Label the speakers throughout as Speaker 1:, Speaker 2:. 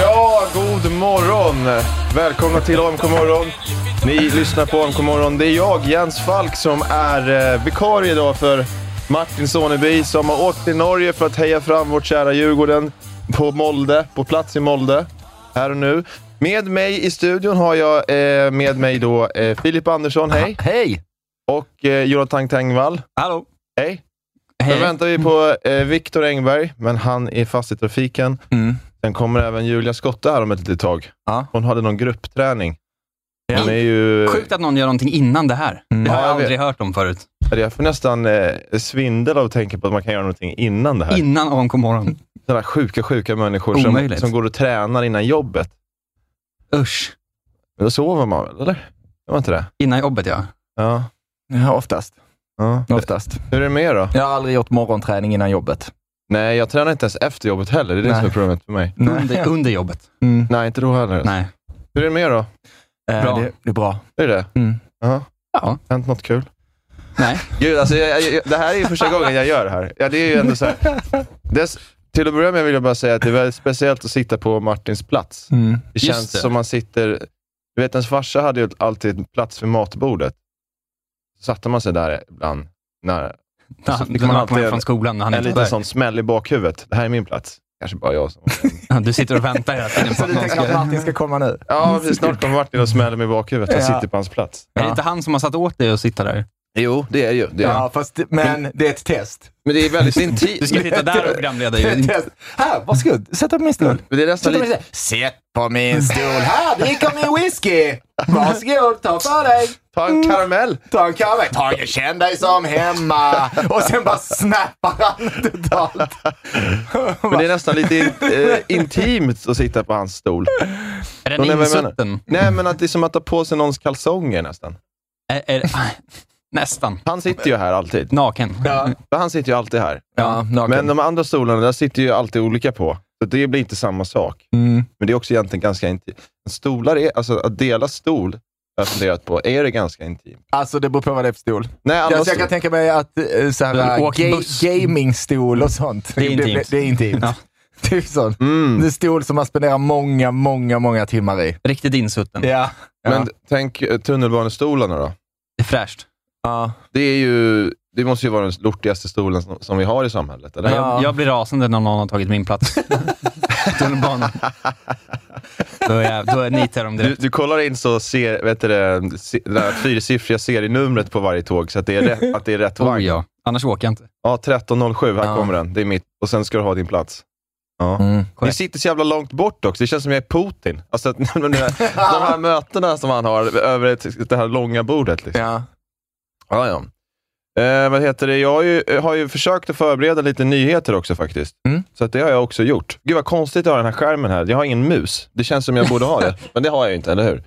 Speaker 1: Ja, god morgon! Välkomna till AMK Morgon. Ni lyssnar på AMK Morgon. Det är jag, Jens Falk, som är eh, vikarie idag för Martin Soneby som har åkt till Norge för att heja fram vårt kära Djurgården på Molde, på plats i Molde, här och nu. Med mig i studion har jag eh, med mig då eh, Filip Andersson, hej,
Speaker 2: Hej!
Speaker 1: och eh, Jonathan Tengvall,
Speaker 2: Hallå!
Speaker 1: hej. Nu väntar vi på eh, Viktor Engberg, men han är fast i trafiken.
Speaker 2: Mm.
Speaker 1: Sen kommer även Julia Skotte här om ett litet tag.
Speaker 3: Ja.
Speaker 1: Hon hade någon gruppträning.
Speaker 3: Ja.
Speaker 1: Hon är ju...
Speaker 3: Sjukt att någon gör någonting innan det här. Det har
Speaker 1: Ja,
Speaker 3: jag
Speaker 1: jag
Speaker 3: aldrig hört om förut.
Speaker 1: Jag får nästan eh, svindel av att tänka på att man kan göra någonting innan det här.
Speaker 3: Innan AMK morgon.
Speaker 1: Sådana sjuka, sjuka människor som,
Speaker 3: Omöjligt.
Speaker 1: som går och tränar innan jobbet.
Speaker 3: Usch.
Speaker 1: Men då sover man väl, eller? Gör man inte det?
Speaker 3: Innan jobbet, ja.
Speaker 1: Ja.
Speaker 2: Ja, oftast.
Speaker 1: ja.
Speaker 2: oftast.
Speaker 1: Hur är det med er då?
Speaker 2: Jag har aldrig gjort morgonträning innan jobbet.
Speaker 1: Nej, jag tränar inte ens efter jobbet heller. Det är det
Speaker 2: Nej.
Speaker 1: som är problemet för mig.
Speaker 3: Under, under jobbet.
Speaker 2: Mm.
Speaker 1: Nej, inte då heller.
Speaker 3: Nej.
Speaker 1: Hur är det med er då?
Speaker 2: Eh,
Speaker 3: Bra.
Speaker 2: Det, det är bra.
Speaker 1: Är det det?
Speaker 2: Mm.
Speaker 1: Ja.
Speaker 3: Ja.
Speaker 1: Hänt något kul?
Speaker 3: Nej.
Speaker 1: Gud, alltså, jag, jag, jag- det här är ju första gången jag gör det här. Ja, det är ju ändå så här. Dess, till att börja med vill jag bara säga att det är väldigt speciellt att sitta på Martins plats.
Speaker 2: Mm.
Speaker 1: Det
Speaker 3: Just
Speaker 1: känns
Speaker 3: det.
Speaker 1: som man sitter... Du vet, ens farsa hade ju alltid en plats vid matbordet. Så satte man sig där ibland. När,
Speaker 3: Ja,
Speaker 1: så fick
Speaker 3: när
Speaker 1: man
Speaker 3: man kommer
Speaker 1: alltid
Speaker 3: från skolan när han
Speaker 1: en
Speaker 3: är
Speaker 1: liten
Speaker 3: där.
Speaker 1: sån smäll i bakhuvudet. Det här är min plats. Kanske bara jag som...
Speaker 3: Ja, Du sitter och väntar hela tiden på
Speaker 2: Så
Speaker 3: att
Speaker 2: du
Speaker 3: någon
Speaker 2: tänker
Speaker 3: ska...
Speaker 2: att Martin ska komma nu?
Speaker 1: Ja, precis. snart kommer Martin och smäller mig i bakhuvudet. Jag
Speaker 2: Ja.
Speaker 1: sitter på hans plats.
Speaker 3: Är det inte han som har satt åt dig att sitta där?
Speaker 1: Jo, det är ju. Det är.
Speaker 2: Ja, fast, det- men det är ett test.
Speaker 1: Men det är väldigt
Speaker 3: Du ska
Speaker 1: intimt.
Speaker 3: sitta där och programleda
Speaker 2: Det är ett
Speaker 3: ju.
Speaker 2: test. Här, varsågod. Sätt dig på min stol.
Speaker 1: Men Det är nästan
Speaker 2: Sätt dig på min
Speaker 1: lite...
Speaker 2: stol. Sätt på min stol. Här dricker min whisky. Varsågod, ta för dig.
Speaker 1: Ta en karamell!
Speaker 2: Ta en kaffe. Tage, känn dig som hemma. Och sen bara snappar han totalt.
Speaker 1: Men det är nästan lite in, eh, intimt att sitta på hans stol.
Speaker 3: Är
Speaker 1: Då
Speaker 3: den
Speaker 1: när vi menar-
Speaker 3: insutten?
Speaker 1: Nej, men att det är som att ta på sig någons kalsonger nästan.
Speaker 3: Är, är, nästan.
Speaker 1: Han sitter ju här alltid.
Speaker 3: Naken.
Speaker 2: Ja,
Speaker 1: Men Han sitter ju alltid här.
Speaker 2: ja
Speaker 1: Men de andra stolarna, där sitter ju alltid olika på. Så det blir inte samma sak.
Speaker 2: Mm.
Speaker 1: Men det är också egentligen ganska intimt. Stolar är, alltså att dela stol, har jag funderat på, är det ganska intimt?
Speaker 2: Alltså det beror på vad det är för stol.
Speaker 1: Nej,
Speaker 2: Jag,
Speaker 1: annars...
Speaker 2: Alltså, jag kan tänka mig att eh, så här,
Speaker 3: Men åk
Speaker 2: ga-
Speaker 3: buss.
Speaker 2: gamingstol och sånt.
Speaker 3: Det är intimt.
Speaker 2: Det, det är intimt.
Speaker 3: Ja.
Speaker 2: Typ sånt.
Speaker 1: Mm.
Speaker 2: Det är stol som man spenderar många, många, många timmar i.
Speaker 3: Riktigt insutten. Det
Speaker 2: Ja.
Speaker 1: Men tänk eh, tunnelbanestolarna då.
Speaker 3: är fräscht.
Speaker 2: ja.
Speaker 1: Det, är ju, det måste ju vara den lortigaste stolen som, som vi har i samhället, eller?
Speaker 3: Jag, jag blir rasande när någon har tagit min plats. Tunnelbanan. Då, är jag- då nitar de
Speaker 1: Du,
Speaker 3: direkt.
Speaker 1: du kollar in så ser, vet du, det, se- det där fyrsiffriga serienumret på varje tåg, så att det är rätt, att det är rätt
Speaker 3: Oh,
Speaker 1: vagn. Ja.
Speaker 3: ja. Annars åker jag inte.
Speaker 1: 13.07, här
Speaker 2: Ja.
Speaker 1: kommer den. Det är mitt. Och sen ska du ha din plats. Ja.
Speaker 2: Mm.
Speaker 1: Ni
Speaker 3: Korrekt.
Speaker 1: sitter så jävla långt bort också. Det känns som jag är Putin. Alltså, att, de, här mötena som han har över ett, det här långa bordet. Liksom.
Speaker 2: ja.
Speaker 1: Ja, ja. Eh, vad heter det? Jag har ju, har ju försökt att förbereda lite nyheter också faktiskt.
Speaker 2: Mm.
Speaker 1: Så att det har jag också gjort. Gud vad konstigt att ha den här skärmen här. Jag har ingen mus. Det känns som jag borde ha det, men det har jag ju inte, eller hur?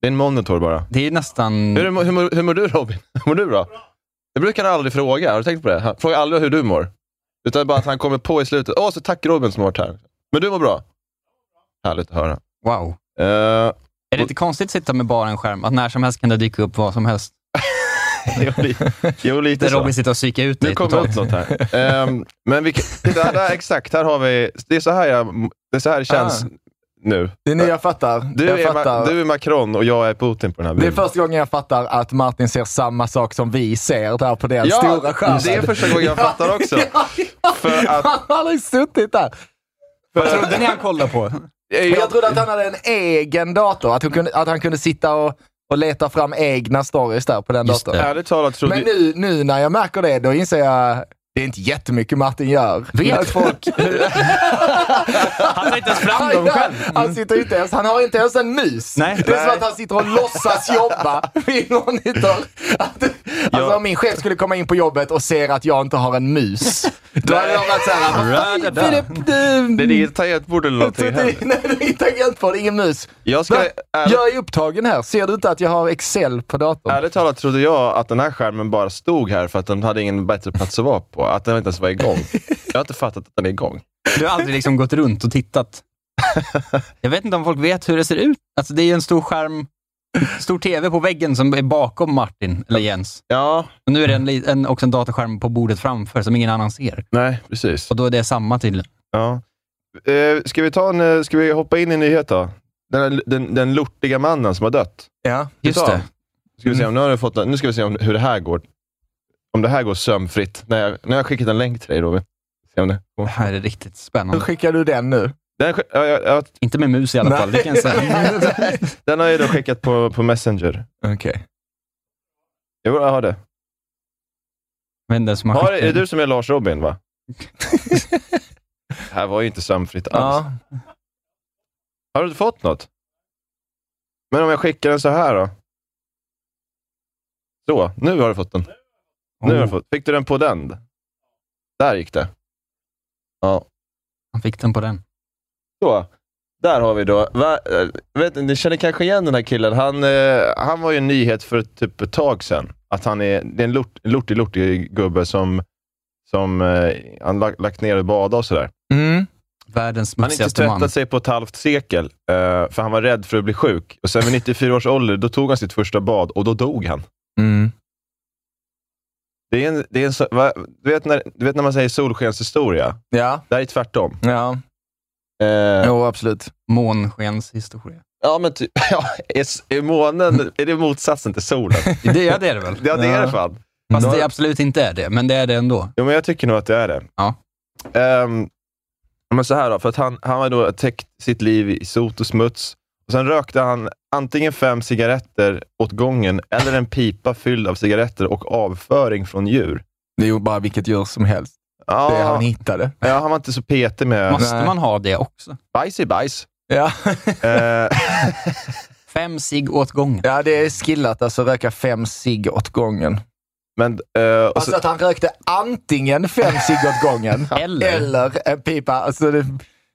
Speaker 1: Det är en monitor bara.
Speaker 3: Det är nästan...
Speaker 2: Mm.
Speaker 1: Hur, hur, mår- hur mår du Robin? Hur mår du då? Det brukar han aldrig fråga. Har du tänkt på det? Han frågar aldrig hur du mår. Utan bara att han kommer på i slutet. Åh, så tack Robin som har varit här. Men du mår bra? Härligt att höra.
Speaker 3: Wow.
Speaker 1: Eh,
Speaker 3: Är det inte konstigt att sitta med bara en skärm? Att när som helst kan det dyka upp vad som helst.
Speaker 1: jo, li- jo, lite
Speaker 3: Där
Speaker 1: så.
Speaker 3: Robin sitter och psykar ut
Speaker 1: Nu
Speaker 3: dig
Speaker 1: kom det
Speaker 3: totalt.
Speaker 1: upp något här. Ehm, men vi, kan- där, där, exakt, här har vi... Det är så här, jag, det, är så här det känns nu.
Speaker 2: Det är nu jag fattar.
Speaker 1: Du,
Speaker 2: Ah. jag
Speaker 1: är, Ma-
Speaker 2: fattar.
Speaker 1: du är Macron och jag är Putin på den här
Speaker 2: Det är
Speaker 1: bilden.
Speaker 2: första gången jag fattar att Martin ser samma sak som vi ser där på den
Speaker 1: ja,
Speaker 2: stora skärmen.
Speaker 1: det är första gången jag fattar också. För att,
Speaker 2: Han har aldrig suttit där.
Speaker 1: för att,
Speaker 3: Trodde ni han kollade på?
Speaker 2: Men jag trodde att han hade en egen dator, att, hon kunde, att han kunde sitta och, och leta fram egna stories där på den
Speaker 3: Just
Speaker 2: datorn.
Speaker 3: det.
Speaker 1: ärligt talat trodde
Speaker 2: Men nu, nu när jag märker det, då inser jag det är inte jättemycket Martin gör. Vet folk
Speaker 3: Han tar inte ens fram dem
Speaker 2: han,
Speaker 3: själv.
Speaker 2: han sitter inte ens, han har inte ens en mus.
Speaker 3: Nej.
Speaker 2: det är som
Speaker 1: Nej.
Speaker 2: att han sitter och låtsas jobba vid monitor. Att, alltså
Speaker 1: Ja.
Speaker 2: om min chef skulle komma in på jobbet och ser att jag inte har en mus. Då hade jag varit
Speaker 3: Ra-da-da.
Speaker 2: såhär, Filip du...
Speaker 1: Det är inget tangentbord eller någonting
Speaker 2: Nej,
Speaker 1: heller.
Speaker 2: det är inte tangentbord, ingen mus.
Speaker 1: Jag ska,
Speaker 2: Va?
Speaker 1: ärligt,
Speaker 2: Jag är upptagen här, ser du inte att jag har Excel på datorn?
Speaker 1: ärligt talat trodde jag att den här skärmen bara stod här för att den hade ingen bättre plats att vara på. Att den inte ens var igång. Jag har inte fattat att den är igång.
Speaker 3: Du har aldrig liksom gått runt och tittat. Jag vet inte om folk vet hur det ser ut. Alltså, det är ju en stor skärm, stor tv på väggen som är bakom Martin, eller Jens.
Speaker 1: Ja,
Speaker 3: Och nu är det en, li- en, också en dataskärm på bordet framför som ingen annan ser.
Speaker 1: nej precis.
Speaker 3: Och då är det samma tydligen.
Speaker 1: Ja. Eh, ska, vi ta en, eh, ska vi hoppa in i en nyhet då? Den, den, den lortiga mannen som har dött.
Speaker 2: Ja.
Speaker 3: Just
Speaker 1: Idag.
Speaker 3: det.
Speaker 1: Ska vi se om, nu, har du fått, nu ska vi se om hur det här går. Om det här går sömfritt. När jag, nu har jag skickat en länk till dig Robin. Se om det.
Speaker 3: Det här är riktigt
Speaker 2: Hur
Speaker 3: spännande.
Speaker 2: skickar du den nu?
Speaker 1: Den, sk- ja, ja, ja,
Speaker 3: Inte med mus i alla
Speaker 2: Nej.
Speaker 3: fall, det kan jag säga.
Speaker 1: den har jag då skickat på, på Messenger.
Speaker 2: Okej.
Speaker 1: Jo, jag har det.
Speaker 3: Men den som har
Speaker 1: Har,
Speaker 3: skickat
Speaker 1: är det du som är Lars Robin va? det här var ju inte sömnfritt alls.
Speaker 2: Ja.
Speaker 1: Har du inte fått något? Men om jag skickar den så här då? Så, nu har du fått den. Nu
Speaker 3: Oh,
Speaker 1: har jag fått. Fick du den på den? Där gick det. Ja.
Speaker 3: Han fick den på den.
Speaker 1: Så. Där har vi då. Va, eh, vet, ni, ni känner kanske igen den här killen. Han, eh, han var ju en nyhet för typ ett tag sedan. Att han är, det är en lort- lortig, lortig gubbe som, som eh, han lagt, lagt ner och badat och sådär.
Speaker 2: Mm.
Speaker 3: Världens
Speaker 1: Han har inte
Speaker 3: smutsigaste man.
Speaker 1: tvättat sig på ett halvt sekel, eh, för han var rädd för att bli sjuk. Och sen vid 94 års ålder, då tog han sitt första bad och då dog han.
Speaker 2: Mm.
Speaker 1: Det är en, det är en, så- va, du, vet när, du vet när man säger solskenshistoria?
Speaker 2: Ja.
Speaker 1: Det här är tvärtom.
Speaker 2: Ja.
Speaker 1: Eh,
Speaker 2: Jo, absolut.
Speaker 3: Månskenshistoria.
Speaker 1: Ja, men ty- ja, är, s- är månen är det motsatsen till solen?
Speaker 3: Det, ja, det är det väl?
Speaker 1: Ja, det är
Speaker 2: Ja.
Speaker 1: det fan.
Speaker 3: Fast
Speaker 1: Ja.
Speaker 3: det absolut inte är det, men det är det ändå.
Speaker 1: Jo, men jag tycker nog att det är det.
Speaker 3: Ja.
Speaker 1: Ehm, men så här då, för att han, han har då täckt sitt liv i sot och smuts. Och sen rökte han antingen fem cigaretter åt gången eller en pipa fylld av cigaretter och avföring från djur.
Speaker 2: Det är ju bara vilket djur som helst.
Speaker 1: Ja,
Speaker 2: Det han hittade.
Speaker 1: ja, han var inte så petig med
Speaker 3: Måste
Speaker 2: Nej.
Speaker 3: man ha det också?
Speaker 1: bajs i bajs.
Speaker 2: Ja.
Speaker 1: Eh,
Speaker 3: Fem sig åt gången.
Speaker 2: ja, det är skillat alltså röka fem cigg åt gången.
Speaker 1: men, eh, och så,
Speaker 2: Alltså att han rökte antingen fem cigg åt gången
Speaker 3: Eller?
Speaker 2: eller en pipa. Alltså det, det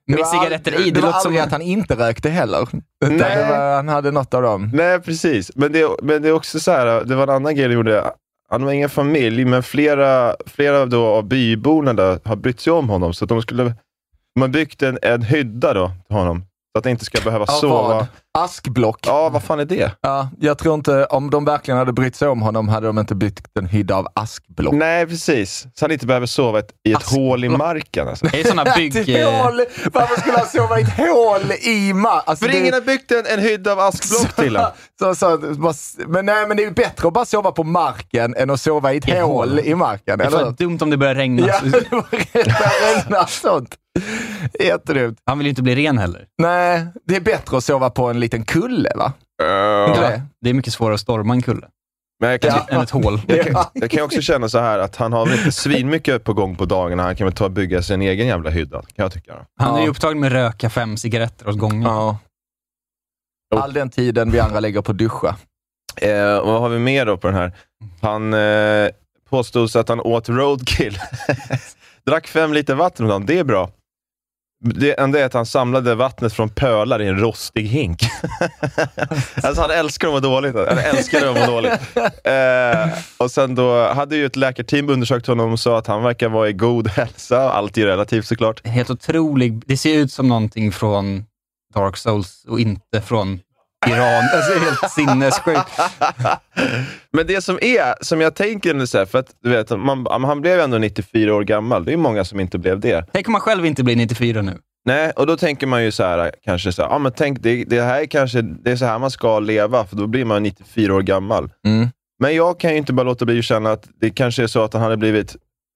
Speaker 3: Med
Speaker 2: var ald-
Speaker 3: cigaretter i, det
Speaker 2: Det var
Speaker 3: låter som-
Speaker 2: aldrig att han inte rökte heller. Utan
Speaker 1: Nej.
Speaker 2: det var, han hade något av dem.
Speaker 1: Nej, precis. Men det, men det är också så här, det var en annan grej de gjorde. Han var ingen familj, men flera, flera då av byborna där har brytt sig om honom. Så att de skulle... De har byggt en, en hydda då till honom, så att han inte ska behöva
Speaker 2: Av
Speaker 1: sova.
Speaker 2: vad? Askblock. Ja.
Speaker 1: Ja, vad fan är det?
Speaker 2: jag tror inte, om de verkligen hade brytt sig om honom hade de inte byggt en hydda av askblock.
Speaker 1: Nej, precis. Så han inte behöver sova ett, i ett
Speaker 3: Askblock.
Speaker 1: hål i marken. Alltså.
Speaker 3: Det är sådana bygg... eh,
Speaker 2: Ett hål! Varför skulle han sova i ett hål i ma... Alltså
Speaker 1: För
Speaker 2: det-
Speaker 1: ingen har byggt en, en hydda av askblock till honom.
Speaker 2: Så, så, bara s- men, nej, men det är ju bättre att bara sova på marken än att sova i ett
Speaker 3: I
Speaker 2: hål
Speaker 3: hål.
Speaker 2: i marken.
Speaker 3: Det är
Speaker 2: Eller?
Speaker 3: för
Speaker 2: hur?
Speaker 3: dumt om det börjar regna.
Speaker 2: Ja, det var rätt regna sånt. Jättedumt.
Speaker 3: Han vill ju inte bli ren heller.
Speaker 2: Nej, det är bättre att sova på en liten kulle va? Inte
Speaker 1: Ja.
Speaker 2: det?
Speaker 3: Det är mycket svårare att storma en kulle
Speaker 1: Men jag kan,
Speaker 2: Ja.
Speaker 3: än ett hål.
Speaker 2: Ja.
Speaker 1: jag kan också känna så här att han har väl inte svinmycket på gång på dagarna. Han kan väl ta och bygga sin egen jävla hydda, kan jag tycka. Då.
Speaker 3: Han är ju
Speaker 2: Ja.
Speaker 3: upptagen med att röka fem cigaretter åt gången.
Speaker 2: Ja. All den tiden vi andra lägger på duscha.
Speaker 1: Eh, och vad har vi mer då på den här? Han eh, påstods att han åt roadkill. Drack fem liter vatten om dagen. Det är bra. Det enda är att han samlade vattnet från pölar i en rostig hink. alltså han älskar att må dåligt. Han älskar att må dåligt. Eh, och sen då hade ju ett läkarteam undersökt honom och sa att han verkar vara i god hälsa. Allt är ju relativt såklart.
Speaker 3: Helt otrolig. Det ser ut som någonting från Dark Souls och inte från Iran. Alltså helt sinnessjukt.
Speaker 1: Men det som är, som jag tänker nu, så här, för att du vet, man, han blev ju ändå 94 år gammal. Det är ju många som inte blev det.
Speaker 3: Tänk om man själv inte blir 94 nu.
Speaker 1: Nej, och då tänker man ju så här, kanske så här, ah, men tänk, det, det här är kanske det är så här man ska leva, för då blir man 94 år gammal.
Speaker 3: Mm.
Speaker 1: Men jag kan ju inte bara låta bli att känna att det kanske är så att han hade blivit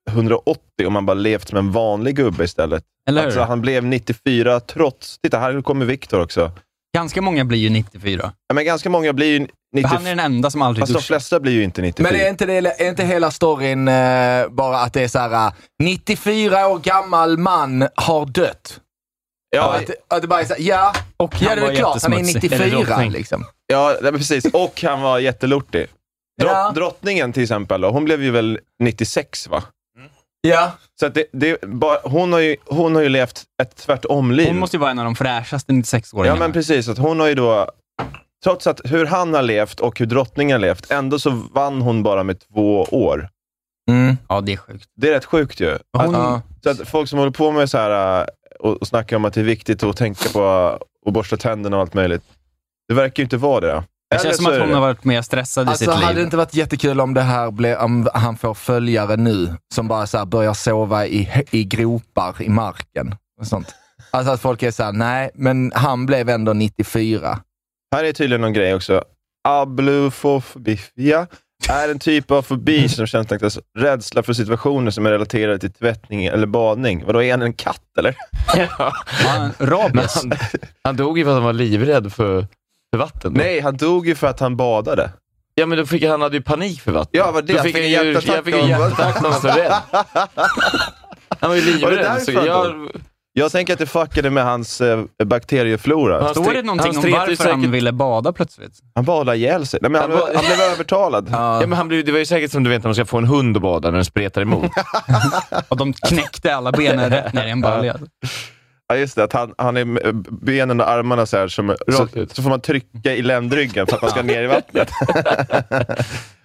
Speaker 1: 180 om man bara levt som en vanlig gubbe istället.
Speaker 3: Eller hur?
Speaker 1: alltså, han blev 94 trots... Titta, här kommer Viktor också.
Speaker 3: Ganska många blir ju 94.
Speaker 1: Ja, men ganska många blir ju 94.
Speaker 3: Han är den enda som aldrig
Speaker 1: Fast de
Speaker 3: duschar.
Speaker 1: flesta blir ju inte 94.
Speaker 2: Men är inte, det, är inte hela storyn eh, bara att det är så här eh, 94 år gammal man har dött?
Speaker 1: ja,
Speaker 2: Att, att det bara är så här, ja,
Speaker 3: Och
Speaker 2: ja det är
Speaker 3: var
Speaker 2: klart han är
Speaker 3: jättesmutsig. Eller
Speaker 2: 94
Speaker 3: drottning.
Speaker 2: liksom.
Speaker 1: ja, nej, men precis. Och han var jättelortig. Drott,
Speaker 2: Ja.
Speaker 1: Drottningen till exempel, då, hon blev ju väl 96 va?
Speaker 2: Ja.
Speaker 1: Så att det, det, bara, hon, har ju, hon har ju levt ett tvärtom-liv.
Speaker 3: Hon måste ju vara en av de fräschaste 96-åringarna.
Speaker 1: Ja, men precis. Att hon har ju då, trots att hur han har levt och hur drottningen har levt, ändå så vann hon bara med två år.
Speaker 3: ja, det är sjukt.
Speaker 1: Det är rätt sjukt ju. Alltså,
Speaker 3: Hon,
Speaker 2: Mm. Ja.
Speaker 1: Så att folk som håller på med så här äh, och, och snackar om att det är viktigt att tänka på äh, och borsta tänderna och allt möjligt. Det verkar ju inte vara det. Eller
Speaker 3: det känns som
Speaker 1: så är
Speaker 3: att hon
Speaker 1: det-
Speaker 3: har varit mer stressad i
Speaker 2: Alltså
Speaker 3: sitt
Speaker 2: hade
Speaker 3: liv.
Speaker 2: det inte varit jättekul om det här blev, om han får följare nu som bara så här börjar sova i, i gropar i marken och sånt. Alltså att folk är såhär, nej, men han blev ändå 94.
Speaker 1: Här är tydligen någon grej också. Ablofobia är en typ av fobi som kännetecknas av rädsla för situationer som är relaterade till tvättning eller badning. Vadå, är han en katt eller?
Speaker 3: Ja,
Speaker 4: Men
Speaker 3: rabies.
Speaker 4: han, han dog ju för att han var livrädd för, för vatten.
Speaker 1: Nej, han dog ju för att han badade.
Speaker 4: Ja, men då fick, han hade ju panik för vatten.
Speaker 1: Ja, vad det?
Speaker 4: Då
Speaker 1: Han
Speaker 4: fick
Speaker 1: fick
Speaker 4: han
Speaker 1: en
Speaker 4: ju,
Speaker 1: hjärtattack
Speaker 4: jag fick en
Speaker 1: av-
Speaker 4: hjärtattack när han var så rädd. Han var ju
Speaker 1: Var det
Speaker 4: livrädd.
Speaker 1: därför
Speaker 4: Så
Speaker 1: han
Speaker 4: jag,
Speaker 1: Jag tänker att det fuckade med hans eh, bakterieflora.
Speaker 4: Han
Speaker 3: Står det
Speaker 4: stre-
Speaker 3: någonting
Speaker 4: han
Speaker 3: om
Speaker 4: stretar ju
Speaker 3: varför han
Speaker 4: säkert-
Speaker 3: ville bada plötsligt?
Speaker 1: Han badade ihjäl sig. Nej, men han,
Speaker 4: Han bad-
Speaker 1: han blev övertalad.
Speaker 4: ja, men han blev, det var ju säkert som du vet när man ska få en hund att bada när den spretar emot.
Speaker 3: Och de knäckte alla benen rätt ner i en balja.
Speaker 1: Ja, just det. Att han, han är med benen och armarna så här. Som, så,
Speaker 4: Rakt ut.
Speaker 1: så får man trycka i ländryggen för att man ska ner i vattnet.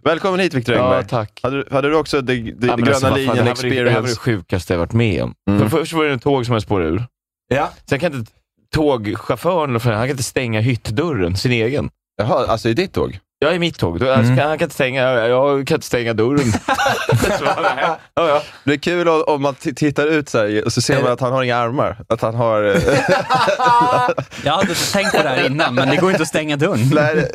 Speaker 1: Välkommen hit Viktor Engberg.
Speaker 4: ja, tack.
Speaker 1: Hade, du- hade du också the, the
Speaker 4: Ja, men
Speaker 1: gröna
Speaker 4: alltså, vad fan,
Speaker 1: linjen
Speaker 4: det här var det- Det här var det
Speaker 1: experience?
Speaker 4: sjukaste jag varit med om.
Speaker 1: Mm.
Speaker 4: För först var det en tåg som jag spårade ur.
Speaker 2: Ja.
Speaker 4: Sen kan inte tågchauffören, eller vad fan, han kan inte stänga hyttdörren, sin egen.
Speaker 1: Jaha, alltså i ditt tåg?
Speaker 4: Jag är i mitt tåg. Då, alltså, Han kan inte stänga, jag kan inte stänga dörren. Så bara, nej. ja, ja.
Speaker 1: Det är kul om, om man t- tittar ut så här, och så ser man att han har inga armar. Att han har... eh,
Speaker 3: Jag hade inte tänkt på det här innan, men det går inte att stänga dörren.
Speaker 1: nej,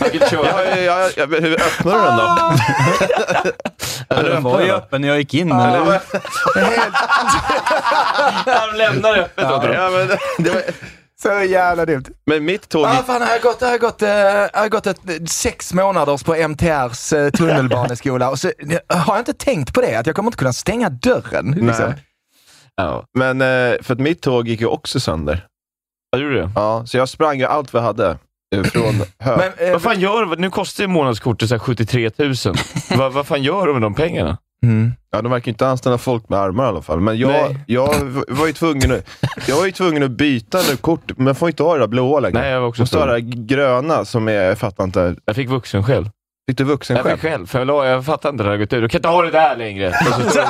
Speaker 4: Han kan köra.
Speaker 1: ja, ja, ja, ja, men hur öppnar du den då?
Speaker 3: Den var ju öppen när jag gick in. Eller?
Speaker 4: Han lämnar öppet åt dem.
Speaker 1: Ja, men, det var,
Speaker 2: Så jävla dumt.
Speaker 1: men mitt tåg
Speaker 2: Ah,
Speaker 1: gick...
Speaker 2: fan, jag har gått, jag har gått, eh, jag har gått ett, eh, sex månaders på MTRs eh, tunnelbaneskola och så eh, har jag inte tänkt på det, att jag kommer inte kunna stänga dörren. Liksom.
Speaker 1: Nej.
Speaker 4: Ja.
Speaker 1: Men eh, för att mitt tåg gick ju också sönder.
Speaker 4: Ja, gjorde det?
Speaker 1: Ja, så jag sprang ju allt vad jag hade. eh, Från hö.
Speaker 2: Men, eh,
Speaker 4: Vad fan gör du? Nu kostar ju månadskortet så här 73 000. vad, vad fan gör du med de pengarna?
Speaker 2: mm.
Speaker 1: Ja, de verkar ju inte anställa folk med armar i alla fall. Men jag,
Speaker 4: Nej.
Speaker 1: jag v- var, ju tvungen att, jag var ju tvungen att byta nu kort. Men jag får inte ha det där blåa längre.
Speaker 4: Nej, jag var också
Speaker 1: måste ha det
Speaker 4: stor.
Speaker 1: där gröna som är, jag fattar inte.
Speaker 4: Jag fick vuxen själv.
Speaker 1: Fick du vuxen
Speaker 4: Jag
Speaker 1: själv?
Speaker 4: fick själv, för jag, la, jag fattar inte hur det hade gått ut. Du kan inte ha det där längre. Och så- så-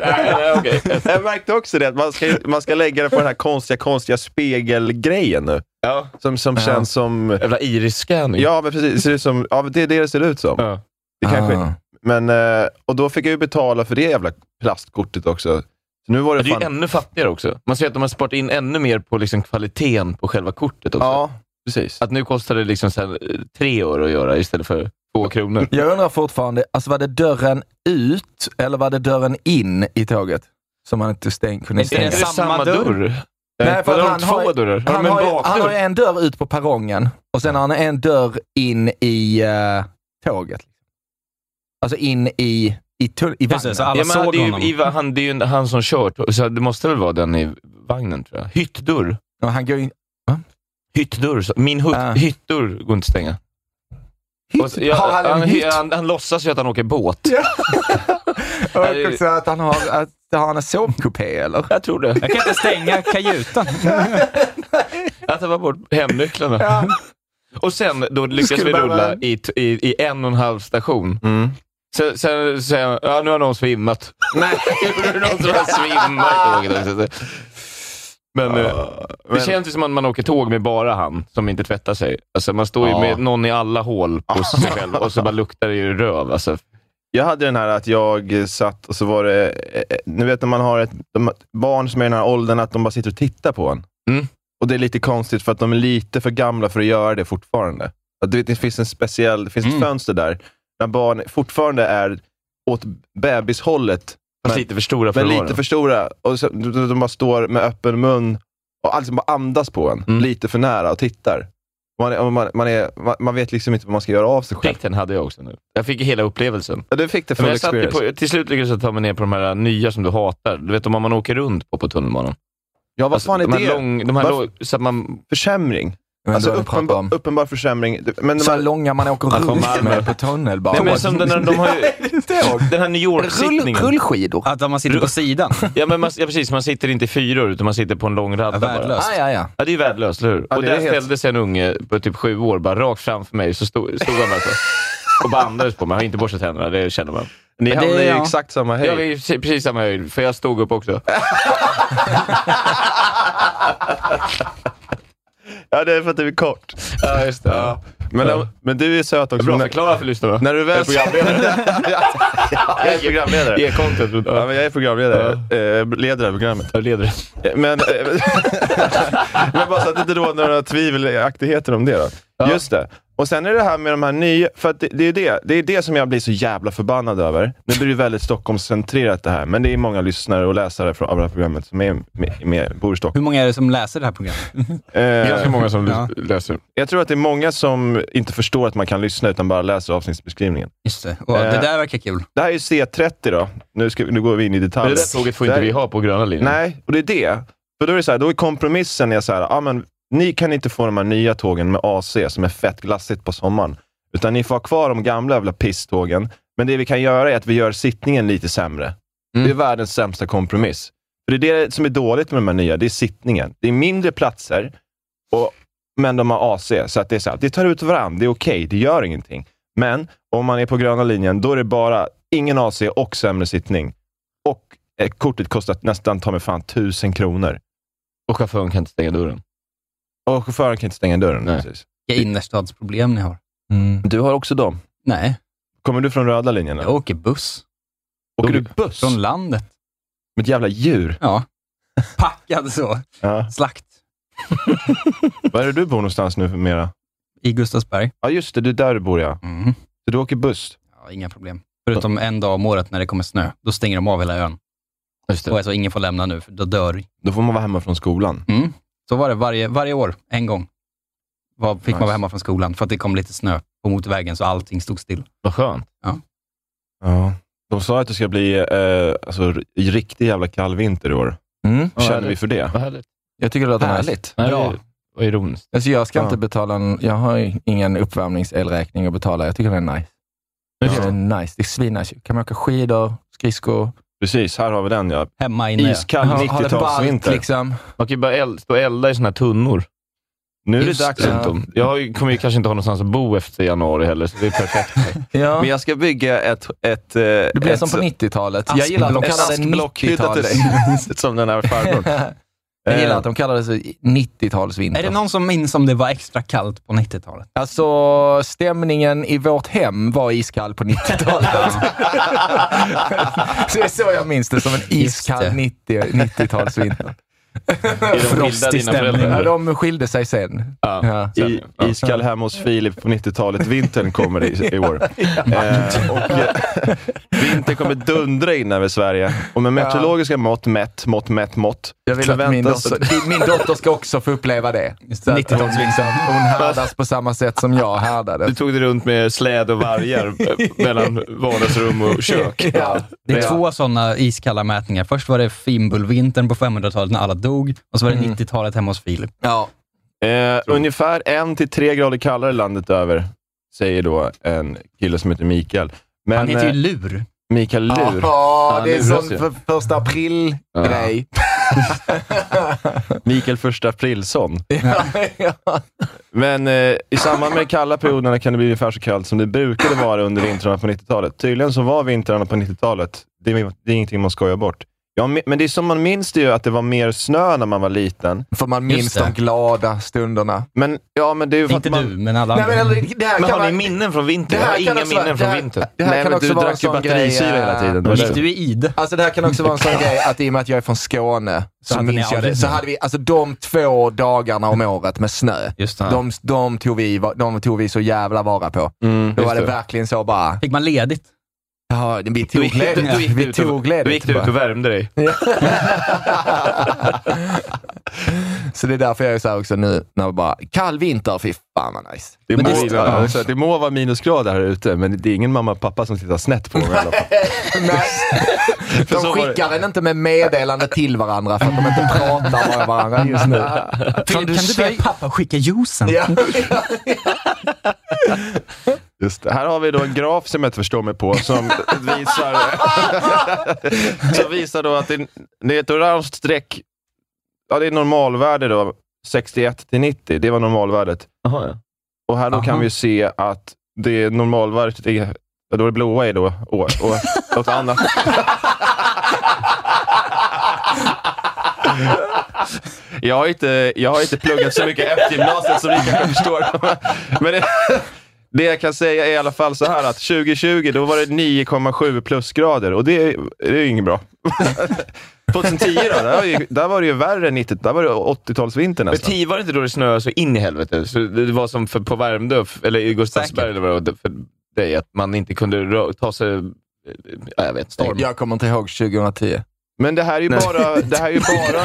Speaker 4: nej, nej, okej.
Speaker 1: Jag märkte också det, att man ska, man ska lägga det på den här konstiga, konstiga spegelgrejen nu.
Speaker 4: Ja.
Speaker 1: Som, som
Speaker 4: Ja.
Speaker 1: känns som...
Speaker 4: Jävla iris-scanning.
Speaker 1: Ja, men precis. Det Ser ut som, ja, det är det det ser ut som.
Speaker 4: Ja.
Speaker 1: Det kanske,
Speaker 2: Ah.
Speaker 1: men, eh, och då fick jag ju betala för det jävla plastkortet också. Så nu var det,
Speaker 4: Men det är ju
Speaker 1: fan...
Speaker 4: ännu fattigare också. Man ser att de har sparat in ännu mer på liksom kvaliteten på själva kortet också.
Speaker 1: Ja, precis.
Speaker 4: Att nu kostar det liksom så här, eh, tre öre att göra istället för två kronor.
Speaker 2: Jag undrar fortfarande, alltså var det dörren ut eller var det dörren in i tåget? Som man inte stäng, kunde
Speaker 3: Är det
Speaker 2: stänga.
Speaker 3: en samma dörr?
Speaker 2: Nej, för
Speaker 4: Vadå,
Speaker 2: att
Speaker 4: har de två
Speaker 2: ju-
Speaker 4: dörrar? Har
Speaker 2: han,
Speaker 4: de en
Speaker 2: har, ju- han har ju
Speaker 4: bakdörr?
Speaker 2: en dörr ut på perrongen och sen har han en dörr in i eh, tåget. Alltså in i, i, tull, i vagnen.
Speaker 3: Precis, så alla
Speaker 4: Ja, men han-
Speaker 3: såg
Speaker 4: det är
Speaker 3: honom.
Speaker 4: ju, i, va- han, det är ju en- han som kört, så det måste väl vara den i vagnen tror jag. Hyttdörr.
Speaker 2: Ja, han går in,
Speaker 4: Hyttdörr. så- Min hytt,
Speaker 2: Ah.
Speaker 4: hyttdörr går inte att stänga. Och så- ja,
Speaker 2: har han en
Speaker 4: han,
Speaker 2: hytt?
Speaker 4: han, han låtsas ju att han åker båt.
Speaker 2: Och
Speaker 4: det-
Speaker 2: också att han har, att har han en sovkupé eller?
Speaker 4: Jag tror det.
Speaker 3: Jag kan inte stänga kajutan.
Speaker 4: Jag tappade bort hemnycklarna. Och sen då lyckas
Speaker 2: Skulle
Speaker 4: vi
Speaker 2: behöva
Speaker 4: rulla
Speaker 2: en.
Speaker 4: i, t- i, i en och en halv station.
Speaker 1: Mm.
Speaker 4: Sen sen säger han, ja nu har någon svimmat. Nej, gjorde det någon som har svimmat i tåget också? Men eh, det
Speaker 1: Men-
Speaker 4: känns ju som att man åker tåg med bara han som inte tvättar sig. Alltså man står ju
Speaker 1: Ja.
Speaker 4: med någon i alla hål på sig själv och så bara luktar det ju röv. Alltså.
Speaker 1: Jag hade den här att jag satt och så var det... eh, Ni vet när man har ett de, barn som är i den här åldern, att de bara sitter och tittar på en.
Speaker 4: Mm.
Speaker 1: Och det är lite konstigt för att de är lite för gamla för att göra det fortfarande. Att, du vet, det finns en speciell... Det finns
Speaker 3: Mm.
Speaker 1: ett fönster där, när barn fortfarande är åt bebishållet,
Speaker 4: Fast
Speaker 1: Men-
Speaker 4: lite för stora för
Speaker 1: men
Speaker 4: att
Speaker 1: lite
Speaker 4: vara
Speaker 1: för stora. Och så, de de bara står med öppen mun och alltså bara andas på en,
Speaker 4: Mm.
Speaker 1: lite för nära och tittar. Man, är, och man, man, är, man, man vet liksom inte vad man ska göra av sig själv.
Speaker 4: Effekten hade jag också nu. Jag fick ju hela upplevelsen.
Speaker 1: Ja, du fick det
Speaker 4: Men
Speaker 1: full
Speaker 4: jag satt ju
Speaker 1: experience.
Speaker 4: på, till slut lyckades jag ta mig ner på de här nya som du hatar. Du vet de här man åker runt på på tunnelbanan.
Speaker 1: Ja, vad
Speaker 4: Alltså,
Speaker 1: fan är
Speaker 4: de här
Speaker 1: det?
Speaker 4: Lång, de här
Speaker 1: Varför-
Speaker 4: låg, så att man,
Speaker 1: Försämring.
Speaker 2: Men
Speaker 1: alltså
Speaker 2: då har vi pratat
Speaker 1: uppenbar, Alltså,
Speaker 2: om.
Speaker 1: uppenbar försämring. Du- Men
Speaker 2: Så
Speaker 1: man,
Speaker 2: långa man åker
Speaker 4: Man får
Speaker 2: runt
Speaker 4: Malmö.
Speaker 2: med på
Speaker 4: nej,
Speaker 2: tunnelbanan.
Speaker 4: men som den, här- de har ju, den här New
Speaker 2: Rull,
Speaker 4: York-sittningen.
Speaker 2: rullskidor.
Speaker 3: Att man sitter på sidan.
Speaker 4: Ja, men man, ja, precis. Man sitter inte i fyror, utan man sitter på en lång radda bara.
Speaker 3: Värdelöst.
Speaker 2: Ah, ja, ja.
Speaker 4: Ja, det är ju värdelöst, eller hur?
Speaker 1: Ja,
Speaker 4: och
Speaker 1: det är
Speaker 4: där
Speaker 1: helt-
Speaker 4: ställde sig en unge på typ sju år bara rakt framför mig, så stod, stod han bara så. Och bara andades på mig. Har inte borstat tänderna, det känner man.
Speaker 1: ni
Speaker 3: det-
Speaker 1: hamnar i
Speaker 3: ja.
Speaker 1: exakt samma
Speaker 4: Jag var
Speaker 1: höjd.
Speaker 4: i precis- precis samma höjd, för jag stod upp också.
Speaker 1: Ja, det är för att det är kort.
Speaker 4: Ja, just det. Ja.
Speaker 1: Men, men du är söt också.
Speaker 4: Bra,
Speaker 1: Men-
Speaker 4: förklara för lyssnarna.
Speaker 1: När du väl...
Speaker 4: Jag är programledare.
Speaker 1: jag är programledare.
Speaker 4: Ge content.
Speaker 1: Ja, men jag är programledare. Eh, leder det här programmet.
Speaker 4: Jag leder.
Speaker 1: Eh, Men, eh, men bara så att det inte råder några tvivelaktigheter om det. Då.
Speaker 4: Ja.
Speaker 1: Just det. Och sen är det här med de här nya, för att det, det, är det, det är det som jag blir så jävla förbannad över. Nu blir det väldigt Stockholmscentrerat det här, men det är många lyssnare och läsare från, av det här programmet som är med, med, bor i Stockholm.
Speaker 3: Hur många är det som läser det här programmet?
Speaker 1: Eh,
Speaker 4: många som
Speaker 3: Ja.
Speaker 4: läser.
Speaker 1: jag tror att det är många som inte förstår att man kan lyssna utan bara läser avsnittsbeskrivningen.
Speaker 3: Just det. Och det
Speaker 1: Eh.
Speaker 3: där verkar kul.
Speaker 1: Det här är ju C30 då. Nu, ska, nu går vi in i detalj.
Speaker 4: Men det där tåget får inte
Speaker 1: Där-
Speaker 4: vi ha på gröna linjen.
Speaker 1: Nej, och det är det. För då är det så här, då är kompromissen är så här, ah, men, ni kan inte få de här nya tågen med AC som är fett glassigt på sommaren, utan ni får ha kvar de gamla jävla pisstågen. Men det vi kan göra är att vi gör sittningen lite sämre. Det är världens sämsta kompromiss. För det är det som är dåligt med de här nya, det är sittningen. Det är mindre platser, och, men de har AC, så att det är så här, det tar ut varandra, det är okej, det gör ingenting. Men om man är på gröna linjen, då är det bara ingen AC och sämre sittning. Och eh, kortet kostar nästan ta mig fan tusen kronor.
Speaker 4: Och chauffören kan inte stänga dörren.
Speaker 1: Och chauffören kan inte stänga dörren.
Speaker 4: Nej.
Speaker 1: Precis.
Speaker 3: Vilka innerstadsproblem ni har.
Speaker 2: Mm.
Speaker 1: Du har också dem.
Speaker 3: Nej,
Speaker 1: Kommer du från röda linjen? eller?
Speaker 3: jag åker buss.
Speaker 1: Åker du buss?
Speaker 3: Från landet.
Speaker 1: Med ett jävla djur?
Speaker 3: Ja. Packad så.
Speaker 1: Ja.
Speaker 3: Slakt.
Speaker 1: Var är det du bor någonstans nu mera?
Speaker 3: I Gustavsberg.
Speaker 1: Ja, just det. Det är där du bor, ja. Så du åker buss?
Speaker 3: Ja, inga problem. Mm. Förutom en dag om året när det kommer snö. Då stänger de av hela ön.
Speaker 4: Just
Speaker 3: Och alltså, ingen får lämna nu, för då dör
Speaker 1: Då får man vara hemma från skolan.
Speaker 3: Mm. Så var det varje, varje år, en gång. Var, fick man
Speaker 1: Nice.
Speaker 3: vara hemma från skolan för att det kom lite snö på motorvägen så allting stod still.
Speaker 4: Vad skönt.
Speaker 1: Ja. De sa att det ska bli eh, alltså, r- riktig jävla kall vinter i år.
Speaker 2: Mm.
Speaker 4: Ja,
Speaker 1: Känner
Speaker 4: eller-
Speaker 1: vi för det?
Speaker 4: Vad härligt.
Speaker 2: Jag tycker det låter nice. Ja.
Speaker 4: Nej, ja. Vad ironiskt.
Speaker 2: Alltså jag ska
Speaker 1: Ja.
Speaker 2: inte betala, en, jag har ju ingen uppvärmningselräkning att betala. Jag tycker det är nice. Jag tycker det är nice. Det är svinnice. Kan man åka skidor, skridskor,
Speaker 1: Precis, här har vi den ja.
Speaker 3: Hemma inne.
Speaker 1: Iskall
Speaker 2: ha- ha det ballt
Speaker 1: 90-talsvinter.
Speaker 2: liksom.
Speaker 4: Man kan ju bara eld, stå och elda i såna här tunnor.
Speaker 1: Nu är det
Speaker 4: Just
Speaker 1: dags.
Speaker 2: det.
Speaker 4: Anton. Jag har ju- kommer ju kanske inte ha någonstans att bo efter januari heller, så det är perfekt.
Speaker 2: Ja.
Speaker 1: Men jag ska bygga ett... ett eh,
Speaker 2: Det blir
Speaker 1: ett,
Speaker 2: som på 90-talet.
Speaker 1: Jag gillar att de
Speaker 2: Askblock.
Speaker 1: kallar det
Speaker 2: Askblock hittar till dig.
Speaker 1: 90-tals. som den här farbrorn. Eh.
Speaker 2: Jag gillar att de kallar det så 90-talsvinter.
Speaker 3: Är det någon som minns om det var extra kallt på 90-talet?
Speaker 2: Alltså, stämningen i vårt hem var iskall på 90-talet. så det är så jag minns det, som en iskall
Speaker 3: det.
Speaker 2: 90 90-talsvinter.
Speaker 4: Är de skilda,
Speaker 3: Frostig
Speaker 4: dina
Speaker 3: stämning.
Speaker 2: ja,
Speaker 4: föräldrar?
Speaker 2: de skilde sig sen.
Speaker 4: Ja.
Speaker 2: Ja.
Speaker 1: I, iskall hemma hos Filip på 90-talet. Vintern kommer i, i år. Eh, och, eh, vintern kommer dundra in över Sverige. Och med meteorologiska mått mätt, mått mätt, mått.
Speaker 2: Jag vill att min
Speaker 1: förväntas-
Speaker 2: dotter, din- min dotter ska också få uppleva det. Så att hon,
Speaker 3: 90-talsvinter.
Speaker 2: liksom- hon härdas på samma sätt som jag härdades.
Speaker 4: Du tog dig runt med släd och vargar eh, mellan vardagsrum och kök.
Speaker 2: Ja.
Speaker 3: Det är två sådana iskalla mätningar. Först var det fimbulvintern på 500-talet när alla dog och så var det 90-talet hemma hos Filip.
Speaker 2: Ja.
Speaker 1: Eh, ungefär en till tre grader kallare landet över, säger då en kille som heter Mikael. Men,
Speaker 3: Han heter ju
Speaker 1: eh,
Speaker 3: Lur.
Speaker 1: Mikael Lur.
Speaker 2: Ja, det är
Speaker 4: luras
Speaker 2: sån
Speaker 4: ju.
Speaker 2: för, första april-grej.
Speaker 1: Mikael första aprilsson.
Speaker 2: Ja. Ja.
Speaker 1: Men eh, i samband med de kalla perioderna kan det bli ungefär så kallt som det brukade vara under vintrarna på 90-talet. Tydligen så var vintrarna på 90-talet, det är, det är ingenting man skojar bort, Ja, me- men det är som man minns det ju att det var mer snö när man var liten.
Speaker 2: För man
Speaker 3: Just
Speaker 2: minns
Speaker 3: det.
Speaker 2: de glada stunderna.
Speaker 1: Men, ja, men det är ju för
Speaker 3: Inte
Speaker 1: att man...
Speaker 3: du, men alla
Speaker 2: Nej,
Speaker 3: andra.
Speaker 2: men, eller, det här
Speaker 4: Men
Speaker 2: kan
Speaker 4: har
Speaker 2: vara...
Speaker 4: ni minnen från
Speaker 2: Det
Speaker 4: vintern? Jag
Speaker 2: här
Speaker 4: har
Speaker 2: kan
Speaker 4: inga
Speaker 2: också vara-
Speaker 4: minnen
Speaker 2: det
Speaker 4: från
Speaker 2: här-
Speaker 4: vintern.
Speaker 2: det här
Speaker 1: Nej,
Speaker 2: kan
Speaker 1: men
Speaker 2: också
Speaker 1: du
Speaker 2: vara en
Speaker 1: drack ju
Speaker 2: sån grej,
Speaker 1: batterisyra
Speaker 2: eh,
Speaker 1: hela tiden.
Speaker 3: Men
Speaker 1: Det var
Speaker 3: Gick
Speaker 1: det.
Speaker 3: du i ide?
Speaker 2: Alltså det här kan också vara en sån grej att i och med att jag är från Skåne så,
Speaker 3: hade
Speaker 2: minns
Speaker 3: ni
Speaker 2: jag det.
Speaker 3: aldrig
Speaker 2: Så
Speaker 3: snö.
Speaker 2: hade vi, alltså de två dagarna om året med snö,
Speaker 3: Just det.
Speaker 2: de, de, tog vi, va- de tog vi så jävla vara på.
Speaker 1: Mm,
Speaker 2: Då var
Speaker 1: just det.
Speaker 2: det verkligen så bara,
Speaker 3: Fick man ledigt?
Speaker 2: ja, vi
Speaker 4: Då
Speaker 2: tog
Speaker 4: gick du-
Speaker 2: ledigt.
Speaker 4: då gick du
Speaker 2: Vi
Speaker 4: ut och-
Speaker 2: tog
Speaker 4: Då gick
Speaker 2: ledigt.
Speaker 4: du ut
Speaker 2: bara.
Speaker 4: och värmde dig.
Speaker 2: Så det är därför jag är så här också nu, när det bara, kall vinter, fy fan vad nice.
Speaker 1: Det
Speaker 3: Men
Speaker 1: må,
Speaker 3: det-
Speaker 1: ja, så att det må vara minusgrader här ute, men det är ingen mamma och pappa som tittar snett på mig i alla fall. så
Speaker 2: De
Speaker 1: var det.
Speaker 2: skickar en inte med meddelande till varandra för att de inte pratar med varandra just nu.
Speaker 3: Filip, kan du be pappa skicka juicen?
Speaker 2: Ja.
Speaker 1: Just det. Här har vi då en graf som jag inte förstår mig på, som visar, som visar då att det, det är ett orange streck. Ja, det är normalvärde då, 61 till 90. Det var normalvärdet. Och här då kan
Speaker 3: Aha.
Speaker 1: vi ju se att det normalvärdet är, ja, då det blåa är då år och något annat. Jag har, inte, jag har inte pluggat så mycket efter gymnasiet som ni kanske förstår. Men det, det jag kan säga är i alla fall så här att 2020, då var det 9,7 plusgrader och det, det är ju inget bra. 2010 då, där var, ju, där var det ju värre än 90 Där var det 80-talsvinter
Speaker 4: Men
Speaker 1: nästan.
Speaker 4: tio var det inte då det snöade så in i helvete? Så det var som för, på Värmdö, f- eller i Gustavsberg, eller vad det var för dig, att man inte kunde rö- ta sig... Ja, jag vet inte.
Speaker 2: Jag kommer inte ihåg 2010.
Speaker 1: Men det här är ju bara, det här är ju bara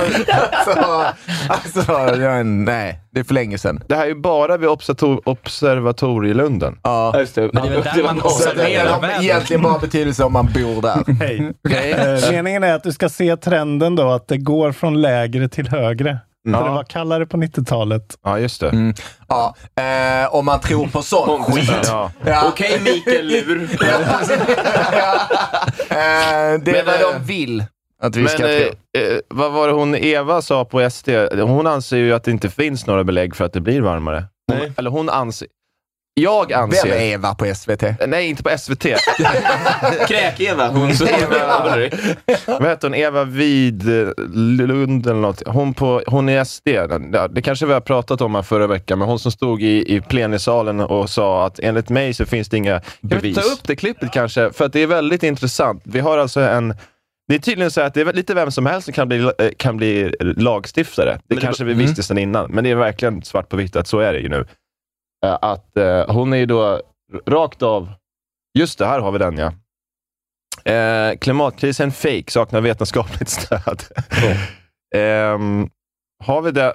Speaker 2: Så, alltså, jag är en, nej, det är för länge sedan.
Speaker 1: Det här är ju bara vid observator- observatorielunden.
Speaker 2: Ja.
Speaker 4: Ja, just det.
Speaker 3: Men det är väl där man
Speaker 4: någon-
Speaker 2: Så det
Speaker 3: observerar.
Speaker 2: har egentligen bara betydelse om man bor där.
Speaker 5: Hej.
Speaker 4: Mm,
Speaker 2: Okej?
Speaker 5: Eh, meningen är att du ska se trenden då, att det går från lägre till högre.
Speaker 4: Mm.
Speaker 5: För det var kallare på 90-talet.
Speaker 1: Ja, just det.
Speaker 2: Mm. Ja, eh, om man tror på sånt.
Speaker 1: Ja.
Speaker 2: Ja.
Speaker 4: Okej, Mikael Lur.
Speaker 2: Eh, det är
Speaker 1: Men,
Speaker 2: vad
Speaker 1: eh,
Speaker 2: de vill att vi
Speaker 1: Men
Speaker 2: ska
Speaker 1: eh,
Speaker 2: tro.
Speaker 1: eh, vad var det hon Eva sa på SD? Hon anser ju att det inte finns några belägg för att det blir varmare. Hon, Eller hon anser... Jag
Speaker 2: Vem
Speaker 1: anser...
Speaker 2: är Eva på SVT?
Speaker 1: Nej, inte på SVT.
Speaker 4: Kräk-Eva. Hon
Speaker 3: Mm.
Speaker 4: som...
Speaker 1: vad heter hon? Eva Widlund eller något. Hon, på, hon är SD. Ja, Det kanske vi har pratat om här förra veckan, men hon som stod i, i plenisalen och sa att enligt mig så finns det inga... Kan vi
Speaker 4: Bevis.
Speaker 1: ta upp det klippet kanske? För att det är väldigt intressant. Vi har alltså en... Det är tydligen så att det är lite vem som helst som kan bli, eh, kan bli lagstiftare. Det Mm. kanske vi visste sedan innan, men det är verkligen svart på vitt att så är det ju nu. Eh, Att eh, hon är ju då rakt av... Just det, här har vi den ja. Eh, klimatkrisen fake, saknar vetenskapligt stöd. Ehm, har vi det...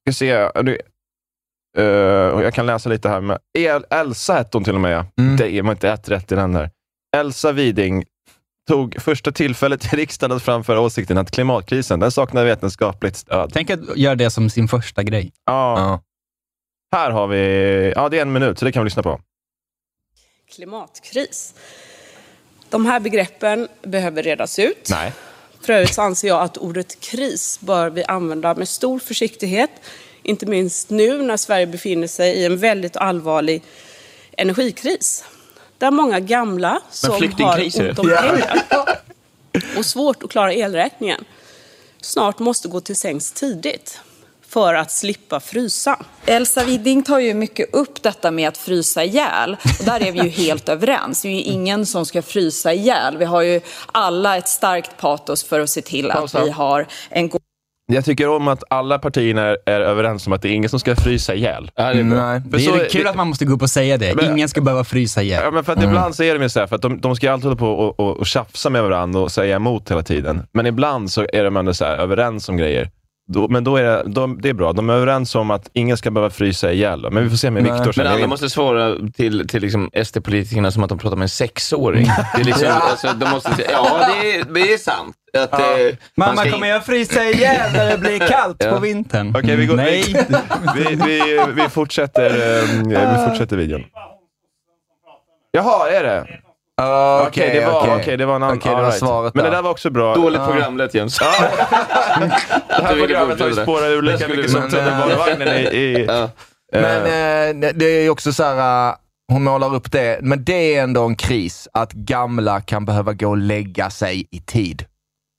Speaker 1: Ska se, nu, eh, och jag kan läsa lite här. Med, El, Elsa hette hon till och med. ja.
Speaker 2: Mm.
Speaker 1: Det är man inte ett rätt i den där. Elsa Widing tog första tillfället i riksdagen att framföra åsikten att klimatkrisen den saknar vetenskapligt stöd.
Speaker 3: Tänk att göra det som sin första grej.
Speaker 1: Ja,
Speaker 2: Ja.
Speaker 1: Här har vi... Ja, det är en minut, så det kan vi lyssna på.
Speaker 6: klimatkris. De här begreppen behöver redas ut. För övrigt så anser jag att ordet kris bör vi använda med stor försiktighet. Inte minst nu när Sverige befinner sig i en väldigt allvarlig energikris. Där många gamla som har
Speaker 4: flyktingkris är det.
Speaker 6: ont om pengar och svårt att klara elräkningen snart måste gå till sängs tidigt för att slippa frysa.
Speaker 7: Elsa Widding tar ju mycket upp detta med att frysa ihjäl. Och där är vi ju helt överens. Det är ju ingen som ska frysa ihjäl. Vi har ju alla ett starkt patos för att se till att vi har en god
Speaker 1: Jag tycker om att alla partierna är, är överens om att det är ingen som ska frysa ihjäl.
Speaker 4: Mm.
Speaker 2: Nej.
Speaker 1: För
Speaker 3: det
Speaker 1: så-
Speaker 3: är kul att man måste gå upp och säga det.
Speaker 1: Men-
Speaker 3: Ingen ska behöva frysa
Speaker 1: Ja,
Speaker 3: ihjäl.
Speaker 1: men för att ibland så är de ju så här, för att de, de ska ju alltid hålla på och, och, och tjafsa med varandra och säga emot hela tiden. Men ibland så är de ändå så här, överens om grejer. Då, men då är det, de, det är bra. De är överens om att ingen ska behöva frysa ihjäl. då. Men vi får se med
Speaker 2: Nej.
Speaker 1: Viktor sen.
Speaker 4: Men
Speaker 1: Jag
Speaker 4: alla
Speaker 1: vet-
Speaker 4: måste svara till, till liksom SD-politikerna som att de pratar med en sexåring.
Speaker 3: Mm.
Speaker 4: Det är liksom, alltså, de måste säga, ja, det är, det är sant. Att, eh, man
Speaker 3: Mamma,
Speaker 4: ska
Speaker 3: kommer
Speaker 4: in-
Speaker 3: jag frysa ihjäl när det blir kallt på vintern?
Speaker 1: Okej, vi går-
Speaker 3: Nej.
Speaker 1: vi, vi, vi, fortsätter, eh, vi fortsätter videon. Jaha, är det?
Speaker 2: Ah, Okej,
Speaker 1: Okej, det, var-
Speaker 2: okej.
Speaker 1: okej, det var en annan.
Speaker 2: Okej, det var
Speaker 1: all
Speaker 2: svaret
Speaker 1: Men det
Speaker 2: där.
Speaker 1: där var också bra.
Speaker 4: Dåligt programlett Jens.
Speaker 1: det här programmet har ju spårat ur
Speaker 4: Jag
Speaker 1: lika
Speaker 4: skulle-
Speaker 1: mycket som
Speaker 2: men,
Speaker 1: tunnelbanevagnen i... i
Speaker 4: Ja.
Speaker 2: Men eh, det är ju också så här, eh, hon målar upp det, men det är ändå en kris att gamla kan behöva gå och lägga sig i tid.
Speaker 1: Eh,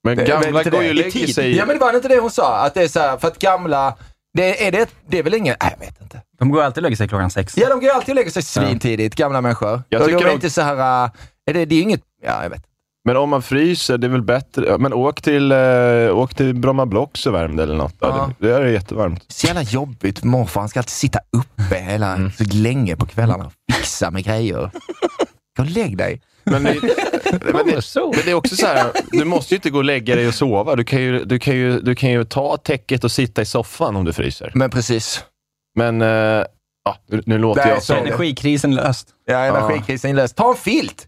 Speaker 1: Men
Speaker 2: Det-
Speaker 1: gamla
Speaker 2: vet inte
Speaker 1: går
Speaker 2: det.
Speaker 1: ju och
Speaker 2: I
Speaker 1: lägger
Speaker 2: tid.
Speaker 1: sig i-
Speaker 2: Ja, men det var inte det hon sa. Att det är så här, för att gamla... Det, är det, det är väl inget... Nej, jag vet inte.
Speaker 3: De går alltid och lägger sig klockan sex.
Speaker 2: Ja, de går ju alltid och lägger sig svintidigt, gamla människor.
Speaker 1: Jag
Speaker 2: och de
Speaker 1: tycker
Speaker 2: är
Speaker 1: de-
Speaker 2: inte så här... äh, Är det, det är ju inget... Ja, jag vet.
Speaker 1: Men om man fryser, det är väl bättre. Ja, Men åk till, eh, åk till Bromma Blocks och värm dig eller något. Ja.
Speaker 2: Ja.
Speaker 1: Det, det är jättevarmt.
Speaker 2: Så jävla jobbigt. Morfar, han ska alltid sitta uppe hela
Speaker 1: Mm.
Speaker 2: så länge på kvällarna och fixa med grejer. Gå och lägg dig.
Speaker 1: Men det, men, det, men det är också så här, du måste ju inte gå och lägga dig och sova. Du kan ju, du kan ju, du kan ju ta täcket och sitta i soffan om du fryser.
Speaker 2: Men precis.
Speaker 1: Men, eh, ja, nu, nu låter
Speaker 2: Där
Speaker 1: jag
Speaker 2: sa
Speaker 1: som...
Speaker 2: du.
Speaker 3: Energikrisen löst.
Speaker 2: Ja, energikrisen är löst. Ta en filt!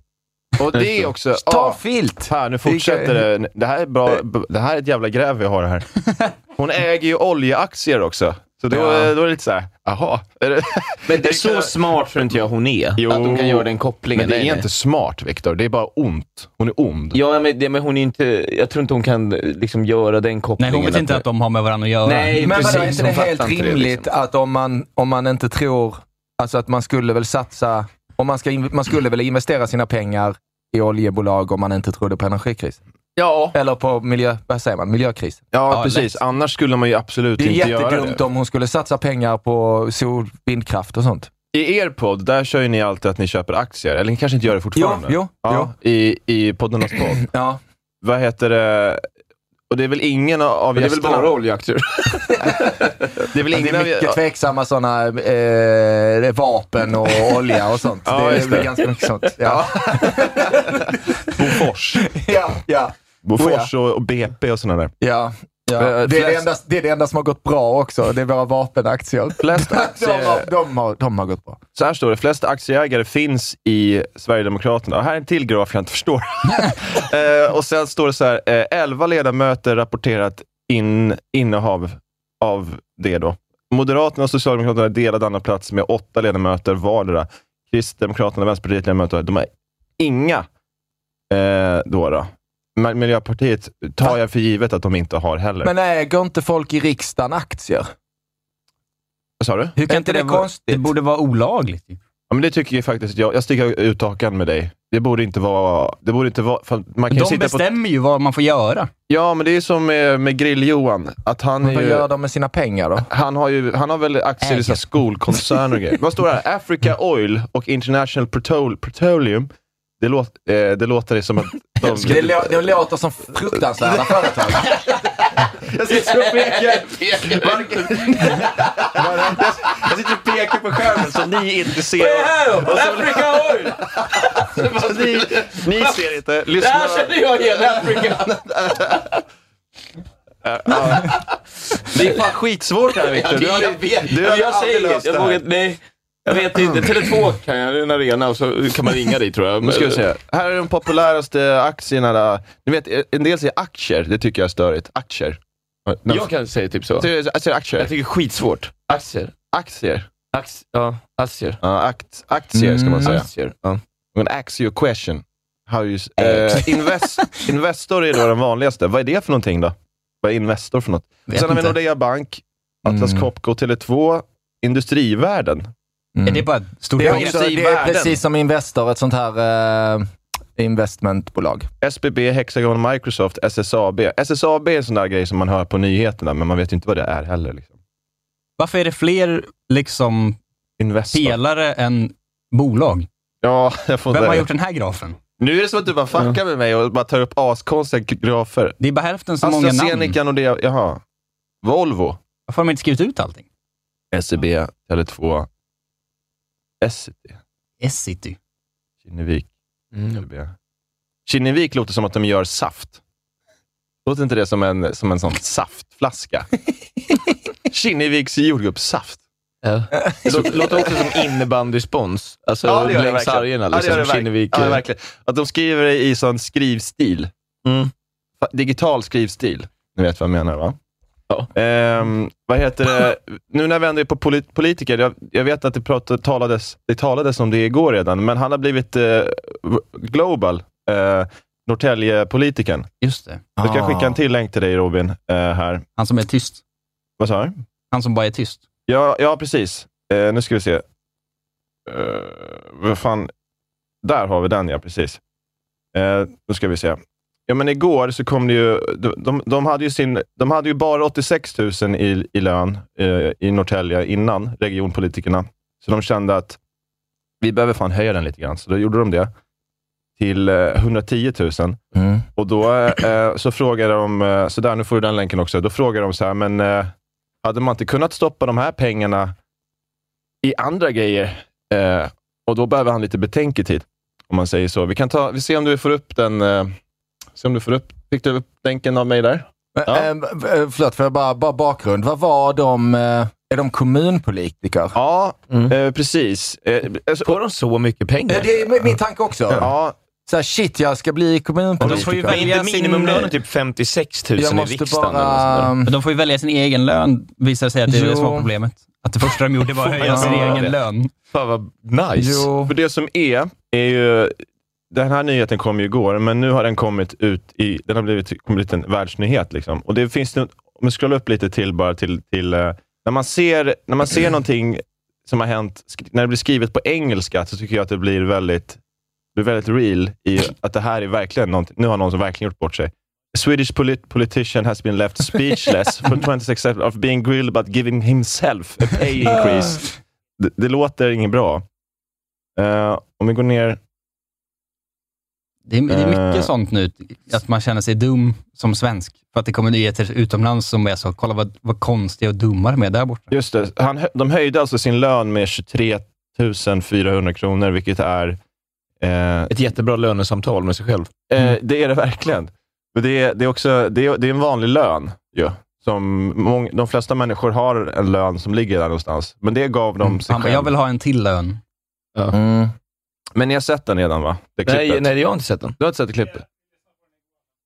Speaker 1: Och det är också...
Speaker 2: Ta en
Speaker 1: ja,
Speaker 2: filt!
Speaker 1: här, nu fortsätter det. Det här är bra. Det här är ett jävla gräv vi har här. Hon äger ju oljeaktier också. Så då,
Speaker 2: Ja.
Speaker 1: då är det lite så här, jaha. Är det-
Speaker 4: Men det är så smart tror inte jag hon är.
Speaker 1: Jo.
Speaker 4: Att de kan göra den kopplingen.
Speaker 1: Men det är
Speaker 4: Nej, nej.
Speaker 1: inte smart, Viktor. Det är bara ont. Hon är ond.
Speaker 4: Ja, men, det, men hon är inte... Jag tror inte hon kan eh, liksom göra den
Speaker 3: Nej,
Speaker 4: kopplingen.
Speaker 3: hon vet inte att de har med varandra att göra.
Speaker 4: Nej,
Speaker 2: Men vadå,
Speaker 4: precis.
Speaker 2: är inte det
Speaker 4: Hon fattar
Speaker 2: helt
Speaker 4: inte det,
Speaker 2: rimligt
Speaker 4: liksom.
Speaker 2: att om man, om man inte tror... Alltså att man skulle väl satsa... Om man, ska, in- man skulle väl investera sina pengar i oljebolag om man inte trodde på energikrisen?
Speaker 1: Ja,
Speaker 2: Eller på miljö... Vad säger man? Miljökrisen.
Speaker 1: ja,
Speaker 3: Ja,
Speaker 1: precis. Annars skulle man ju absolut
Speaker 2: Det är
Speaker 1: inte göra
Speaker 2: jättedumt
Speaker 1: det.
Speaker 2: om hon skulle satsa pengar på sol, vindkraft och sånt.
Speaker 1: I er podd, där kör ju ni alltid att ni köper aktier. Eller ni kanske inte gör det fortfarande?
Speaker 2: Jo, jo,
Speaker 1: ja, I, I poddarnas podd.
Speaker 2: Ja,
Speaker 1: Vad heter det? Och det är väl ingen av
Speaker 4: Men det är väl
Speaker 1: gästerna...
Speaker 4: bara oljeaktier?
Speaker 1: det är väl
Speaker 2: Men
Speaker 1: ingen
Speaker 2: Alltså, det är
Speaker 1: av...
Speaker 2: mycket tveksamma sådana eh, vapen och olja och sånt.
Speaker 1: Ja,
Speaker 2: det är
Speaker 1: just det.
Speaker 2: väl ganska mycket sånt. Ja,
Speaker 1: Bofors.
Speaker 2: ja, ja.
Speaker 1: Bofors och, och BP och sådana där.
Speaker 2: ja. ja.
Speaker 1: Eh,
Speaker 2: Det, är det,
Speaker 1: flest-
Speaker 2: enda, det är det enda som har gått bra också. Det är våra vapenaktier.
Speaker 1: Flest
Speaker 2: De
Speaker 1: aktier...
Speaker 2: har, de har, de har gått bra.
Speaker 1: Så här står det. Flest aktieägare finns i Sverigedemokraterna. Och här är en till graf jag inte förstår. eh, och sen står det så här. Eh, 11 ledamöter rapporterat in, innehav av det då. Moderaterna och Socialdemokraterna delar denna plats med åtta ledamöter vardera. Kristdemokraterna och Vänsterpartiet ledamöter. De har inga eh, då. då. Men Miljöpartiet tar jag för givet att de inte har heller.
Speaker 2: Men äger inte folk i riksdagen aktier?
Speaker 1: Vad sa du?
Speaker 3: Hur
Speaker 2: Är
Speaker 3: kan
Speaker 2: inte
Speaker 3: inte det,
Speaker 2: det
Speaker 3: vara,
Speaker 2: konstigt?
Speaker 3: Det borde vara olagligt. ju.
Speaker 1: Ja, men det tycker jag faktiskt. Jag, jag sticker ut hakan med dig. Det borde inte vara... Det borde inte vara för man kan ju
Speaker 3: De
Speaker 1: sitta på,
Speaker 3: bestämmer ju vad man får göra.
Speaker 1: ja, men det är ju som med, med Grill-Johan. Att han, är
Speaker 2: Vad gör
Speaker 1: ju,
Speaker 2: de med sina pengar då?
Speaker 1: han, har ju, han har väl aktier i
Speaker 3: Äger.
Speaker 1: sina skolkoncerner och grejer. Vad står det här? Africa Oil och International Petrol, Petroleum. Det, låt, eh, det låter det som att de...
Speaker 2: Det, lå- det låter som fruktansvärda företag.
Speaker 1: jag sitter och pekar... Varken- jag sitter och pekar på skärmen som ni inte ser.
Speaker 4: Och så-
Speaker 1: Som ni, ni ser inte. Lyssna.
Speaker 4: jag hela Afrika.
Speaker 1: Det är fan skitsvårt det här Viktor. Du har- du har
Speaker 4: jag
Speaker 1: aldrig
Speaker 4: säger
Speaker 1: löst
Speaker 4: det.
Speaker 1: det
Speaker 4: Jag
Speaker 1: här.
Speaker 4: vågar nej. Jag vet inte. Tele2 kan jag. Det är en arena och så kan man ringa dit tror jag.
Speaker 1: Nu ska vi se. Här är de populäraste aktierna. Där. Ni vet, en del säger aktier. Det tycker jag är störigt. Aktier.
Speaker 4: Jag kan säga typ så.
Speaker 1: Säger- Jag säger
Speaker 4: Jag
Speaker 1: aktier.
Speaker 4: tycker skitsvårt. Aktier.
Speaker 1: Aktier.
Speaker 4: Ax ja, aktier.
Speaker 1: Ja, akt, aktier ska man
Speaker 2: Mm.
Speaker 1: säga.
Speaker 4: Aktier. Ja.
Speaker 1: Men ask your question. How you, s- eh, invest, investor är då den vanligaste. Vad är det för någonting då? Vad är Investor för något?
Speaker 3: Vet
Speaker 1: Sen har vi
Speaker 3: inte.
Speaker 1: Nordea Bank, Atlas
Speaker 2: Mm.
Speaker 1: Copco, Tele2, Industrivärden.
Speaker 3: Är det bara ett stort
Speaker 2: Det är,
Speaker 3: jobb?
Speaker 2: också, det är precis som Investor, ett sånt här eh, investmentbolag.
Speaker 1: SBB, Hexagon, Microsoft, SSAB. SSAB är en sån där grej som man hör på nyheterna, men man vet ju inte vad det är heller. Liksom.
Speaker 3: Varför är det fler liksom,
Speaker 1: Investor.
Speaker 3: pelare än bolag?
Speaker 1: Ja, jag får
Speaker 3: Vem har
Speaker 1: det.
Speaker 3: gjort den här grafen?
Speaker 1: Nu är det som att du bara fuckar med mig och bara tar upp askonstiga grafer.
Speaker 3: Det är bara hälften så
Speaker 1: Alltså,
Speaker 3: många namn.
Speaker 1: AstraZeneca, Nordea, jaha. Volvo,
Speaker 3: Varför har de inte skrivit ut allting?
Speaker 1: SEB, Tele2, Essity,
Speaker 3: S-city.
Speaker 1: Kinnevik,
Speaker 3: Mm.
Speaker 1: LB. Kinnevik låter som att de gör saft. Låter inte det som en, som en sån saftflaska? Kinneviks jordgubbssaft.
Speaker 4: Det låter- låter också som innebandyspons. Alltså längs
Speaker 1: verkligen.
Speaker 4: sargerna.
Speaker 1: Ja, det gör
Speaker 4: Liksom.
Speaker 1: det verkligen.
Speaker 4: Kinnevik.
Speaker 1: Ja,
Speaker 4: eh,
Speaker 1: verkligen. Att de skriver det i sån skrivstil.
Speaker 4: Mm.
Speaker 1: Fa- Digital skrivstil. Ni vet vad jag menar, va?
Speaker 4: Ja.
Speaker 1: Ehm, vad heter det? Nu när vi ändå är på polit- politiker. Jag, jag vet att det, pratade, talades, det talades om det igår redan, men han har blivit eh, v- global. Eh, Norrtälje-politikern.
Speaker 3: Just det.
Speaker 1: Jag
Speaker 4: Ah.
Speaker 1: ska skicka en till länk till dig, Robin. Eh, här.
Speaker 3: Han som är tyst.
Speaker 1: Vad sa du?
Speaker 3: Han som bara är tyst.
Speaker 1: Ja, ja precis. Eh, nu ska vi se. Eh, vad fan. Där har vi den, ja. Precis. Eh, nu ska vi se. Ja, men igår så kom det ju... de- De, de, hade, ju sin, de hade ju bara 86 000 i, i lön eh, i Norrtälje innan, regionpolitikerna. Så de kände att vi behöver fan höja den lite grann, så då gjorde de det till eh, 110 000.
Speaker 2: Mm.
Speaker 1: Och då eh, så frågade de, eh, så där, nu får du den länken också. Då frågade de så här, men eh, hade man inte kunnat stoppa de här pengarna i andra grejer? Eh, och då behöver han lite betänketid, om man säger så. Vi kan ta, vi ser om du får upp den. Eh, se om du får upp, fick du upp länken av mig där?
Speaker 2: Ja. eh, förlåt, för jag bara, bara bakgrund. Vad var de? eh, Är de kommunpolitiker?
Speaker 1: Ja, eh, precis. Eh, alltså,
Speaker 4: Får de så mycket pengar?
Speaker 2: Det är min- min tanke också.
Speaker 1: Ja.
Speaker 2: Så här, shit, jag ska bli kommunpolitiker.
Speaker 3: De får ju
Speaker 4: Är inte
Speaker 3: välja
Speaker 4: minimumlönen
Speaker 3: sin...
Speaker 4: typ 56 000
Speaker 2: Jag
Speaker 4: i
Speaker 2: måste
Speaker 4: riksdagen?
Speaker 2: bara-
Speaker 4: Bara...
Speaker 2: Mm.
Speaker 3: De får ju välja sin egen lön, visar det sig att det är det som var
Speaker 2: Jo.
Speaker 3: problemet. Att det första de gjorde var att höja sin
Speaker 4: Ja.
Speaker 3: egen lön.
Speaker 4: Fan vad nice.
Speaker 2: Jo.
Speaker 1: För det som är, är ju... Den här nyheten kom ju igår, men nu har den kommit ut i... Den har blivit, kommit en världsnyhet. Liksom. Och det finns... nu- Om jag scrollar upp lite till bara till... till eh, när man ser, när man ser någonting som har hänt, sk- när det blir skrivet på engelska, så tycker jag att det blir väldigt, blir väldigt real i att det här är verkligen någonting. Nu har någon som verkligen gjort bort sig. A Swedish polit politician has been left speechless for 26 hours of being grilled but giving himself a pay increase. Det, det låter inget bra. Eh, om vi går ner...
Speaker 3: Det är, det är mycket
Speaker 1: Eh.
Speaker 3: sånt nu, att man känner sig dum som svensk. För att det kommer nyheter utomlands som är så, kolla vad, vad konstiga och dumma de är där borta.
Speaker 1: Just det, han, hö- de höjde alltså sin lön med 23 400 kronor, vilket är... eh,
Speaker 4: Ett jättebra lönesamtal med sig själv.
Speaker 1: Eh, det är det verkligen. Men det, är, det, är också, det, är, det är en vanlig lön. Ja. Som mång, de flesta människor har en lön som ligger där någonstans, men det gav de sig
Speaker 3: Han bara,
Speaker 1: själv.
Speaker 3: Mm. jag vill ha en till lön.
Speaker 2: Mm.
Speaker 1: Men ni har sett den redan, va? Det
Speaker 4: Nej,
Speaker 1: klippet.
Speaker 4: nej, jag har inte sett den.
Speaker 1: Du har inte sett klippet?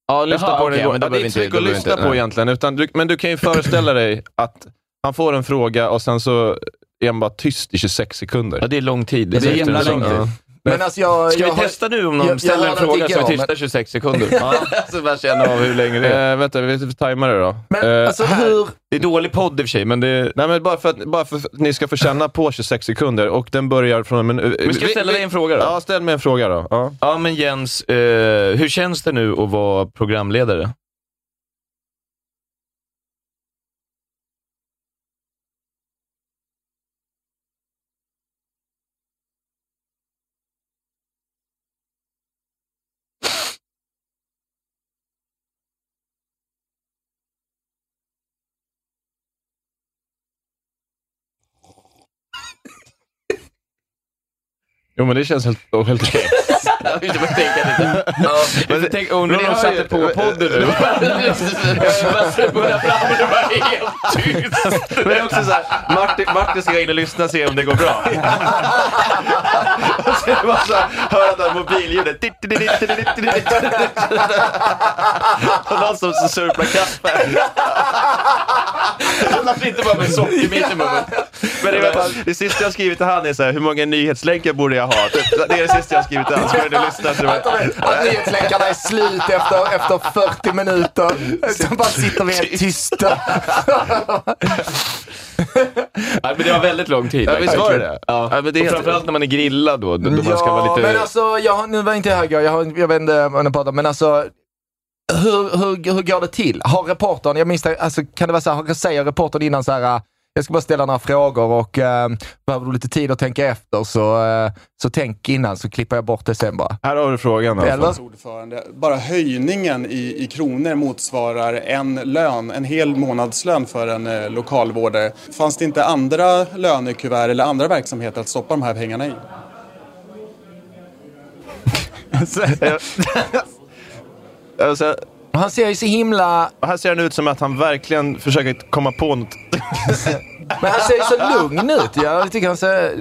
Speaker 1: Ja, lyssna
Speaker 4: Jaha,
Speaker 1: på den
Speaker 4: okej,
Speaker 1: igår.
Speaker 4: men då
Speaker 1: ja, det
Speaker 4: behöver
Speaker 1: är
Speaker 4: vi
Speaker 1: inte
Speaker 4: inte-
Speaker 1: så mycket att
Speaker 4: då behöver vi
Speaker 1: lyssna
Speaker 4: inte-
Speaker 1: på
Speaker 4: nej.
Speaker 1: egentligen, utan du, men du kan ju föreställa dig att han får en fråga och sen så är han bara tyst i 26 sekunder.
Speaker 4: Ja, det är lång tid.
Speaker 3: Det är så jävla
Speaker 4: lång
Speaker 3: lång tid.
Speaker 4: tid.
Speaker 2: Men alltså jag...
Speaker 4: Ska
Speaker 2: jag
Speaker 4: vi
Speaker 2: har-
Speaker 4: testa nu om någon
Speaker 2: jag- jag
Speaker 4: ställer en
Speaker 2: hörde
Speaker 4: fråga
Speaker 2: att det
Speaker 4: som är
Speaker 2: gick
Speaker 4: tysta 26 sekunder? Ja, så bara känna av hur länge det är.
Speaker 1: Eh, vänta, vi vi tajmar det då.
Speaker 2: Men
Speaker 1: Eh,
Speaker 2: alltså hur...
Speaker 4: Det är dålig podd i och för sig, men det...
Speaker 1: Nej, men bara för, att, bara för att ni ska få känna på 26 sekunder och den börjar från... Men, eh,
Speaker 4: Men ska jag ställa dig en fråga då?
Speaker 1: Ja, ställ mig en fråga då. Ja.
Speaker 4: Ja, men Jens, eh, hur känns det nu att vara programledare?
Speaker 1: Jo, men det känns helt, helt okej.
Speaker 4: Jag vill bara tänka lite. Ja, men tänk, undrar om
Speaker 1: men
Speaker 4: de
Speaker 1: ni hör
Speaker 4: satte
Speaker 1: ju-
Speaker 4: på podden nu. Bara fram och det var helt tyst.
Speaker 1: Men det är också så här, Martin, Martin ska in och lyssna och se om det går bra. och så är det bara så här, hör det där mobilljudet. Ditt, ditt, ditt, ditt, ditt, ditt, ditt. och någon som som surplar kaffe.
Speaker 4: Han satt inte bara med sockermitt i munnen.
Speaker 1: Men det, är bara, det sista jag skrivit till han är så här, hur många nyhetslänkar borde jag ha? Typ, Det är det sista jag skrivit till han. Ska du lyssna? Så
Speaker 2: Att,
Speaker 1: bara,
Speaker 2: de- att nyhetslänkarna är slut efter, efter 40 minuter. Så bara sitter vi helt tysta.
Speaker 4: Nej, men det var väldigt lång tid.
Speaker 1: Ja, visst var det det?
Speaker 4: Ja.
Speaker 1: Ja, men det är
Speaker 4: och
Speaker 1: helt-
Speaker 4: framförallt när man är grillad då, då man ska vara lite...
Speaker 2: men alltså, jag, har- nu var inte jag här, jag, har- jag vet inte vad ni pratar om, men alltså hur, hur, hur går det till? Har reportern, jag minns det, alltså, kan det vara så här, säger reportern innan så här, äh, jag ska bara ställa några frågor och äh, behöver du lite tid att tänka efter så, äh, så tänk innan så klipper jag bort det sen bara.
Speaker 1: här har du frågan. alltså.
Speaker 2: Eller?
Speaker 8: ordförande. Bara höjningen i, i kronor motsvarar en lön, en hel månadslön för en eh, lokalvårdare. Fanns det inte andra lönekuvert eller andra verksamheter att stoppa de här pengarna i?
Speaker 1: Alltså,
Speaker 2: Han ser ju så himla,
Speaker 1: och här ser han ut som att han verkligen försöker komma på något.
Speaker 2: men han ser ju så lugn ut. Jag tycker han ser,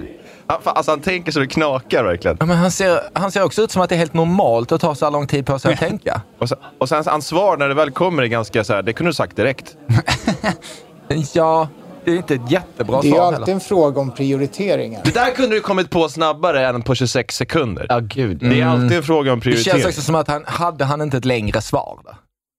Speaker 1: Han, fan, alltså, han tänker så det knakar verkligen.
Speaker 2: ja, men han, ser, han ser också ut som att det är helt normalt att ta så här lång tid på sig att tänka.
Speaker 1: Och sen, och sen hans svar när det väl kommer är ganska så här, det kunde du sagt direkt.
Speaker 2: Ja, det är inte ett jättebra
Speaker 9: Det är ju
Speaker 2: svar
Speaker 9: alltid
Speaker 2: heller.
Speaker 9: en fråga om prioriteringar.
Speaker 1: Det där kunde du kommit på snabbare än på 26 sekunder.
Speaker 4: Ja, gud.
Speaker 1: mm. Det är alltid en fråga om
Speaker 2: Det känns
Speaker 1: prioritering.
Speaker 2: också som att han, hade han inte ett längre svar? Då?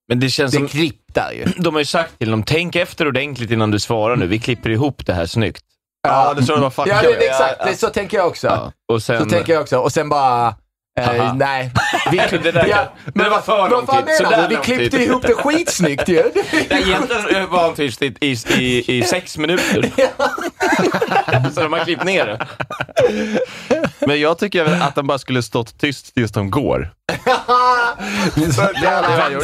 Speaker 4: Men det känns
Speaker 2: Det är
Speaker 4: som...
Speaker 2: klipp där ju.
Speaker 4: De har ju sagt till dem, tänk efter ordentligt innan du svarar nu. Vi klipper ihop det här snyggt.
Speaker 1: Ja, det tror jag var fuck
Speaker 2: Ja, det, det,
Speaker 1: you.
Speaker 2: är exakt. Det, så tänker jag också.
Speaker 4: Och sen...
Speaker 2: Så tänker jag också. Och sen bara, Eh, nej. Vi,
Speaker 4: Det där- det var för lång
Speaker 2: Vad fan
Speaker 4: tid. Så där
Speaker 2: menar du? Vi
Speaker 4: lång
Speaker 2: klippte
Speaker 4: tid.
Speaker 2: ihop det skitsnyggt ju.
Speaker 4: Det är egentligen var han tyst i, i, i, i sex minuter. Så de har klippt ner det.
Speaker 1: Men jag tycker väl att de bara skulle stått tyst tills de går.
Speaker 4: Så
Speaker 1: hade jag gjort.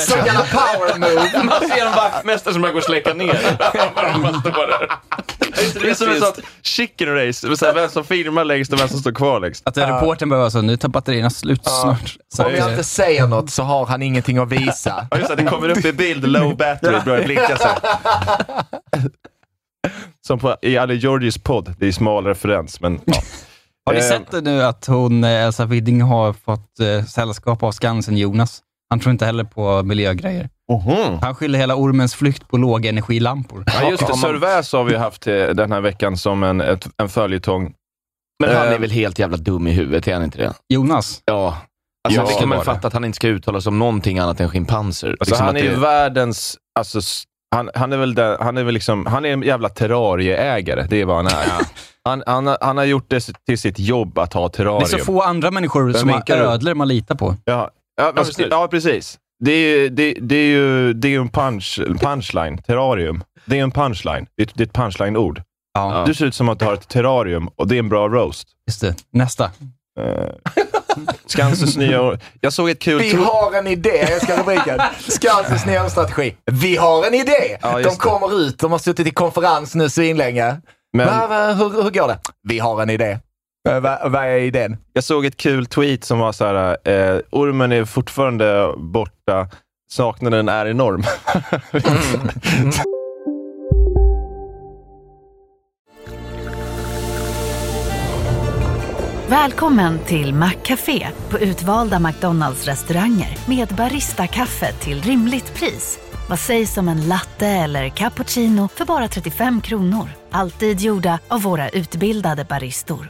Speaker 2: power move.
Speaker 4: Man ser dem vaktmästare som bara går och släcker ner. De bara står där.
Speaker 1: Det är som ett sånt chicken race. Det är så här, Vem som filmar längst och vem som står kvar längst.
Speaker 3: Att reportern behöver vara så, nu tar batterierna slut snart. Så
Speaker 2: Om
Speaker 3: att,
Speaker 2: jag
Speaker 3: eh,
Speaker 2: inte säger något så har han ingenting att visa.
Speaker 1: Ja, just det. Det kommer upp i bild, low battery, börjar blinka så här. Som på, i Ali Georgis podd. Det är smal referens, men ja.
Speaker 3: Har ni
Speaker 1: Eh,
Speaker 3: sett det nu att hon, eh, Elsa Widding har fått eh, sällskap av Skansen-Jonas? Han tror inte heller på miljögrejer. Han skyller hela ormens flykt på lågenergilampor.
Speaker 1: Mhm. Ja, just det.
Speaker 3: Om man-
Speaker 1: Sörväs har vi haft eh, den här veckan som en, ett, en följetong.
Speaker 4: Men han
Speaker 1: Eh,
Speaker 4: är väl helt jävla dum i huvudet, är han inte det?
Speaker 3: Jonas?
Speaker 4: Ja. Alltså,
Speaker 1: Ja.
Speaker 4: det kan man
Speaker 1: Bara.
Speaker 4: fatta att han inte ska uttala sig om någonting annat än schimpanser.
Speaker 1: Alltså,
Speaker 4: Liksom
Speaker 1: han är
Speaker 4: att
Speaker 1: ju
Speaker 4: det-
Speaker 1: världens... Alltså, s- han, han är väl den, han är väl liksom, han är en jävla terrarieägare. Det är vad han är. han, han, har- han har gjort det till sitt jobb att ha
Speaker 3: Det
Speaker 1: terrarium.
Speaker 3: är så få andra människor
Speaker 1: Vem
Speaker 3: som har
Speaker 1: vinkar du?
Speaker 3: ödlor man litar på.
Speaker 1: Ja, ja, men,
Speaker 3: precis.
Speaker 1: precis. Alltså, ja precis. Det är ju det, det är ju det är ju en punch, punchline. Terrarium. Det är en punchline. Det är, det är ett punchline-ord.
Speaker 3: Ja.
Speaker 1: Du ser ut som att du har ett terrarium och det är en bra roast.
Speaker 3: Just det. Nästa.
Speaker 1: Skansens nya... år- Jag såg ett kul...
Speaker 2: Vi har en idé. Jag ska rubriken. Skansens nya strategi. Vi har en idé.
Speaker 1: Ja,
Speaker 2: de
Speaker 1: just det.
Speaker 2: kommer ut. De har suttit i konferens nu svinlänge.
Speaker 1: Men-
Speaker 2: Va, va, hur, hur går det? Vi har en idé. Eh, va- Vad är idén?
Speaker 1: Jag såg ett kul tweet som var så här, eh, ormen är fortfarande borta, saknaden är enorm.
Speaker 10: Välkommen till Maccafé på utvalda McDonalds restauranger med Baristakaffe till rimligt pris. Vad sägs om en latte eller cappuccino för bara 35 kronor? Alltid gjorda av våra utbildade baristor.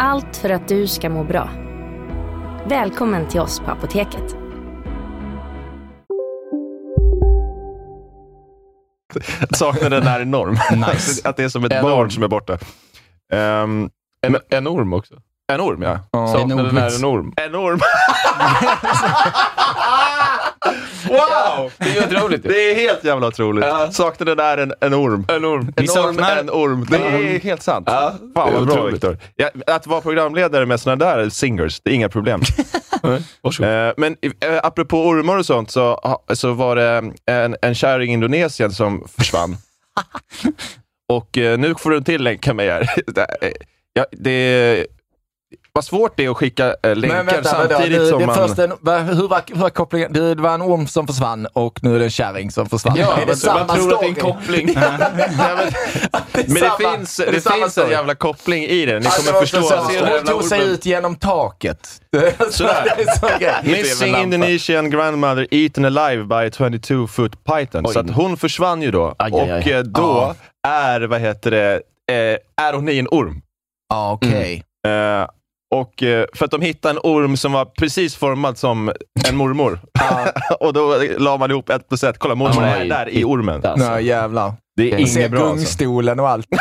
Speaker 11: Allt för att du ska må bra. Välkommen till oss på Apoteket.
Speaker 1: saknaden är enorm. Alltså,
Speaker 4: Nice.
Speaker 1: att det är som ett
Speaker 4: En
Speaker 1: barn
Speaker 4: orm.
Speaker 1: som är borta. Ehm,
Speaker 4: En, en orm också.
Speaker 1: en orm, ja.
Speaker 4: Ja. Saknaden En ormvits. är en orm.
Speaker 1: En orm.
Speaker 4: Wow! Det är otroligt.
Speaker 1: Det är helt jävla otroligt. Saknaden är en, en orm.
Speaker 4: En orm.
Speaker 1: Vi saknar en orm. Det är helt sant. Ja. Fan vad bra
Speaker 4: Otroligt.
Speaker 1: Viktor. Ja, att vara programledare med såna där singers, det är inga problem. Eh, Men eh, apropå ormar och sånt, så, ha- så var det eh, en, en kärring i Indonesien som försvann. och eh, nu får du en till länk av mig här. Det- eh, ja, det, vad svårt det är att skicka eh, länkar
Speaker 2: Men vänta, vadå?
Speaker 1: samtidigt
Speaker 2: du,
Speaker 1: som
Speaker 2: det
Speaker 1: man...
Speaker 2: först en, va, hur, var, hur var kopplingen? Du, det var en orm som försvann och nu är det en kärring som försvann.
Speaker 4: Ja,
Speaker 2: är det
Speaker 4: man-
Speaker 2: samma
Speaker 4: man tror att det är en
Speaker 2: story?
Speaker 4: koppling.
Speaker 1: Men det
Speaker 2: samma-
Speaker 1: finns,
Speaker 2: är det
Speaker 1: det
Speaker 2: samma
Speaker 1: finns en
Speaker 2: story?
Speaker 1: jävla koppling i den. Ni kommer
Speaker 2: Alltså, det var
Speaker 1: förstå.
Speaker 2: så-
Speaker 1: vad det är.
Speaker 2: Hon tog sig ut genom taket.
Speaker 1: Sådär.
Speaker 2: Det är så grej.
Speaker 1: Missing Indonesian grandmother eaten alive by a 22 foot python.
Speaker 4: Oj.
Speaker 1: Så att hon försvann ju då.
Speaker 4: Aj, aj, aj.
Speaker 1: och eh, då är, vad heter det, eh, är hon i en orm.
Speaker 2: Ja, okej.
Speaker 1: Eh, och, eh, för att de hittade en orm som var precis formad som en mormor. och då la man ihop ett plus ett. Kolla, mormor är
Speaker 4: Aj.
Speaker 1: där i ormen.
Speaker 4: Alltså.
Speaker 2: Nej, jävlar.
Speaker 1: Det är
Speaker 2: Jag ser
Speaker 1: inget bra alltså.
Speaker 2: gungstolen och allt.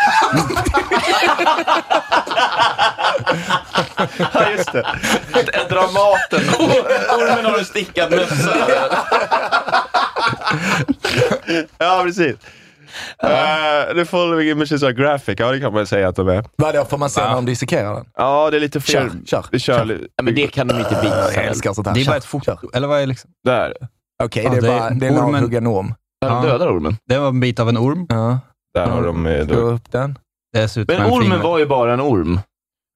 Speaker 1: Ja, just det.
Speaker 4: Dramaten. Ormen har en stickad mössa.
Speaker 1: Ja, precis. Uh, the following images are graphic. Ja, det kan man säga att de är.
Speaker 2: Vadå, får man se när de dissekerar den?
Speaker 1: Ja, det är lite fler.
Speaker 2: Kör, kör,
Speaker 1: Vi kör.
Speaker 2: kör.
Speaker 1: li-
Speaker 4: Ja, men det kan de inte visa.
Speaker 2: Jag älskar sånt här.
Speaker 3: Det är
Speaker 2: Kör,
Speaker 3: bara ett foto.
Speaker 2: kör.
Speaker 3: Eller vad är liksom?
Speaker 1: Där.
Speaker 2: Okej,
Speaker 3: Ja,
Speaker 2: det
Speaker 3: det
Speaker 2: är
Speaker 3: är
Speaker 2: bara det är en
Speaker 3: ormen.
Speaker 2: avhuggen orm.
Speaker 4: Han dödar ormen.
Speaker 3: Det var en bit av en orm.
Speaker 2: Ja,
Speaker 1: Där har de... eh,
Speaker 2: dra upp den.
Speaker 3: Dessutom
Speaker 4: Men
Speaker 3: en
Speaker 4: ormen
Speaker 3: finger.
Speaker 4: var ju bara en orm.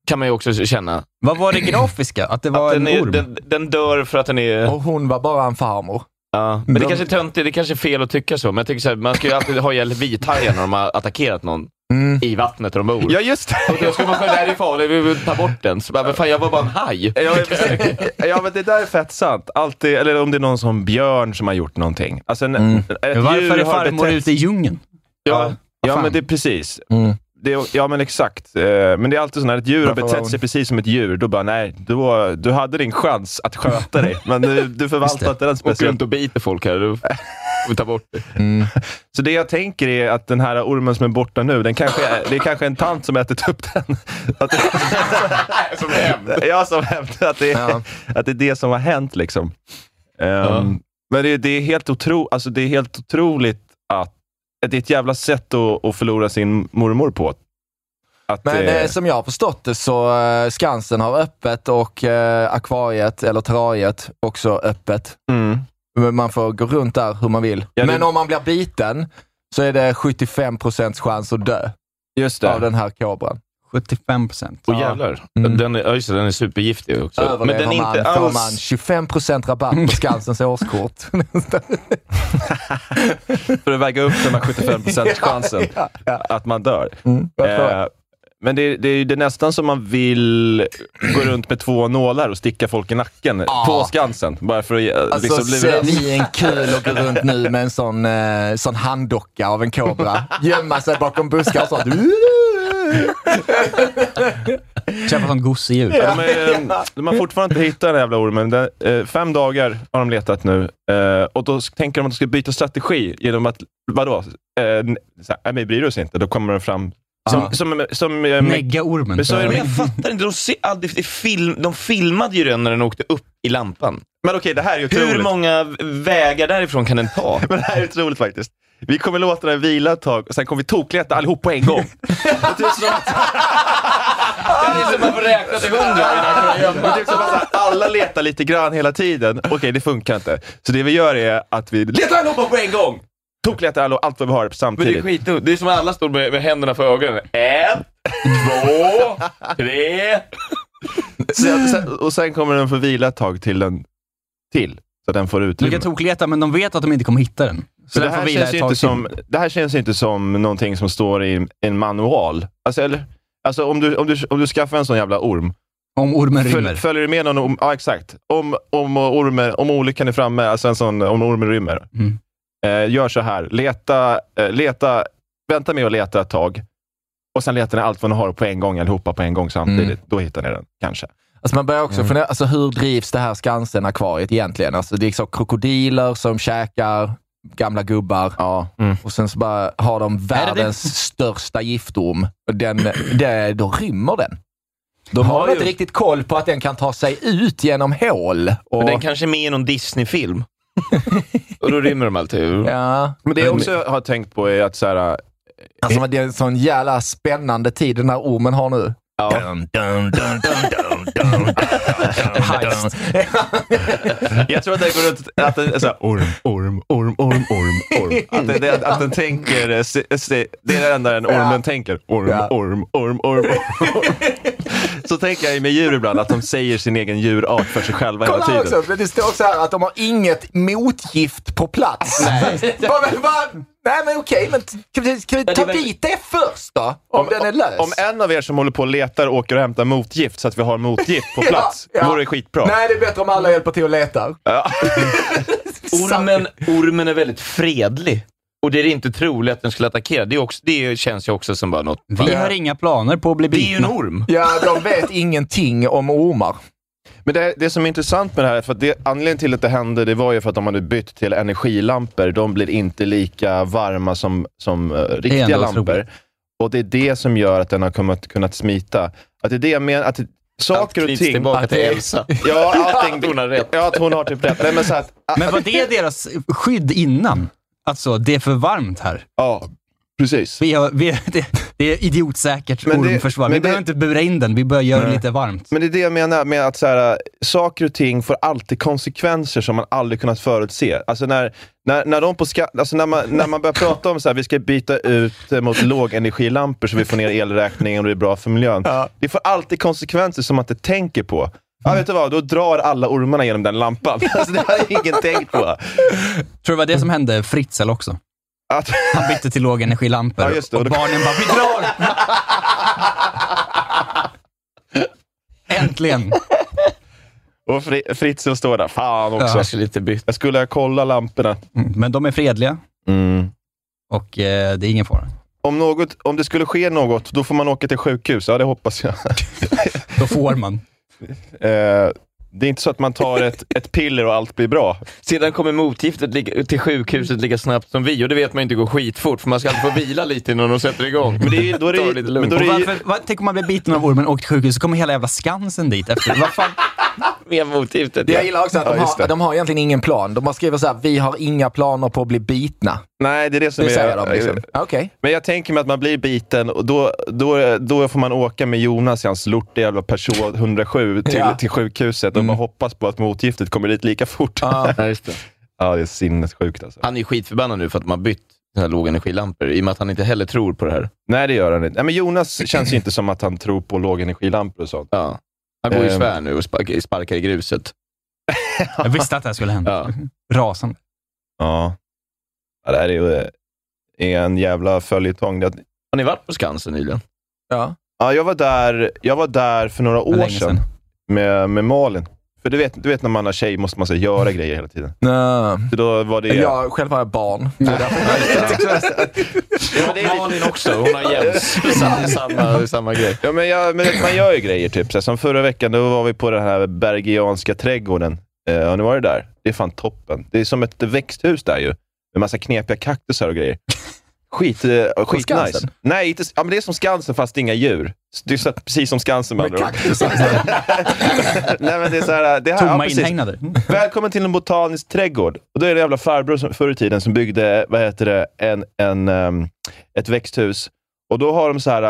Speaker 4: kan man ju också känna.
Speaker 3: Vad var det grafiska? Att det var
Speaker 4: Att
Speaker 3: en
Speaker 4: den, är,
Speaker 3: orm?
Speaker 4: den, den dör för att den är...
Speaker 2: Och hon var bara en farmor.
Speaker 4: Ja. Men det kanske är töntigt, det kanske är fel att tycka så, men jag tycker så här, man ska ju alltid ha ihjäl vithajar när de har attackerat någon.
Speaker 1: Mm.
Speaker 4: I vattnet där de bor.
Speaker 1: Ja, just det.
Speaker 4: Och då skulle man säga, det här är farligt, vi vill ta bort den. Så bara, men fan, jag var bara en haj.
Speaker 1: ja, men det där är fett sant. Alltid, eller om det är någon som björn som har gjort någonting. Alltså, en, ett
Speaker 3: Mm. Varför
Speaker 1: djur
Speaker 3: är
Speaker 1: har
Speaker 3: farmor
Speaker 1: betett-
Speaker 3: ute i djungeln?
Speaker 1: Ja, ja
Speaker 3: fan.
Speaker 1: men det är precis. Det, är- ja, men exakt. Eh, Men det är alltid så när ett djur har
Speaker 3: Varför var
Speaker 1: betett
Speaker 3: hon-
Speaker 1: sig precis som ett djur, då bara nej, då, du hade din chans att sköta dig, men du, du förvaltade inte den
Speaker 4: Åker
Speaker 1: speciellt.
Speaker 4: runt och biter folk här, då får vi ta bort det.
Speaker 1: Så det jag tänker är att den här ormen som är borta nu, den kanske är, det är kanske en tant som ätit upp den. Att det, som hämnd. Ja, som hämnd. Att, det är- att det är det som har hänt liksom. Ehm, Men det, det, är helt otro, alltså det är helt otroligt att det är ett jävla sätt att, att förlora sin mormor på. Att,
Speaker 2: Men
Speaker 1: eh,
Speaker 2: eh, som jag har förstått det så eh, Skansen har öppet och eh, akvariet, eller terrariet, också öppet.
Speaker 4: Mm.
Speaker 2: Men Man får gå runt där hur man vill.
Speaker 1: Ja, det-
Speaker 2: Men om man blir biten så är det 75 chans att dö
Speaker 1: Just det.
Speaker 2: av den här kobran.
Speaker 3: 75 procent.
Speaker 4: Och jävlar. Den, är, ja, just det, den är supergiftig också.
Speaker 2: Överlever
Speaker 4: men den är
Speaker 2: man
Speaker 4: inte
Speaker 2: får
Speaker 4: alls...
Speaker 2: man 25 rabatt på Skansens årskort.
Speaker 1: för att väga upp den här 75 chansen
Speaker 2: Ja,
Speaker 1: att man dör.
Speaker 2: jag tror
Speaker 1: Eh, men det, det, är ju- det är nästan som man vill gå runt med två nålar och sticka folk i nacken
Speaker 2: Ah.
Speaker 1: på Skansen. Bara för att eh,
Speaker 2: Alltså,
Speaker 1: bli
Speaker 2: ser
Speaker 1: rädd.
Speaker 2: ni en kul och gå runt nu med en sån, eh, sån handdocka av en kobra? Gömma sig bakom buskar och sånt.
Speaker 3: Kämpa sånt gosedjur.
Speaker 1: Ja, de, är, eh, de har fortfarande inte hittat den här jävla ormen. Den, eh, fem dagar har de letat nu eh, och då s- tänker de att de ska byta strategi genom att, vadå? Eh, n- så här, "Nej, men bryr oss inte, då kommer den fram. Som,
Speaker 3: Ah.
Speaker 1: som, som, eh,
Speaker 3: Negga-ormen.
Speaker 1: Men så är det
Speaker 4: Men jag fattar inte, de, ser aldrig, det film, de filmade ju den när den åkte upp i lampan.
Speaker 1: Men okej, det här är ju otroligt.
Speaker 4: Hur många vägar därifrån kan den ta?
Speaker 1: Men det här är otroligt faktiskt. Vi kommer låta den vila ett tag och sen kommer vi tokleta allihop på en gång. det är som att
Speaker 4: Det är som att man får räkna till hundra innan man kan
Speaker 1: det är
Speaker 4: gömma.
Speaker 1: typ som att så här, alla letar lite grann hela tiden. Okej, det funkar inte. Så det vi gör är att vi letar allihopa på en gång! Tokletar allo- allt vad vi har
Speaker 4: Men det är
Speaker 1: samtidigt.
Speaker 4: skitdumt. Det är som att alla står med, med händerna för ögonen. En, två, tre.
Speaker 1: Sen, sen, och sen kommer den få vila ett tag till den till. Så att den får
Speaker 3: De
Speaker 1: utrymme.
Speaker 3: kan tokleta, men de vet att de inte kommer hitta den. Så
Speaker 1: Men
Speaker 3: den
Speaker 1: Typ. det,
Speaker 3: får
Speaker 1: här
Speaker 3: vila
Speaker 1: känns
Speaker 3: ett
Speaker 1: ju
Speaker 3: tag
Speaker 1: inte
Speaker 3: till.
Speaker 1: som, det här känns ju inte som någonting som står i en- en manual. Alltså, eller, alltså om, du, om, du, om du skaffar en sån jävla orm,
Speaker 3: Om ormen
Speaker 1: Följ-
Speaker 3: rymmer.
Speaker 1: följer du med någon? Om, ja, exakt. Om, om, ormen, om olyckan är framme, alltså en sån, om ormen rymmer.
Speaker 3: Mm.
Speaker 1: Eh, gör så här. Leta, eh, leta, vänta med att leta ett tag. Och sen letar ni allt vad ni har på en gång, allihopa på en gång samtidigt.
Speaker 2: Mm.
Speaker 1: Då hittar ni den, kanske.
Speaker 2: Alltså man börjar också fundera, alltså hur drivs det här Skansen-akvariet egentligen? Alltså det är liksom krokodiler som käkar gamla gubbar och sen så bara har de världens största giftorm. Och Den, det, då rymmer den. De har,
Speaker 4: ju-
Speaker 2: inte riktigt koll på att den kan ta sig ut genom hål. Och,
Speaker 4: Men den kanske är med i någon Disney-film. Och då rymmer de alltid ur.
Speaker 2: ja,
Speaker 1: Men det jag också har tänkt på är att så här,
Speaker 2: alltså men det är en sån jävla spännande tid den här ormen har nu. Dun, dun, dun, dun, dun, dun, dun, dun,
Speaker 3: Heist.
Speaker 2: dun.
Speaker 1: jag tror att den går runt att den, så här, orm, orm, orm, orm, orm, orm. Att, det, det, att den tänker, eh, se, se, det är det enda den ormen tänker. Orm,
Speaker 2: Ja.
Speaker 1: orm, orm, orm, orm. Så tänker jag ju med djur ibland, att de säger sin egen djurart för sig själva
Speaker 2: Kolla
Speaker 1: hela
Speaker 2: här
Speaker 1: tiden.
Speaker 2: också, men det står så här att de har inget motgift på plats. Nej, bara, bara, nej men okej, men t- kan vi, kan vi ta dit det först då? Om, den är lös.
Speaker 1: Om en av er som håller på och letar åker och hämtar motgift så att vi har motgift på plats,
Speaker 2: Ja, ja.
Speaker 1: vore det skitbra.
Speaker 2: Nej, det är bättre om alla hjälper till och letar.
Speaker 4: Ormen, ormen är väldigt fredlig. Och det är inte troligt att den skulle attackera. Det, är också, det känns ju också som bara något.
Speaker 3: Vi har inga planer på att bli
Speaker 4: Det är ju en
Speaker 3: bitna.
Speaker 4: orm.
Speaker 2: Ja, de vet ingenting om ormar.
Speaker 1: Men det, det som är intressant med det här, är för att det, anledningen till att det hände, det var ju för att de hade bytt till energilampor. De blir inte lika varma som, som eh,
Speaker 3: är
Speaker 1: riktiga
Speaker 3: ändå
Speaker 1: lampor.
Speaker 3: otroligt.
Speaker 1: Och det är det som gör att den har kunnat, kunnat smita. Att det är det jag menar, att det,
Speaker 4: Allt
Speaker 1: saker och
Speaker 4: knyts
Speaker 1: ting...
Speaker 4: tillbaka till Elsa.
Speaker 1: Ja, allting,
Speaker 4: Hon har rätt.
Speaker 1: ja, att hon har typ rätt. Nej, men så att,
Speaker 3: Men var det deras skydd innan? Alltså, det är för varmt här.
Speaker 1: ja, Precis.
Speaker 3: Vi har, vi, det, det är idiotsäkert
Speaker 1: Men det-
Speaker 3: ormförsvar.
Speaker 1: men
Speaker 3: Vi
Speaker 1: det-
Speaker 3: behöver inte bura in den, vi bör göra det lite varmt.
Speaker 1: Men det är det jag menar med att så här, saker och ting får alltid konsekvenser som man aldrig kunnat förutse. Alltså när, när, när, de på ska, alltså när, man, när man börjar prata om att vi ska byta ut eh, mot lågenergilampor så vi får ner elräkningen och det är bra för miljön. Det får alltid konsekvenser som man inte tänker på. Ja, vet du vad? Då drar alla ormarna genom den lampan. Alltså, det hade ingen tänkt på.
Speaker 3: Tror du det var det som hände Fritzl också? Han bytte till lågenergilampor
Speaker 1: Ja, just det.
Speaker 3: och barnen bara “Vi drar!” Äntligen!
Speaker 1: Och Fri, Fritzl står där. Fan också.
Speaker 3: Ja.
Speaker 1: Jag skulle lite byta. Jag skulle ha kollat lamporna.
Speaker 3: Men de är fredliga.
Speaker 1: Mm.
Speaker 3: Och eh, det är ingen fara.
Speaker 1: Om, något, om det skulle ske något, då får man åka till sjukhus. Ja, det hoppas jag.
Speaker 3: då får man.
Speaker 1: Eh, det är inte så att man tar ett, ett piller och allt blir bra.
Speaker 4: Sedan kommer motgiftet ligga, till sjukhuset lika snabbt som vi och det vet man inte går skitfort för man ska alltid få vila lite innan de sätter igång. Men
Speaker 1: det är, då är det,
Speaker 4: lite lugnt.
Speaker 3: Och varför, vad, tänk om man blir biten av ormen och åkt till sjukhus, så kommer hela jävla Skansen dit efter. Vad fan?
Speaker 4: Med motgiftet.
Speaker 2: Det jag gillar också är att de, har, de har egentligen ingen plan. De bara skriver så här, vi har inga planer på att bli bitna.
Speaker 1: Nej, det är det som
Speaker 2: Det
Speaker 1: är... eh,
Speaker 2: säger de liksom. Okej.
Speaker 1: Men jag tänker mig att man blir biten och då, då, då får man åka med Jonas i hans lortiga jävla Peugeot 107 till,
Speaker 2: Ja. Mm.
Speaker 1: till sjukhuset och bara hoppas på att motgiftet kommer dit lika fort.
Speaker 2: Ja.
Speaker 4: Ja, just det.
Speaker 1: ja, det är sinnessjukt alltså.
Speaker 4: Han är ju skitförbannad nu för att de har bytt såna här lågenergilampor i och med att han inte heller tror på det här.
Speaker 1: Nej, det gör han inte. Nej, men Jonas känns ju inte som att han tror på lågenergilampor och sånt.
Speaker 4: Ja. Han går i
Speaker 1: Ehm.
Speaker 4: svär nu och sparkar, sparkar i gruset.
Speaker 3: Jag visste att det här skulle hända.
Speaker 4: Ja.
Speaker 3: Rasande.
Speaker 1: Ja. ja det här är ju eh, är en jävla följetong. Det-
Speaker 4: Har ni varit på Skansen nyligen?
Speaker 2: Ja.
Speaker 1: Ja, jag var där, jag var där för några år
Speaker 3: länge
Speaker 1: sedan,
Speaker 3: sedan.
Speaker 1: Med, med Malin. För du vet, du vet när man har tjej måste man så här, göra grejer hela tiden.
Speaker 2: Nå.
Speaker 1: Så då var det...
Speaker 2: Jag själv har jag barn. Så
Speaker 4: Malin också, hon har Jens. Sam- samma, samma grej.
Speaker 1: Ja, men, jag, men man gör ju grejer. Typ. Så här, som förra veckan, då var vi på den här Bergianska trädgården. Eh, och nu var det där. Det är fan toppen. Det är som ett växthus där ju. Med massa knepiga kaktusar och grejer. Skit, eh, skit nice.
Speaker 2: Skansen?
Speaker 1: Nej, inte, s- ja, men det är som Skansen fast inga djur. Det är så, att- precis som Skansen med andra ord. Nej, men det är så här, det här, ja,
Speaker 3: Tomma
Speaker 1: precis.
Speaker 3: inhägnader. Mm.
Speaker 1: Välkommen till en botanisk trädgård. Och då är det en jävla farbror som, förr i tiden som byggde vad heter det, en, en, ehm, ett växthus. Och då har de så här,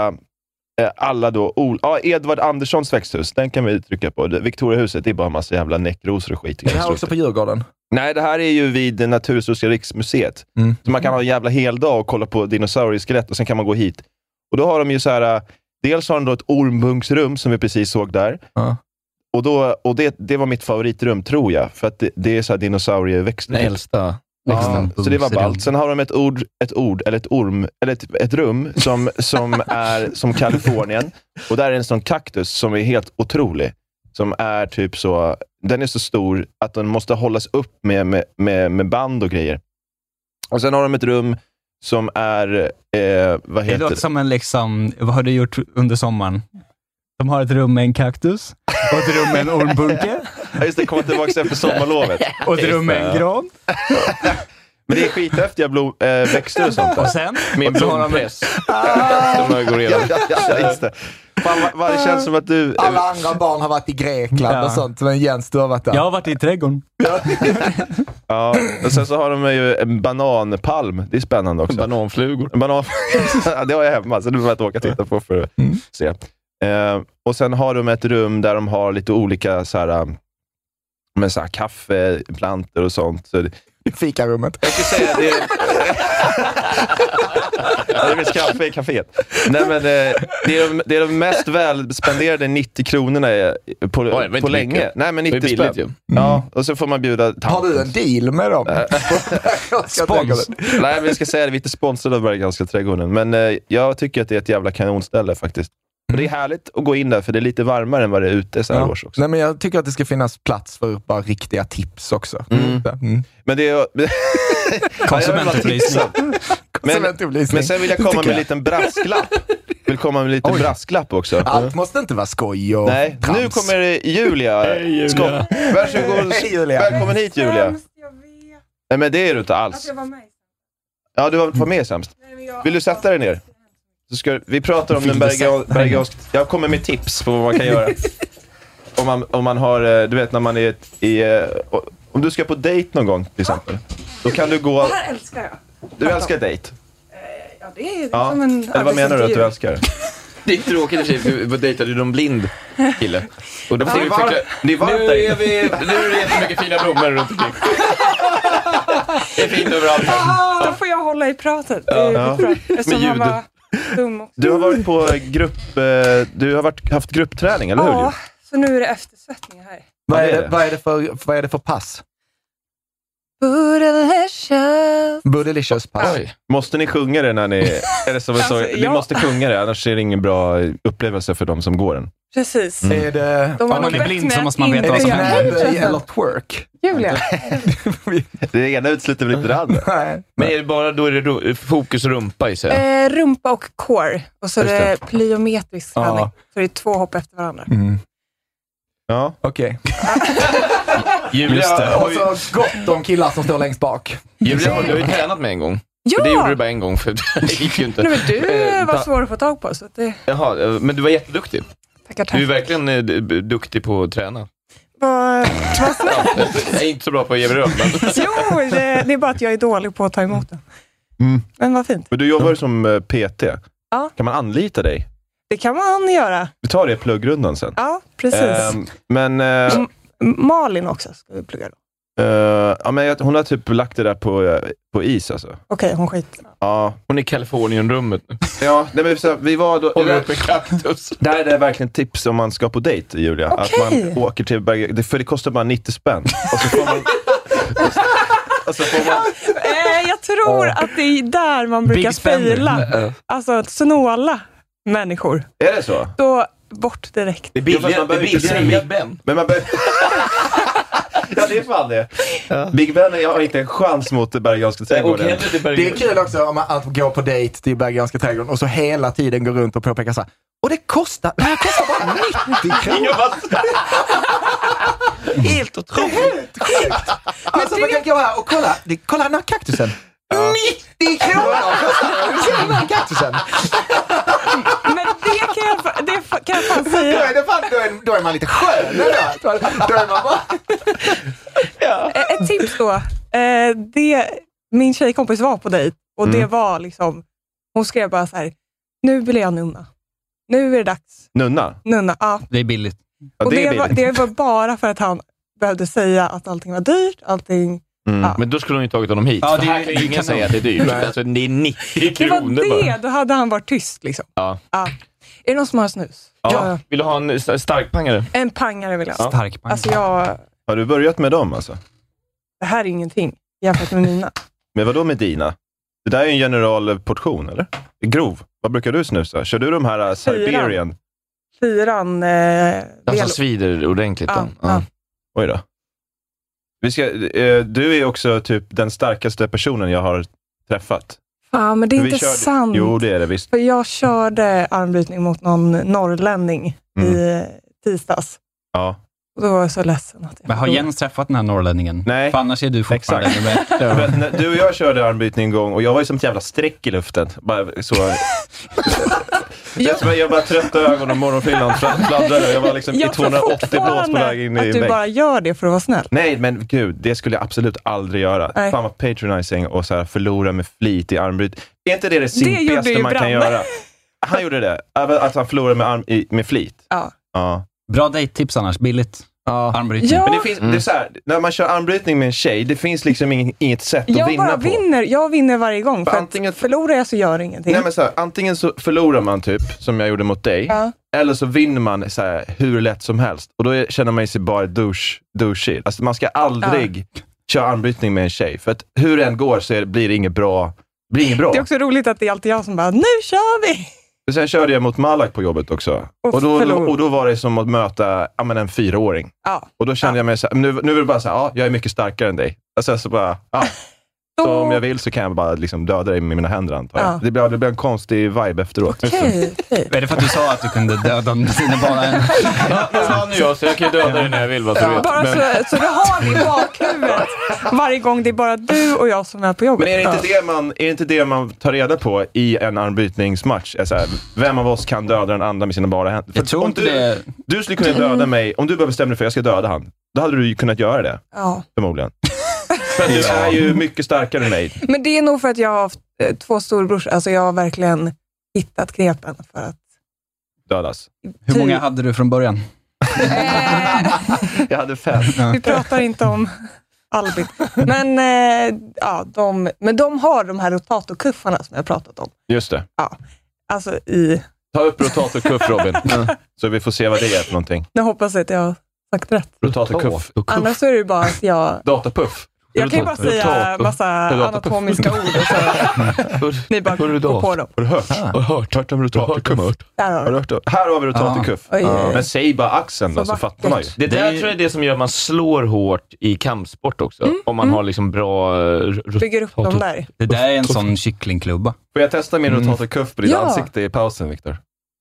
Speaker 1: eh, alla då, ol- ja, Edvard Anderssons växthus, den kan vi trycka på. Det- Victoriahuset, det är bara en massa jävla näckrosor och skit.
Speaker 2: Det här är också på Djurgården.
Speaker 1: Nej, det här är ju vid Naturhistoriska riksmuseet.
Speaker 2: Mm.
Speaker 1: Så man kan ha en jävla hel dag och kolla på dinosaurieskelett och sen kan man gå hit. Och då har de ju så här, eh, dels har de då ett ormbunksrum som vi precis såg där.
Speaker 2: Ja.
Speaker 1: Och, då, och det, det var mitt favoritrum, tror jag. För att det, det är så här dinosaurieväxter.
Speaker 4: Den äldsta.
Speaker 1: Ja,
Speaker 4: växten.
Speaker 1: så det var ballt. Sen har de ett ord, ett ord eller ett orm, eller ett, ett rum som, som är som Kalifornien. Och där är en sån kaktus som är helt otrolig. Som är typ så, den är så stor att den måste hållas upp med, med, med, med band och grejer. Och sen har de ett rum som är, eh, vad
Speaker 3: Det
Speaker 1: heter
Speaker 3: låter som en liksom, vad har du gjort under sommaren? De har ett rum med en kaktus, och ett rum med en ormbunke,
Speaker 1: Ja, just det, komma tillbaka efter sommarlovet.
Speaker 3: och ett rum med en gran.
Speaker 1: Men det är skithäftiga blom, eh, växter och sånt där.
Speaker 3: Och sen?
Speaker 4: Med en
Speaker 3: och så har de-
Speaker 4: blompress. Som jag går igenom.
Speaker 1: Ja, ja, ja, just det. Fan, vad, vad det känns som att du...
Speaker 2: Alla andra barn har varit i Grekland
Speaker 3: Ja.
Speaker 2: och sånt, men Jens, du har varit där.
Speaker 3: Jag har varit i trädgården.
Speaker 1: Ja, och sen så har de ju en bananpalm. Det är spännande också.
Speaker 4: Bananflugor.
Speaker 1: En banan... Ja, det har jag hemma, så det behöver jag inte åka och titta på för att
Speaker 2: Mm.
Speaker 1: se. Eh, och sen har de ett rum där de har lite olika så här, um, men så här, kaffeplantor och sånt. Så det,
Speaker 2: I fikarummet.
Speaker 1: jag skulle säga det... Ja, det finns kaffe i kaféet. Nej, men, eh, det, är de, det är de mest välspenderade 90 kronorna eh, på,
Speaker 4: det var inte
Speaker 1: på länge.
Speaker 4: mycket.
Speaker 1: Nej, men
Speaker 4: Det är
Speaker 1: 90
Speaker 4: billigt ju.
Speaker 1: spänn. Ja, och så får man bjuda
Speaker 2: Mm. Har du en deal med
Speaker 1: Eh.
Speaker 2: dem? Jag ska tänka
Speaker 3: Spons.
Speaker 2: det.
Speaker 1: Nej, men jag ska säga det. Vi är inte sponsrade av Bergganska trädgården, men eh, jag tycker att det är ett jävla kanonställe faktiskt. Och det är härligt att gå in där, för det är lite varmare än vad det är ute så här
Speaker 2: Mm. Ja.
Speaker 1: års också.
Speaker 2: Nej, men jag tycker att det ska finnas plats för bara riktiga tips också.
Speaker 1: Mm.
Speaker 2: Mm.
Speaker 1: Men det är...
Speaker 3: Konsumentupplysning.
Speaker 1: Men,
Speaker 2: Konsumentupplysning.
Speaker 1: men sen vill jag
Speaker 2: Det
Speaker 1: komma
Speaker 2: tycker
Speaker 1: med en liten brasklapp. Vill komma med en liten brasklapp också.
Speaker 2: Allt måste inte vara skoj och
Speaker 1: Nej,
Speaker 2: trams.
Speaker 1: nu kommer Julia. Hej Julia. Varsågod.
Speaker 2: Hej, Julia.
Speaker 1: Välkommen hit Julia. Nej, men det är du inte alls.
Speaker 12: Jag var med.
Speaker 1: Ja, du var var med sämst. Vill du sätta dig ner? Så ska, vi pratar om den bergia- bergianska... Jag kommer med tips på vad man kan göra. om, man, om man har, eh, du vet när man är ett- i... eh, o- Om du ska på dejt någon gång till exempel. Då kan du gå...
Speaker 12: Det här älskar jag.
Speaker 1: Du älskar dejt.
Speaker 12: Eh, Jag det är liksom
Speaker 4: Ja.
Speaker 12: en
Speaker 4: Eller vad menar du att
Speaker 12: arbetsintervju.
Speaker 4: du älskar? Det är tråkigt i och för sig, för du dejtade ju någon blind kille. Och då
Speaker 12: Ja.
Speaker 4: får
Speaker 12: Det
Speaker 4: du
Speaker 12: är varmt-
Speaker 4: förklara.
Speaker 12: det är varmt
Speaker 4: typ- nu
Speaker 12: där
Speaker 4: är
Speaker 12: inne.
Speaker 4: vi, nu är det jättemycket fina blommor runt omkring. Det är fint överallt.
Speaker 12: Ah, då får jag hålla i pratet. Det
Speaker 4: Ja.
Speaker 12: är bra.
Speaker 4: Med
Speaker 12: Eftersom han
Speaker 4: ljud.
Speaker 12: var dum också.
Speaker 1: Du har varit på grupp... eh, Du har varit, haft gruppträning, eller hur?
Speaker 12: Ja, så nu är det eftersvettningar här.
Speaker 2: Vad är, det, vad, är det för, vad är det för pass?
Speaker 12: Bootylicious.
Speaker 2: Bootylicious pass.
Speaker 1: Måste ni sjunga det när ni... Är det som en sång? Ni
Speaker 12: Alltså, ja.
Speaker 1: måste sjunga det, annars är det ingen bra upplevelse för de som går den.
Speaker 12: Precis.
Speaker 1: Mm.
Speaker 2: Är det...
Speaker 12: De har Om man nog är bett blind med så att måste man veta inte vad som göra händer.
Speaker 2: Knäböj
Speaker 12: hälften.
Speaker 2: eller twerk?
Speaker 12: Julia.
Speaker 4: Det ena utesluter väl inte det andra? Men är det bara, då är det ro- fokus rumpa i sig?
Speaker 12: Eh, rumpa och core. Och så är
Speaker 4: Just
Speaker 12: det
Speaker 4: det.
Speaker 12: plyometrisk
Speaker 4: Ja.
Speaker 12: träning. Så det är två hopp efter varandra.
Speaker 1: Ja.
Speaker 2: Okej.
Speaker 4: Julia, har ju-
Speaker 2: Och så gott om killar som står längst bak.
Speaker 4: Julia, har du har ju tränat med en gång.
Speaker 12: Ja!
Speaker 4: För Det gjorde du bara en gång, för det gick ju inte.
Speaker 12: Nej, men du eh,
Speaker 4: Eh,
Speaker 12: var
Speaker 4: ta-
Speaker 12: svår att få tag på, så att det
Speaker 4: Jaha, eh, men du var jätteduktig.
Speaker 12: tackar
Speaker 4: Du är
Speaker 12: tack.
Speaker 4: verkligen eh, d- b- duktig på att träna.
Speaker 12: Vad vad snällt.
Speaker 4: Jag är inte så bra på att ge beröm, men...
Speaker 12: Jo, det, det är bara att jag är dålig på att ta emot den. Men vad fint.
Speaker 1: Men du jobbar ju som eh, PT.
Speaker 12: Ja.
Speaker 1: Kan man anlita dig?
Speaker 12: Det kan man göra.
Speaker 1: Vi tar det i pluggrundan sen.
Speaker 12: Ja, precis. Mm.
Speaker 1: Ehm, men... eh,
Speaker 12: M- Malin också ska vi plugga då.
Speaker 1: eh, ja, men jag- hon har typ lagt det där på, eh, på is alltså.
Speaker 12: Okej, hon skiter
Speaker 1: Ja.
Speaker 4: Hon är i Kalifornien-rummet nu.
Speaker 1: Ja, nej, men så, vi var då...
Speaker 4: Håller upp en kaktus.
Speaker 1: Där är det verkligen tips om man ska på dejt, Julia.
Speaker 12: Okej.
Speaker 1: Att man åker till Berga, det- för det kostar bara 90 spänn. Och så får man... och så får man
Speaker 12: eh, Jag tror
Speaker 1: Ja.
Speaker 12: att det är där man brukar
Speaker 1: Big spender.
Speaker 12: fejla.
Speaker 1: Ja.
Speaker 12: Alltså att snåla människor.
Speaker 1: är det så?
Speaker 12: Då bort direkt.
Speaker 4: Det är billigare- det är billigare än Big Ben.
Speaker 1: Men man behöver... ja, det är fan det. Big Ben, jag har inte en chans mot Bergianska trädgården.
Speaker 2: Det är kul också om man, att gå på dejt till Bergianska trädgården och så hela tiden gå runt och påpeka så här. Och det kostar, det här kostar bara 90 kronor.
Speaker 4: Helt otroligt.
Speaker 2: Helt sjukt. Alltså man kan gå här och kolla, det, kolla den här kaktusen. 90 kronor kostar den. den här kaktusen.
Speaker 12: Men det kan jag, det fa- kan jag fan
Speaker 2: Då är,
Speaker 12: säga.
Speaker 2: det fan, då, är, då är man lite skön ändå. Då är man bara...
Speaker 12: Eh, Ett tips då. Eh, det, min tjejkompis var på dejt och det
Speaker 1: Mm.
Speaker 12: var liksom, hon skrev bara så här, nu vill jag nunna. Nu är det dags.
Speaker 1: Nunna?
Speaker 12: Nunna, ja.
Speaker 3: Det är billigt.
Speaker 1: Ja,
Speaker 12: och
Speaker 1: det
Speaker 12: det,
Speaker 1: är
Speaker 12: var,
Speaker 1: billigt.
Speaker 12: det var bara för att han behövde säga att allting var dyrt, allting...
Speaker 1: Mm.
Speaker 12: Ja.
Speaker 4: Men då skulle hon ju tagit honom hit.
Speaker 3: Ja,
Speaker 4: Ja,
Speaker 3: det
Speaker 4: det
Speaker 3: är
Speaker 4: här
Speaker 3: ju
Speaker 4: kan ju ingen
Speaker 3: kanon.
Speaker 4: säga att det är dyrt.
Speaker 1: Typ,
Speaker 3: Nej.
Speaker 4: Alltså, det är 90
Speaker 12: Det var
Speaker 4: kronor
Speaker 12: det,
Speaker 4: bara.
Speaker 12: då hade han varit tyst liksom.
Speaker 4: Ja.
Speaker 12: Ja. Är det någon som har snus?
Speaker 4: Ja. Vill du ha en st- starkpangare?
Speaker 12: En pangare vill jag ha.
Speaker 4: Starkpangare.
Speaker 12: Alltså jag,
Speaker 1: Har du börjat med dem alltså?
Speaker 12: det här är ingenting jämfört med mina.
Speaker 1: Men vadå med dina? Det där är ju en generalportion, eller? Grov. Vad brukar du snusa? Kör du de här eh, Siberian?
Speaker 12: Fyran... Eh,
Speaker 4: Alltså
Speaker 12: del-
Speaker 4: svider ordentligt.
Speaker 12: Ja,
Speaker 4: Ja,
Speaker 12: ja.
Speaker 1: Oj då. Vi ska, eh, du är också typ den starkaste personen jag har träffat.
Speaker 12: Fan, men det är
Speaker 1: Vi
Speaker 12: inte
Speaker 1: körde-
Speaker 12: sant.
Speaker 1: Jo, det är det visst.
Speaker 12: För jag körde armbrytning mot någon norrlänning
Speaker 1: Mm.
Speaker 12: i tisdags.
Speaker 1: Ja.
Speaker 12: Och då var jag så ledsen. Att jag
Speaker 3: Men har Jens träffat den här norrlänningen? Nej. För annars är du fortfarande ännu bättre.
Speaker 1: Du vet, när du och jag körde armbytning en gång och jag var ju som ett jävla streck i luften. Bara så... jag, bara, jag bara trötta ögon och morgonfrillan fla- fladdrade. Jag var liksom i
Speaker 12: jag tror
Speaker 1: 280 blås på
Speaker 12: fortfarande
Speaker 1: väg in i
Speaker 12: att du
Speaker 1: väggen.
Speaker 12: bara gör det för att vara snäll.
Speaker 1: Nej, men gud, det skulle jag absolut aldrig göra.
Speaker 12: Nej.
Speaker 1: Fan vad patronizing och så här förlora med flit i armbryt. Är inte det det
Speaker 12: gjorde
Speaker 1: simpigaste
Speaker 12: ju
Speaker 1: man kan
Speaker 12: Branne.
Speaker 1: göra? Han gjorde det. Även Att han förlorade med, arm, i, med flit.
Speaker 12: Ja.
Speaker 1: Ja.
Speaker 3: Bra dejttips annars. Billigt. Armbrytning.
Speaker 12: Ja.
Speaker 1: Men det finns, det är så här, när man kör armbrytning med en tjej, det finns liksom ingen, inget sätt att
Speaker 12: Jag
Speaker 1: vinna
Speaker 12: bara
Speaker 1: på.
Speaker 12: vinner. Jag vinner varje gång. För
Speaker 1: antingen...
Speaker 12: att förlorar jag så gör jag ingenting.
Speaker 1: Nej, men så här, antingen så förlorar man typ, som jag gjorde mot dig,
Speaker 12: Ja.
Speaker 1: eller så vinner man så här, hur lätt som helst. Och då är, känner man sig bara douche, douchig. Alltså man ska aldrig köra armbrytning med en tjej, för att hur det än går så är, blir det inget bra. Blir inget bra.
Speaker 12: Det är också roligt att det är alltid jag som bara, nu kör vi!
Speaker 1: Och Sen körde jag mot Malak på jobbet också.
Speaker 12: Och
Speaker 1: Och, då,
Speaker 12: förlor.
Speaker 1: och då var det som att möta ja, men en fyraåring.
Speaker 12: Ja.
Speaker 1: Och då kände jag mig så här, nu, nu är det bara så här, ja, jag är mycket starkare än dig. Och sen så bara, ja. Så om jag vill så kan jag bara liksom döda dig med mina händer antar jag.
Speaker 12: Ja.
Speaker 1: Det, blir, det blir en konstig vibe efteråt.
Speaker 12: Okej,
Speaker 3: Är det för att du sa att du kunde döda med dina bara en...
Speaker 4: Nu vann ju jag, så jag kan ju döda dig när jag vill. Vad du vet.
Speaker 12: Bara
Speaker 4: Men-
Speaker 12: så, så du har det i bakhuvudet varje gång det är bara du och jag som är på jobbet.
Speaker 1: Men är det, inte
Speaker 12: Ja.
Speaker 1: det man, är det inte det man tar reda på i en armbytningsmatch? Är så här, vem av oss kan döda den andra med sina bara händer? För
Speaker 3: Jag tror
Speaker 1: om
Speaker 3: inte
Speaker 1: du,
Speaker 3: det-
Speaker 1: du skulle kunna döda mig, om du bara bestämde dig för att jag ska döda han, då hade du ju kunnat göra det.
Speaker 12: Ja.
Speaker 1: Förmodligen. För att du är ju mycket starkare än mig.
Speaker 12: Men det är nog för att jag har haft eh, två storebrorsor. Alltså jag har verkligen hittat knepen för att...
Speaker 1: Dödas.
Speaker 12: Typ.
Speaker 3: Hur många hade du från början?
Speaker 1: Jag hade fem.
Speaker 12: Vi pratar inte om Albin. Men, eh, ja, de, men de har de här rotatorkuffarna som jag pratat om.
Speaker 1: Just det.
Speaker 12: Alltså i...
Speaker 1: Ta upp rotatorkuff, Robin. Så vi får se vad det är för någonting.
Speaker 12: Nu hoppas jag att jag har sagt rätt.
Speaker 1: Rotatorkuff.
Speaker 12: Annars så är det ju bara att jag...
Speaker 1: Datapuff.
Speaker 12: Jag kan ju bara säga massa anatomiska ord.
Speaker 1: Ni bara
Speaker 12: går på dem.
Speaker 1: Har du hört? Har du hört? Hört om rotatorkuff?
Speaker 12: Där har
Speaker 1: Har du hört om- Här har vi rotatorkuff.
Speaker 12: Ja. Oj, oj, oj.
Speaker 1: Men säg bara axeln då, så fattar man ju.
Speaker 4: Det där tror jag är det som gör att man slår hårt i kampsport också. om man har liksom bra...
Speaker 12: Bygger upp dem där.
Speaker 4: Det där är en sån
Speaker 3: kycklingklubba.
Speaker 1: Får jag testa
Speaker 4: Mm.
Speaker 1: min rotatorkuff på ditt
Speaker 12: Ja.
Speaker 1: ansikte i pausen, Viktor?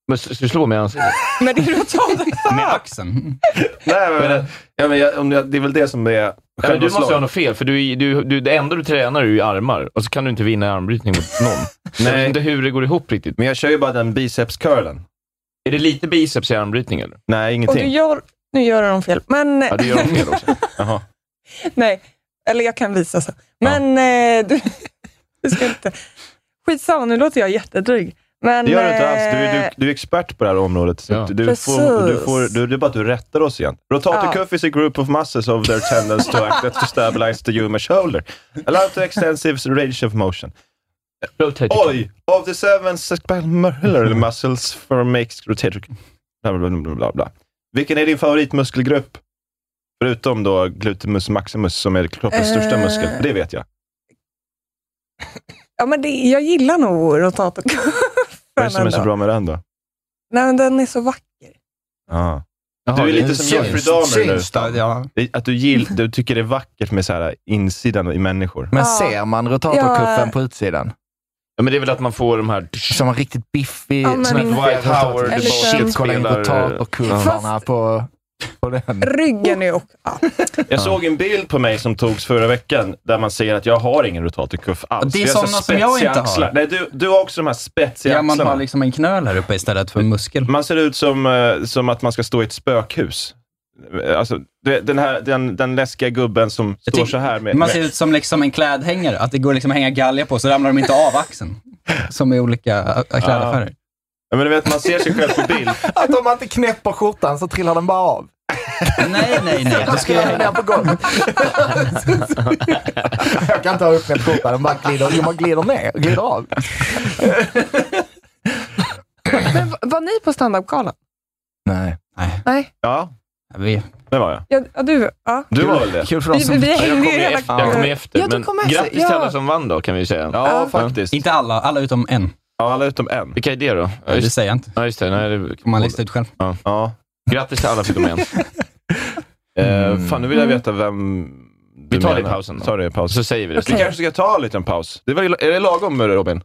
Speaker 4: Men ska du slå mig i ansiktet?
Speaker 12: Men det är rotatorkuff.
Speaker 3: Med axeln? Mm.
Speaker 1: Nej, men, men, ja, men jag, om jag, det är väl det som är
Speaker 4: Nej, men
Speaker 1: själva
Speaker 4: du måste
Speaker 1: slaget.
Speaker 4: ju ha något fel, för du, är- du, du, det enda du tränar är ju armar och så kan du inte vinna i armbrytning mot någon. Nej. Jag vet inte hur det går ihop riktigt.
Speaker 1: Men jag kör ju bara den biceps-curlen.
Speaker 4: Är det lite biceps i armbrytning eller?
Speaker 1: Nej,
Speaker 12: Och du gör, nu gör de fel, men...
Speaker 4: Ja, du gör dem fel också.
Speaker 1: Jaha.
Speaker 12: Nej, eller jag kan visa sen. Men eh, du, du ska inte... Skitsamma, nu låter jag jättedryg. Men,
Speaker 1: Det gör du inte alls. Du,
Speaker 12: eh,
Speaker 1: är- du, du är expert på det här området. Så du, du får, du
Speaker 12: Precis.
Speaker 1: får, du, det är bara att du rättar oss igen. Rotatorcuff is a group of muscles of their tendons to act to stabilize the human shoulder. Allow to extensive range of motion. Oj! Of the seven sacral muscles for makes rotator... Bla, bla, bla, bla, bla. Vilken är din favoritmuskelgrupp? Förutom då gluteus maximus, som är kroppens största
Speaker 12: Eh.
Speaker 1: muskel. Det vet jag.
Speaker 12: ja, men det, jag gillar nog rotatorkuffen
Speaker 1: Vad är det som är så
Speaker 12: ändå.
Speaker 1: bra med den då?
Speaker 12: Nej, men den är så vacker.
Speaker 1: Ah.
Speaker 3: Jaha,
Speaker 1: du är
Speaker 3: det
Speaker 1: lite
Speaker 3: är
Speaker 1: som
Speaker 3: syns-
Speaker 1: Jeffrey Dahmer nu.
Speaker 3: syns där, ja.
Speaker 1: Det- Att du, gill, du tycker det är vackert med så här insidan i människor.
Speaker 2: Men Ja. ser man rotatorkuffen Ja. på utsidan?
Speaker 4: Ja, men det är väl att man får de här...
Speaker 2: Som en riktigt biffig...
Speaker 12: Ja, men-
Speaker 2: sån här
Speaker 12: White
Speaker 2: rotator-
Speaker 12: Howard, En liten-
Speaker 2: Shit, kolla in
Speaker 1: basketspelar-
Speaker 2: rotatorkuffarna på, på den.
Speaker 12: Ryggen är också...
Speaker 1: Jag såg en bild på mig som togs förra veckan där man ser att jag har ingen rotatorkuff alls.
Speaker 3: Det är
Speaker 1: Jag
Speaker 3: sådana
Speaker 1: så
Speaker 3: som jag
Speaker 1: spetsiga
Speaker 3: inte har.
Speaker 1: axlar. Nej, du, du har också de här spetsiga
Speaker 3: Ja, man
Speaker 1: axlarna.
Speaker 3: har liksom en knöl här uppe istället för en muskel.
Speaker 1: Man ser ut som, eh, som att man ska stå i ett spökhus. Eh, Alltså, det- den, här, den, den läskiga gubben som står så här med...
Speaker 3: Man ser
Speaker 1: med-
Speaker 3: ut som liksom en klädhängare, att det går liksom att hänga galja på, så ramlar de inte av axeln. Som i olika ä, klädaffärer.
Speaker 1: Ja, men du vet, man ser sig själv på bild.
Speaker 2: Att om man inte knäpper skjortan så trillar den bara av.
Speaker 3: Nej, nej, nej.
Speaker 2: Då ska jag hänga ner på golvet. jag kan inte ha uppknäppt skjortan, den bara glider, jo, man glider ner, glider av.
Speaker 12: Men v- var ni på standup-galan?
Speaker 2: Nej.
Speaker 12: Nej?
Speaker 1: Ja.
Speaker 3: Vi.
Speaker 1: Det var jag.
Speaker 12: Ja, ja, du, ja.
Speaker 1: Du var väl det?
Speaker 2: Kul
Speaker 12: för oss Vi- som- vi hängde
Speaker 4: jag kom
Speaker 12: ju hela-
Speaker 4: efter, jag kom ju efter.
Speaker 12: Ja, du
Speaker 4: men
Speaker 12: kom efter,
Speaker 4: grattis till
Speaker 12: ja.
Speaker 4: alla som vann då, kan vi säga.
Speaker 1: Ja, faktiskt.
Speaker 3: Inte alla, alla utom en.
Speaker 1: Ja, alla utom en.
Speaker 4: Vilka är det då? Ja,
Speaker 3: det säger jag inte.
Speaker 4: Ja, just det. Nej, det
Speaker 3: Får man lista ut själv.
Speaker 4: Ja.
Speaker 1: Ja.
Speaker 4: Grattis till alla förutom en.
Speaker 1: Eh, fan, nu vill jag veta vem du
Speaker 4: Vi tar det i
Speaker 1: menar.
Speaker 4: pausen då.
Speaker 1: Tar det i pausen.
Speaker 4: Så säger vi det.
Speaker 1: Vi kanske ska ta en liten paus. Det var, ju- är det lagom Robin?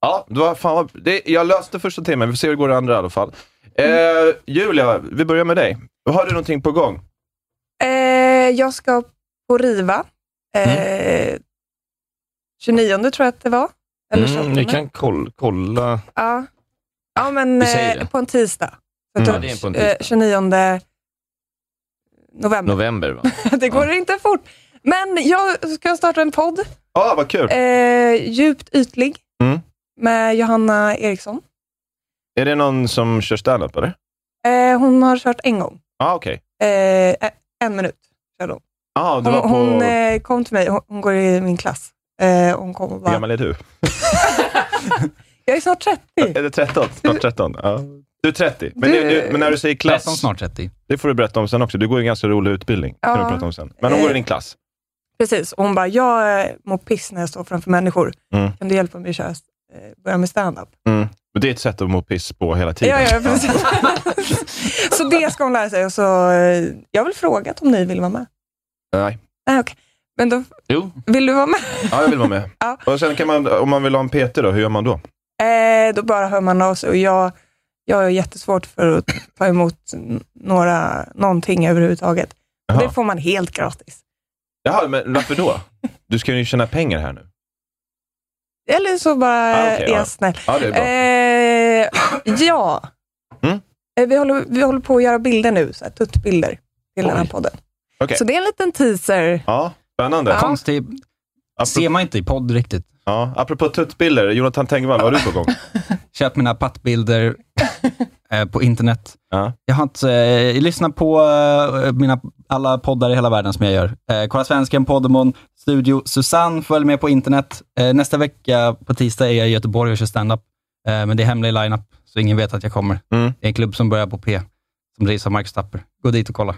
Speaker 1: Ja, det var, fan vad, det, jag löste första timmen. Vi får se hur det går i andra i alla fall. Eh, Julia, vi börjar med dig. Har du någonting på
Speaker 4: Mm,
Speaker 1: gång?
Speaker 12: Eh, jag ska på Riva. Eh, 29 tror jag att det var. Eller så.
Speaker 4: Mm, ni kan koll, kolla.
Speaker 12: Ja, ja men
Speaker 4: Vi säger
Speaker 12: eh,
Speaker 4: det.
Speaker 12: på en tisdag. Så
Speaker 4: Mm.
Speaker 12: att
Speaker 4: Ja, det är på en
Speaker 12: eh,
Speaker 4: tisdag.
Speaker 12: 29 november.
Speaker 4: November, va?
Speaker 12: det går inte fort. Men jag ska starta en podd.
Speaker 1: Ja, vad kul.
Speaker 12: Eh, djupt ytlig
Speaker 1: Mm.
Speaker 12: med Johanna Eriksson.
Speaker 1: Är det någon som kör standup eller?
Speaker 12: Eh, hon har kört en gång.
Speaker 1: Ja, ah, okej.
Speaker 12: Eh, e- en minut körde hon.
Speaker 1: Ja, ah, du
Speaker 12: Hon,
Speaker 1: var på...
Speaker 12: hon eh, kom till mig, hon, hon går i min klass. Eh, hon kom och
Speaker 1: Hur
Speaker 12: bara,
Speaker 1: gammal är du?
Speaker 12: jag är snart 30.
Speaker 1: Är det 13? Snart 13? Ja. Du är 30. Men,
Speaker 12: Du-
Speaker 1: du, du, men när du säger klass...
Speaker 3: 13, snart 30.
Speaker 1: Det får du berätta om sen också. Du går ju en ganska rolig utbildning. Det kan
Speaker 12: Ja. Eh.
Speaker 1: du prata om sen. Men hon går i din klass.
Speaker 12: Precis, och hon bara, jag eh, mår piss när jag står framför människor.
Speaker 1: Mm.
Speaker 12: Kan du hjälpa mig att köra, eh, börja med standup?
Speaker 1: Mm. Men det är ett sätt att må piss på hela tiden.
Speaker 12: Ja, ja, precis. så det ska hon lära sig. Och så, eh, jag vill fråga om ni vill vara med.
Speaker 1: Nej.
Speaker 12: Nej, okej. Men då,
Speaker 4: Jo.
Speaker 12: vill du vara med?
Speaker 1: Ja, jag vill vara med. Och sen kan man, om man vill ha en PT då, hur gör man då?
Speaker 12: Eh, då bara hör man av sig. Och jag, jag har jättesvårt för att ta emot n- några, någonting överhuvudtaget. Och
Speaker 1: Jaha.
Speaker 12: Det får man helt gratis.
Speaker 1: Jaha, men varför då? Du ska ju tjäna pengar här nu.
Speaker 12: Eller så bara
Speaker 1: Ah, okej,
Speaker 12: är
Speaker 1: ja.
Speaker 12: jag snäll.
Speaker 1: Ja, det är bra.
Speaker 12: Eh, ja.
Speaker 1: Mm.
Speaker 12: Eh, vi, håller, vi håller på att göra bilder nu, så här, tuttbilder till den här podden.
Speaker 1: Okej.
Speaker 12: Så det är en liten teaser.
Speaker 1: Ja, Spännande.
Speaker 3: Konstig.
Speaker 1: Alltså-
Speaker 3: Ser man inte i podd riktigt.
Speaker 1: Ja, apropå tuttbilder, Jonathan Tengvall, vad har du på gång?
Speaker 3: Köp mina pattbilder eh, på internet. Jag har inte, eh, lyssna på eh, mina, alla poddar i hela världen som jag gör. Eh, Kolla Svensken, Poddemon, Studio Susanne, följ med på internet. Eh, nästa vecka på tisdag är jag i Göteborg och kör standup. Eh, men det är hemlig lineup, så ingen vet att jag kommer.
Speaker 1: Mm.
Speaker 3: Det är en klubb som börjar på P, som drivs av Marcus Tapper. Gå dit och kolla.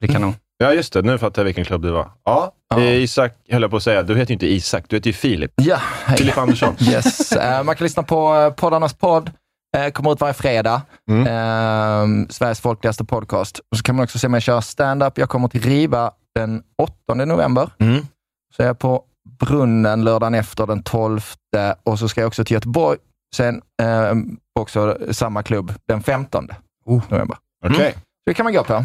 Speaker 3: Det är kanon.
Speaker 1: Ja, just det. Nu fattar jag vilken klubb du var. Ja, eh, Isak höll jag på att säga. Du heter ju inte Isak, du heter ju Filip.
Speaker 2: Ja, hej.
Speaker 1: Filip Andersson.
Speaker 2: Yes. Eh, man kan lyssna på eh, poddarnas podd. Eh, kommer ut varje fredag. Eh, Sveriges folkligaste podcast. Och så kan man också se mig köra stand-up. Jag kommer till Riva den 8 november. Så är jag på Brunnen lördagen efter den 12 och så ska jag också till Göteborg. Sen eh, också samma klubb den 15 november.
Speaker 1: Okej.
Speaker 2: Mm. Så det kan man gå på.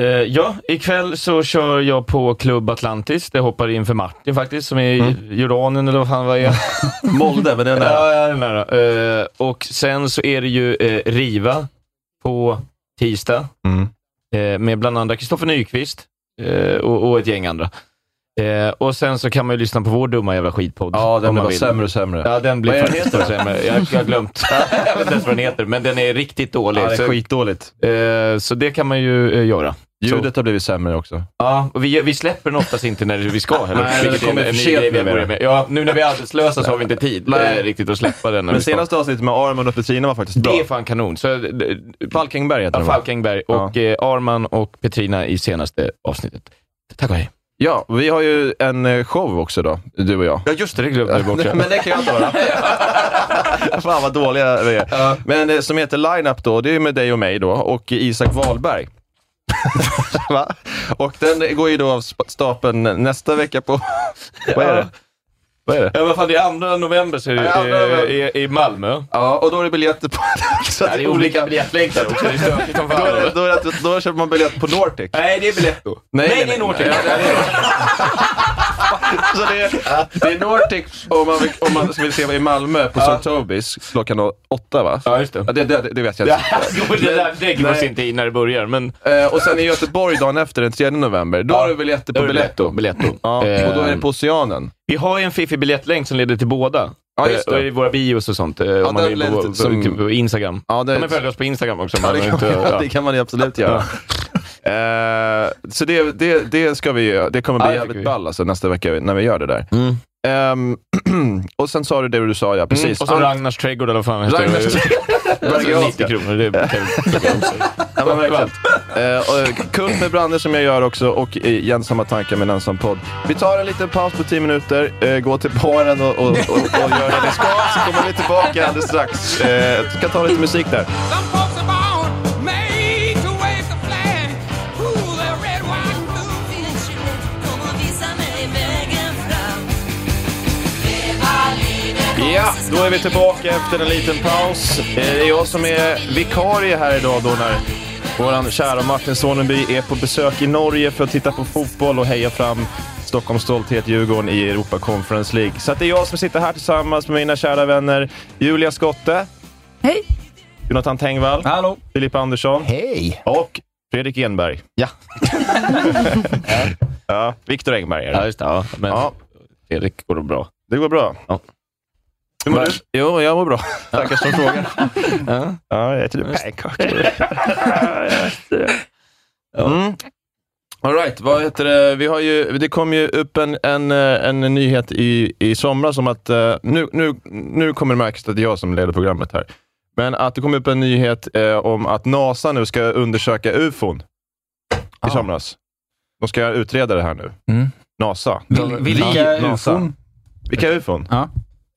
Speaker 4: Eh, ja, ikväll så kör jag på Club Atlantis. Det hoppar in för Martin faktiskt, som är i Jordanien eller vad fan var är.
Speaker 1: Mm. Molde, men det är nära.
Speaker 4: Ja, ja, det är nära. Eh, och sen så är det ju eh, Riva på tisdag
Speaker 1: Mm.
Speaker 4: eh, med bland andra Kristoffer Nyqvist eh, och, och ett gäng andra. Eh, och sen så kan man ju lyssna på vår dumma jävla skitpodd.
Speaker 1: Ja, den
Speaker 4: om
Speaker 1: blir
Speaker 4: man
Speaker 1: bara
Speaker 4: vill.
Speaker 1: sämre och sämre.
Speaker 4: Ja, den blir
Speaker 1: Vad är den
Speaker 4: faktiskt
Speaker 1: heter då?
Speaker 4: sämre. Jag, jag har glömt. jag vet inte ens vad den heter, men den är riktigt dålig.
Speaker 1: Ja, det är
Speaker 4: Så-
Speaker 1: skitdåligt.
Speaker 4: Eh, så det kan man ju eh, göra.
Speaker 1: Ljudet har blivit sämre också.
Speaker 4: Ja, och vi, vi släpper den oftast inte när vi ska heller.
Speaker 1: Nej,
Speaker 4: vilket
Speaker 1: det kommer
Speaker 4: är en- en
Speaker 1: för
Speaker 4: ny
Speaker 1: sent
Speaker 4: grej vi har
Speaker 1: numera.
Speaker 4: börjat med. Ja, nu när vi är arbetslösa så har vi inte tid
Speaker 1: Nej.
Speaker 4: eh, riktigt att släppa den. när
Speaker 1: Men
Speaker 4: vi ska.
Speaker 1: senaste avsnittet med Arman och Petrina var faktiskt bra.
Speaker 4: Det är fan kanon. Så, eh,
Speaker 1: Falkenberg heter
Speaker 4: ja,
Speaker 1: den, va?
Speaker 4: Falkenberg och eh, Arman och Petrina i senaste avsnittet. Tack och hej.
Speaker 1: Ja, vi har ju en eh, show också då, du och jag.
Speaker 4: Ja, just det. Det glömde vi bort. ja.
Speaker 1: Men det kan jag inte vara. Fan vad dåliga vi är. Men eh, som heter Lineup då, det är ju med dig och mig då och Isak Wahlberg. Va? Och den går ju då av sp- stapeln nästa vecka på... vad är det? Vad är det?
Speaker 4: Ja, vad fan, det är andra november så är
Speaker 1: Ja, andra november.
Speaker 4: det i, i, i Malmö.
Speaker 1: Ja, och då är det biljetter på... så att
Speaker 4: det är olika biljettlänkar också. Det är stökigt som
Speaker 1: Då, är det,
Speaker 4: fan.
Speaker 1: då, är det, då köper man biljett på Nortic.
Speaker 4: Nej, det är Biletto.
Speaker 1: Nej,
Speaker 4: Nej,
Speaker 1: nej,
Speaker 4: det är Nortic.
Speaker 1: nej, Så Alltså, det är, det är Nortic om man, vill, om man vill se i Malmö på St. Tobis klockan åtta va?
Speaker 4: Ja, just det.
Speaker 1: det, det, det vet jag
Speaker 4: Ja,
Speaker 1: inte.
Speaker 4: jo, det där lägger man sig inte i när det börjar, men...
Speaker 1: Eh, och sen i Göteborg dagen efter, den 3 november, då har du biljetter
Speaker 4: då
Speaker 1: på
Speaker 4: är det
Speaker 1: Biletto. Eh,
Speaker 4: Biletto.
Speaker 1: Ja, och då är det
Speaker 4: Ehm.
Speaker 1: på Oceanen.
Speaker 4: Vi har ju en fiffig biljettlänk som leder till båda.
Speaker 1: Ja, just det.
Speaker 4: Eh, och I våra bios och sånt. eh, om man
Speaker 1: den
Speaker 4: vill
Speaker 1: leder
Speaker 4: på,
Speaker 1: till-
Speaker 4: på,
Speaker 1: som-
Speaker 4: typ på Instagram.
Speaker 1: Ja, det-
Speaker 4: Kan man följa oss på Instagram också. om
Speaker 1: Ja,
Speaker 4: man
Speaker 1: det, kan
Speaker 4: inte,
Speaker 1: man,
Speaker 4: ja.
Speaker 1: det kan man ju absolut göra. Eh, så det, det, det ska vi göra. Det kommer bli
Speaker 4: Ja, det tycker
Speaker 1: jävligt
Speaker 4: vi.
Speaker 1: ball alltså, nästa vecka när vi gör det där. Ehm, och sen sa du det du sa, ja. Precis.
Speaker 4: Mm, och så
Speaker 1: Ant-
Speaker 4: Ragnars trädgård eller vad fan heter
Speaker 1: Ragnars
Speaker 4: det? Alltså, 90 kronor, det kan vi plocka upp sig.
Speaker 1: Ja, men verkligen. Eh, och Kult med Brande som jag gör också och eh, igen samma tankar med en ensam podd. Vi tar en liten paus på 10 minuter, eh, går till baren och, och, och, och gör det vi ska, så kommer vi tillbaka alldeles strax. Eh, ska ta lite musik där. Ja, då är vi tillbaka efter en liten paus. Eh, Det är jag som är vikarie här idag då när vår kära Martin Soneby är på besök i Norge för att titta på fotboll och heja fram Stockholms stolthet, Djurgården i Europa Conference League. Så att det är jag som sitter här tillsammans med mina kära vänner Julia Skotte.
Speaker 12: Hej.
Speaker 1: Jonathan Tengvall.
Speaker 3: Hallå.
Speaker 1: Filip Andersson.
Speaker 2: Hej.
Speaker 1: Och Fredrik Enberg.
Speaker 4: Ja.
Speaker 1: ja. Viktor Engberg är det.
Speaker 4: Ja, just det. Ja, men
Speaker 1: Ja.
Speaker 4: Fredrik går det bra.
Speaker 1: Det går bra.
Speaker 4: Ja.
Speaker 1: Hur mår du? Jo, jag mår bra. Tackar som frågar.
Speaker 4: Ja.
Speaker 1: Ja, jag äter typ lite pannkakor. Mm. All right, vad heter det? Vi har ju, det kom ju upp en, en, eh, en nyhet i, i somras om att, eh, nu, nu, nu kommer det märkas att det är jag som leder programmet här, men att det kom upp en nyhet eh, om att NASA nu ska undersöka ufon i somras. De ska utreda det här nu.
Speaker 2: Mm.
Speaker 1: NASA.
Speaker 3: Vil-
Speaker 1: Vi-
Speaker 3: vilka
Speaker 1: NASA.
Speaker 3: ufon?
Speaker 1: Vilka ufon?
Speaker 3: Ja.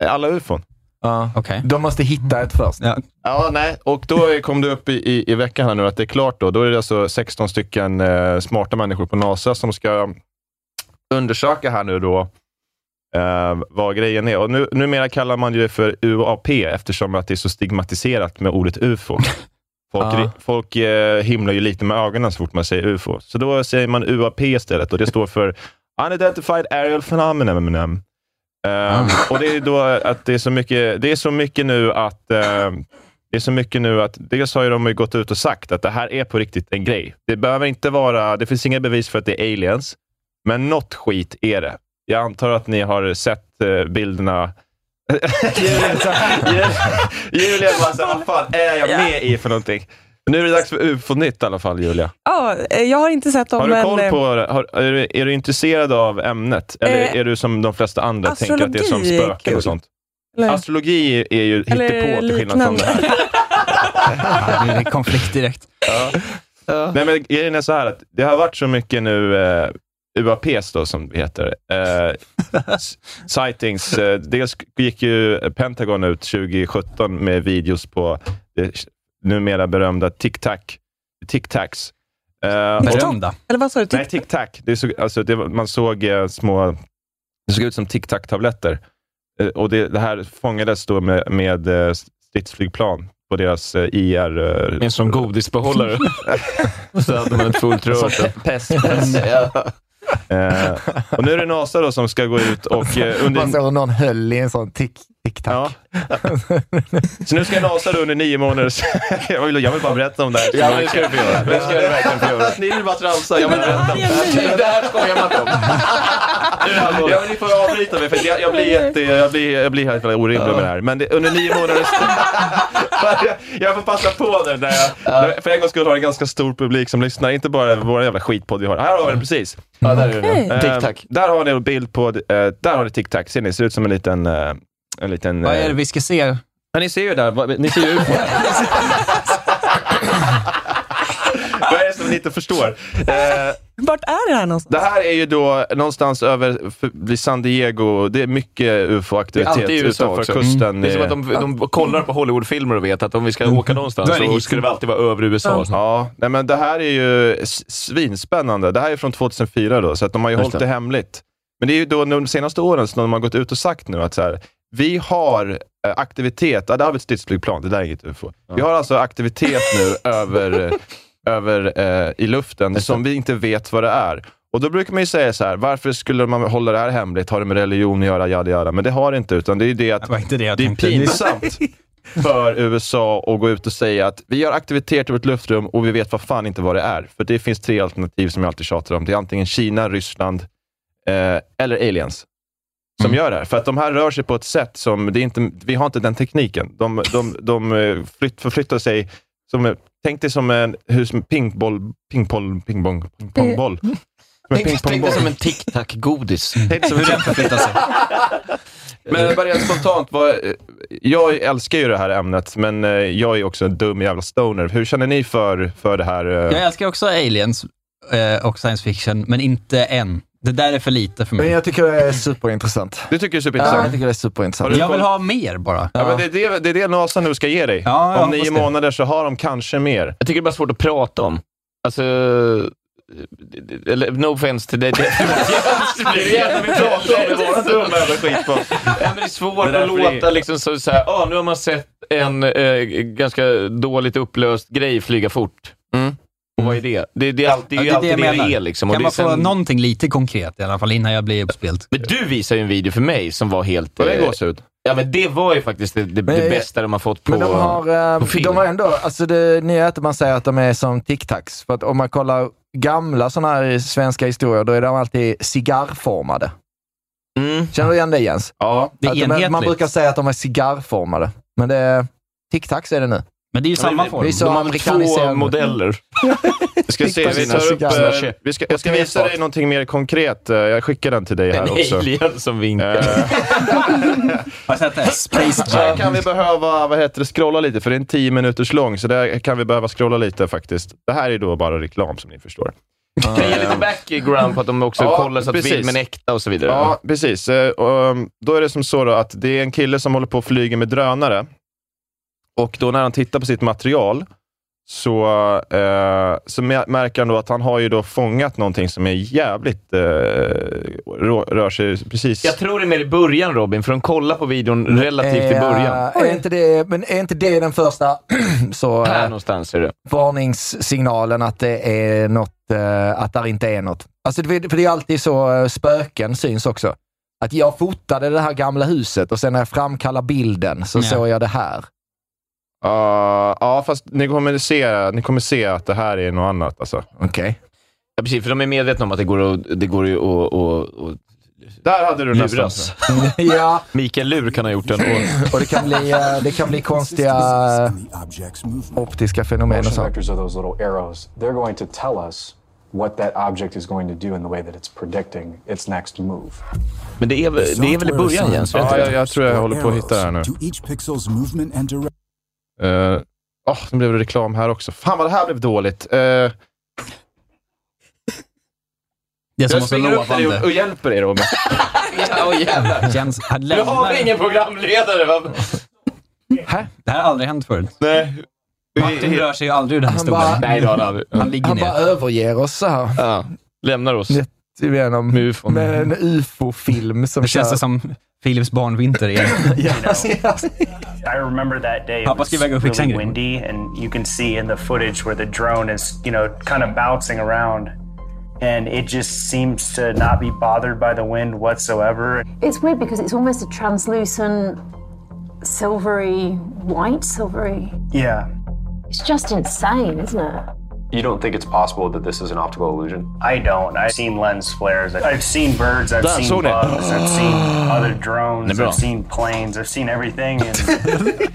Speaker 1: Alla ufon.
Speaker 2: Ja.
Speaker 3: Okej.
Speaker 2: De måste hitta ett först.
Speaker 3: Ja.
Speaker 1: Ja, nej. Och då kom det upp i, i, i veckan här nu att det är klart då. Då är det alltså 16 stycken eh, smarta människor på NASA som ska undersöka här nu då eh, vad grejen är. Och nu, numera kallar man ju det för UAP eftersom att det är så stigmatiserat med ordet UFO. Folk,
Speaker 2: Ja.
Speaker 1: ri- folk eh, himlar ju lite med ögonen så fort man säger UFO. Så då säger man UAP istället och det står för Unidentified Aerial Phenomenon. Ehm, och det är ju då att det är så mycket, det är så mycket nu att ehm, det är så mycket nu att dels har ju de ju gått ut och sagt att det här är på riktigt en grej. Det behöver inte vara, det finns inga bevis för att det är aliens. Men något skit är det. Jag antar att ni har sett eh, bilderna. Julia, så här- Ju- Julia bara så här, vad fan är jag med i för någonting? Nu är det dags för UFO nytt i alla fall, Julia.
Speaker 12: Ja, eh, jag har inte sett dem,
Speaker 1: Har du koll
Speaker 12: men...
Speaker 1: på, har, är, du, är du intresserad av ämnet? Eller
Speaker 12: Eh,
Speaker 1: är du som de flesta andra, tänker att det är som
Speaker 12: astrologi är
Speaker 1: spöken
Speaker 12: kul.
Speaker 1: och sånt?
Speaker 12: Eller-
Speaker 1: Alltså- Astrologi är ju
Speaker 12: Eller
Speaker 1: hittepå till skillnad från det här.
Speaker 3: Det är konflikt direkt.
Speaker 1: Nej, men grejen är så här att det har varit så mycket nu eh, UAPs då, som det heter. Eh, s- sightings. Eh, dels gick ju Pentagon ut 2017 med videos på det numera berömda TicTac. TicTacs. Eh,
Speaker 3: Berömda?
Speaker 12: Eller vad sa du?
Speaker 1: Nej, TicTac. Det såg, alltså, det, var- man såg eh, små... Det såg ut som TicTac-tabletter. Eh, och det, det här fångades då med, med eh, stridsflygplan på deras eh, IR... Eh,
Speaker 4: En sån godisbehållare. Alltså, Så Mm. hade man ett fullt rör.
Speaker 1: En sån
Speaker 4: Pest,
Speaker 1: pest. Eh, och nu är det NASA då som ska gå ut och... Eh, under,
Speaker 2: Man såg hur någon höll i en sån tick, tick, tack.
Speaker 1: så nu ska NASA då under nio månader... jag, vill, jag vill bara berätta om det här.
Speaker 4: Ja, men det ska du få göra. Det ska du verkligen få göra.
Speaker 1: Ni vill bara tramsa, jag vill berätta om det
Speaker 4: Det
Speaker 1: här.
Speaker 4: här skojar man inte om.
Speaker 1: Ja, men ni får avbryta mig, för jag, jag blir jätte... Jag blir, jag blir helt orimlig med det här. Men det, under nio månader... jag får passa på nu. När jag, när- för en gångs skull har jag en ganska stor publik som lyssnar. Inte bara vår jävla skitpodd vi har. Här har vi den precis.
Speaker 4: Ja, där är den.
Speaker 1: Eh,
Speaker 4: Tic-tac.
Speaker 1: Där har ni en bild på... eh, där har ni TicTac. Ser ni? Ser ut som en liten... eh, en liten
Speaker 3: Vad
Speaker 1: eh,
Speaker 3: är det vi ska se?
Speaker 1: Ja, ni ser ju där. Vad- Ni ser ju ufon. Vad är det som ni inte förstår? Eh,
Speaker 12: Vart är det här någonstans?
Speaker 1: det här är ju då någonstans över för- vid San Diego. Det är mycket
Speaker 4: Det är
Speaker 1: ufo-aktivitet
Speaker 4: alltid i USA
Speaker 1: utanför
Speaker 4: också. Mm.
Speaker 1: kusten.
Speaker 4: Det är som att de, de kollar på Hollywoodfilmer och vet att om vi ska åka någonstans
Speaker 1: Då är det
Speaker 4: så
Speaker 1: hit.
Speaker 4: skulle det alltid vara över USA.
Speaker 1: Ja, nej, men det här är ju s- svinspännande. Det här är från 2004 då, så att de har ju
Speaker 4: Just
Speaker 1: hållit
Speaker 4: det.
Speaker 1: det hemligt. Men det är ju då de senaste åren som de har gått ut och sagt nu att så här, vi har eh, aktivitet, ja, där har vi ett stridsflygplan, det där är inget ufo. Vi har alltså aktivitet nu över, eh, över eh, i luften som vi inte vet vad det är. Och då brukar man ju säga så här, varför skulle man hålla det här hemligt? Har det med religion att göra? Jada, jada. Men det har det inte, utan det är ju det att
Speaker 3: Var inte det jag
Speaker 1: det är
Speaker 3: tänkte.
Speaker 1: pinsamt för USA att gå ut och säga att vi har aktivitet i vårt luftrum och vi vet vad fan inte vad det är. För det finns tre alternativ som jag alltid tjatar om. Det är antingen Kina, Ryssland eh, eller aliens som gör det här. För att de här rör sig på ett sätt som, det är inte, vi har inte den tekniken. De, de, de eh, flytt, förflyttar sig, som, eh, tänk dig som en hur som pingboll, pingboll, pingbong, pingpongboll. Som en
Speaker 4: Tänk- Tänk dig
Speaker 1: pingpongboll.
Speaker 4: som en tic-tac-godis.
Speaker 1: Tänk dig som hur den förflyttar sig. Men bara rent spontant, vad, jag älskar ju det här ämnet, men eh, jag är också en dum jävla stoner. Hur känner ni för, för det här? eh?
Speaker 3: Jag älskar också aliens eh, och science fiction, men inte än. Det där är för lite för
Speaker 2: Men
Speaker 3: mig.
Speaker 2: jag tycker det är superintressant.
Speaker 1: Du tycker det är
Speaker 2: Ja,
Speaker 1: superintressant?
Speaker 2: jag tycker det är superintressant.
Speaker 3: Jag vill ha mer bara.
Speaker 1: Ja, men det, är det, det är det NASA nu ska ge dig.
Speaker 3: Ja, jag
Speaker 1: Om nio
Speaker 3: hoppas det.
Speaker 1: månader så har de kanske mer.
Speaker 4: Jag tycker det är bara svårt att prata om. Alltså, eller, no offense till dig. Det, det är det enda vi pratar om i våra dumma jävla skitpodd. Nej, men Det är svårt
Speaker 1: Det där
Speaker 4: att
Speaker 1: blir-
Speaker 4: låta liksom så, så här, ah, nu har man sett en eh, ganska dåligt upplöst grej flyga fort. Och vad är det? Det, det är alltid
Speaker 3: Ja,
Speaker 4: det, är alltid det, det är. Liksom. Och
Speaker 3: Kan
Speaker 4: det är
Speaker 3: man få
Speaker 4: sen-
Speaker 3: någonting lite konkret i alla fall innan jag blir uppspelt?
Speaker 4: Men du visade ju en video för mig som var helt...
Speaker 1: Var det
Speaker 4: eh,
Speaker 1: gåshud?
Speaker 4: Ja, men det var ju faktiskt det, det, det
Speaker 2: jag-
Speaker 4: bästa de har fått på...
Speaker 2: Men de har, eh,
Speaker 4: på film.
Speaker 2: de har ändå, alltså det nya är att man säger att de är som tic-tacs. För att om man kollar gamla sådana här svenska historier, då är de alltid cigarrformade.
Speaker 4: mm.
Speaker 2: Känner du igen det Jens?
Speaker 1: Ja,
Speaker 3: det är
Speaker 2: att de är, man
Speaker 3: enhetligt.
Speaker 2: brukar säga att de är cigarrformade, men det är tic-tacs är det nu.
Speaker 3: Men det är ju samma form.
Speaker 2: Det är så
Speaker 4: De har väl två
Speaker 2: amerikaniserande.
Speaker 4: modeller.
Speaker 1: Vi ska se, vi
Speaker 2: Precis,
Speaker 1: tar upp,
Speaker 2: cigarrer.
Speaker 1: eh, vi ska, jag ska visa dig någonting mer konkret. Eh, Jag skickar den till dig
Speaker 4: En
Speaker 1: här också.
Speaker 4: alien som vinkar.
Speaker 1: Eh,
Speaker 3: Har jag sett det? Space
Speaker 1: Där
Speaker 3: Jam.
Speaker 1: kan vi behöva vad heter det, scrolla lite, för det är en 10 minuters lång, så där kan vi behöva scrolla lite faktiskt. Det här är då bara reklam som ni förstår.
Speaker 4: Kan jag ge lite background på att de också
Speaker 1: Ja,
Speaker 4: kollar så att
Speaker 1: precis.
Speaker 4: filmen är äkta och så vidare?
Speaker 1: Ja, precis. Eh, och, um, Då är det som så då att det är en kille som håller på och flyger med drönare. Och då när han tittar på sitt material så, eh, så mä- märker han då att han har ju då fångat någonting som är jävligt... Eh, rå- rör sig precis...
Speaker 4: Jag tror det är mer i början Robin, för de kollar på videon relativt i
Speaker 2: Eh,
Speaker 4: början.
Speaker 2: Är inte det, men är inte det den första så,
Speaker 4: Här
Speaker 2: eh,
Speaker 4: någonstans är det.
Speaker 2: varningssignalen att det är något, eh, att där inte är något? Alltså, det- för det är alltid så eh, spöken syns också. Att jag fotade det här gamla huset och sen när jag framkallar bilden så
Speaker 3: Ja.
Speaker 2: såg jag det här.
Speaker 1: Uh, ja, fast ni kommer, se, ni kommer se att det här är något annat. Alltså.
Speaker 2: Okej.
Speaker 4: Ja, precis, för de är medvetna om att det går att... Det går ju att, att, att
Speaker 1: Där hade du nästan
Speaker 4: luras.
Speaker 2: ja.
Speaker 4: Mikael Lur kan ha gjort den. Och,
Speaker 2: Och det kan bli, eh, det kan bli konstiga eh, optiska fenomen och
Speaker 13: Motion
Speaker 2: sånt.
Speaker 13: vectors are those little arrows. They're going to tell us what that object is going to do in the way that it's predicting its next move.
Speaker 4: Men det är, väl- det är väl i början, Jens? vet
Speaker 1: Ja,
Speaker 4: du?
Speaker 1: jag, jag tror jag håller på att hitta det här nu.
Speaker 14: each pixel's movement and direction.
Speaker 1: Uh, nu blev det reklam här också. Fan vad det här blev dåligt. Eh,
Speaker 3: Det som
Speaker 1: jag
Speaker 3: var så
Speaker 1: springer upp dig
Speaker 3: lovande.
Speaker 1: och, och hjälper er, Robin.
Speaker 3: Jens, han
Speaker 4: Nu har vi
Speaker 3: lämnar.
Speaker 4: ingen programledare, va?
Speaker 3: Det här har aldrig hänt förut.
Speaker 4: Nej.
Speaker 3: Martin rör sig ju aldrig ur den här
Speaker 2: Han
Speaker 3: stolen.
Speaker 2: bara- Nej, det har han
Speaker 4: aldrig.
Speaker 3: Han ligger
Speaker 2: Han
Speaker 3: ner.
Speaker 2: bara överger oss så här.
Speaker 4: Ja, lämnar oss.
Speaker 2: Genom, med
Speaker 4: Mm.
Speaker 2: en ufo-film som
Speaker 3: Det känns
Speaker 2: kör.
Speaker 3: det som Philips barnvinter igen.
Speaker 15: I remember that day.
Speaker 3: Papa
Speaker 15: It was
Speaker 3: skrev väga upp
Speaker 15: really
Speaker 3: fixängren.
Speaker 15: windy, and you can see in the footage where the drone is, you know, kind of bouncing around, and it just seems to not be bothered by the wind whatsoever.
Speaker 16: It's weird because it's almost a translucent, silvery, white, silvery.
Speaker 15: Yeah,
Speaker 16: It's just insane, isn't it?
Speaker 13: You don't think it's possible that this is an optical illusion?
Speaker 15: I don't. I've seen lens flares. I've seen birds. I've
Speaker 13: That's so
Speaker 15: seen
Speaker 13: neat.
Speaker 15: bugs. I've seen other drones. I've
Speaker 1: Never.
Speaker 15: seen planes. I've seen everything. And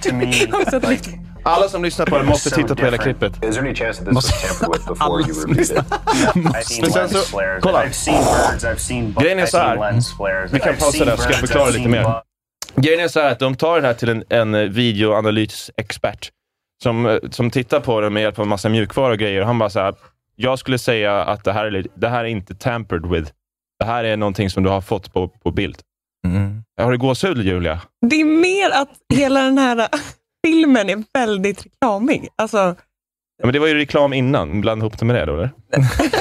Speaker 15: to me,
Speaker 12: Alltså,
Speaker 15: like,
Speaker 1: Alla som lyssnar på det måste
Speaker 15: So
Speaker 1: titta på hela
Speaker 15: different.
Speaker 1: klippet.
Speaker 13: Is there any chance that this was tampered with before you removed it?
Speaker 15: I've seen
Speaker 1: Men sen
Speaker 15: lens
Speaker 1: så,
Speaker 15: flares.
Speaker 1: kolla.
Speaker 15: I've seen birds. I've seen bugs.
Speaker 1: Grejen är
Speaker 15: I've
Speaker 1: så
Speaker 15: seen
Speaker 1: här.
Speaker 15: lens flares.
Speaker 1: Vi kan
Speaker 15: I've
Speaker 1: pausa
Speaker 15: seen
Speaker 1: där, så ska jag
Speaker 15: birds,
Speaker 1: förklara
Speaker 15: I've
Speaker 1: lite
Speaker 15: seen
Speaker 1: mer.
Speaker 15: bugs.
Speaker 1: Grejen är så här att de tar det här till en, en eh, videoanalysexpert som, eh, som tittar på det med hjälp av en massa mjukvara och grejer. Och han bara så här, jag skulle säga att det här är, li- det här är inte tampered with. Det här är någonting som du har fått på, på bild.
Speaker 2: Mm.
Speaker 1: Har du gåshud, Julia?
Speaker 12: Det är mer att hela den här filmen är väldigt reklamig. Alltså,
Speaker 1: Ja, men det var ju reklam innan. Blanda ihop det med det då, eller?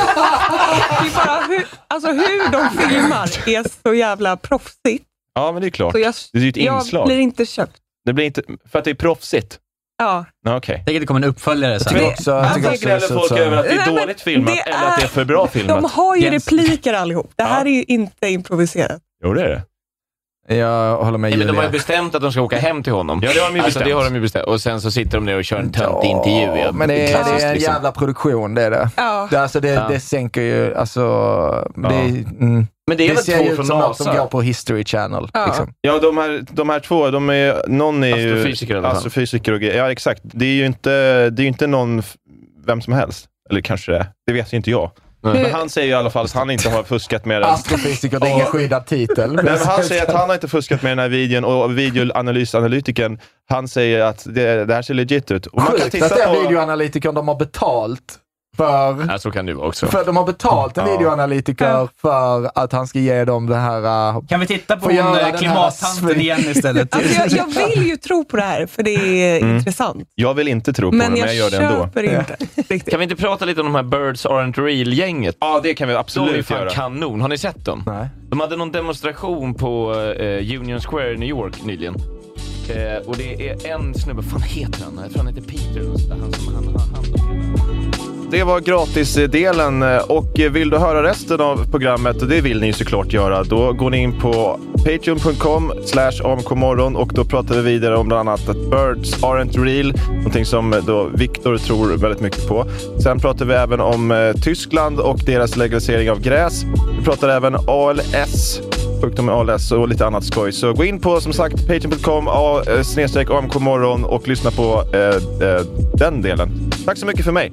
Speaker 12: det är bara hur, alltså hur de filmar är så jävla proffsigt.
Speaker 1: Ja, men det är klart.
Speaker 12: Så jag,
Speaker 1: det är ju ett
Speaker 12: jag
Speaker 1: inslag.
Speaker 12: blir inte köpt.
Speaker 1: Det blir inte... För att det är proffsigt.
Speaker 12: Ja.
Speaker 1: Ja, Okej.
Speaker 3: Tänk att det kommer en uppföljare sen.
Speaker 1: Men- Antingen gnäller folk över att det är dåligt filmat eller att det är för bra filmat.
Speaker 12: De har ju
Speaker 1: Jens-
Speaker 12: repliker allihop. Det här är ju inte improviserat.
Speaker 1: Jo, det är det.
Speaker 2: Jag håller med
Speaker 4: Nej, men de har ju
Speaker 2: Julia.
Speaker 4: bestämt att de ska åka hem till honom.
Speaker 2: Ja, det har de ju
Speaker 4: alltså, det
Speaker 2: bestämt.
Speaker 4: har de ju bestämt. Och sen så sitter de ner och kör en töntig intervju. Ja.
Speaker 2: Men det är, det
Speaker 4: Klassiskt,
Speaker 2: är en
Speaker 4: liksom.
Speaker 2: jävla produktion, det är det.
Speaker 12: Ja.
Speaker 2: det, alltså det,
Speaker 4: Ja.
Speaker 2: det sänker ju... Alltså, det, mm,
Speaker 4: Men det är väl
Speaker 2: ser
Speaker 4: två
Speaker 2: ju ut
Speaker 4: från
Speaker 2: som något som
Speaker 4: NASA?
Speaker 2: går på History Channel. Liksom.
Speaker 1: Ja, de här, de här två, de är, någon är ju...
Speaker 4: Astrofysiker i alla fall.
Speaker 1: Astrofysiker och grejer. Ja, exakt. Det är ju inte, det är ju inte någon, f- vem som helst. Eller kanske det är. Det vet ju inte jag.
Speaker 2: Nu-
Speaker 1: Men han säger ju i alla fall att han inte har fuskat med den.
Speaker 2: Astrofysiker, det är ingen skyddad titel.
Speaker 1: Nej, men han säger att han har inte fuskat med den här videon och videoanalysanalytikern, han säger att det, det här ser legit ut. Och man kan
Speaker 2: Sjukt att
Speaker 1: titta
Speaker 2: den
Speaker 1: på...
Speaker 2: videoanalytikern de har betalt för...
Speaker 4: Ja, så kan det vara också.
Speaker 2: För de har betalt en
Speaker 4: Ja.
Speaker 2: videoanalytiker för att han ska ge dem det här... äh,
Speaker 3: Kan vi titta på
Speaker 2: Får göra
Speaker 3: hon,
Speaker 2: den
Speaker 3: eh,
Speaker 2: här
Speaker 3: klimattanten
Speaker 2: svin-
Speaker 3: igen istället?
Speaker 12: Alltså jag, jag vill ju tro på det här, för det är
Speaker 1: Mm.
Speaker 12: intressant.
Speaker 1: Jag vill inte tro på
Speaker 12: Men
Speaker 1: det, men
Speaker 12: jag
Speaker 1: jag gör det ändå.
Speaker 12: köper inte.
Speaker 4: Kan vi inte prata lite om de här Birds Aren't Real-gänget?
Speaker 1: Ja, det kan vi
Speaker 4: De är ju
Speaker 1: absolut
Speaker 4: fan
Speaker 1: göra.
Speaker 4: kanon. Har ni sett dem?
Speaker 2: Nej.
Speaker 4: De hade någon demonstration på eh, Union Square i New York nyligen. Eh, och det är en snubbe, vad fan heter han? Jag tror han heter Peter. eller något sånt där. Han som han, han, han.
Speaker 1: Det var gratisdelen eh, och vill du höra resten av programmet, och det vill ni ju såklart göra, då går ni in på patreon.com slash amkmorgon och då pratar vi vidare om bland annat att birds aren't real, någonting som eh, då Viktor tror väldigt mycket på. Sen pratar vi även om eh, Tyskland och deras legalisering av gräs. Vi pratar även ALS sjukdom med ALS och lite annat skoj. Så gå in på som sagt patreon.com a- eh, snedstreck AMK morgon och lyssna på eh, eh, den delen. Tack så mycket för mig.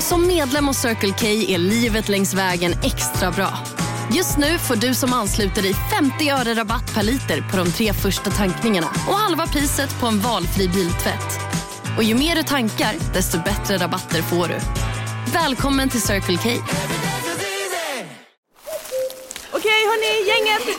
Speaker 17: Som medlem hos Circle K är livet längs vägen extra bra. Just nu får du som ansluter dig 50 öre rabatt per liter på de tre första tankningarna och halva priset på en valfri biltvätt. Och ju mer du tankar, desto bättre rabatter får du. Välkommen till Circle K.
Speaker 18: Okej hörni, gänget.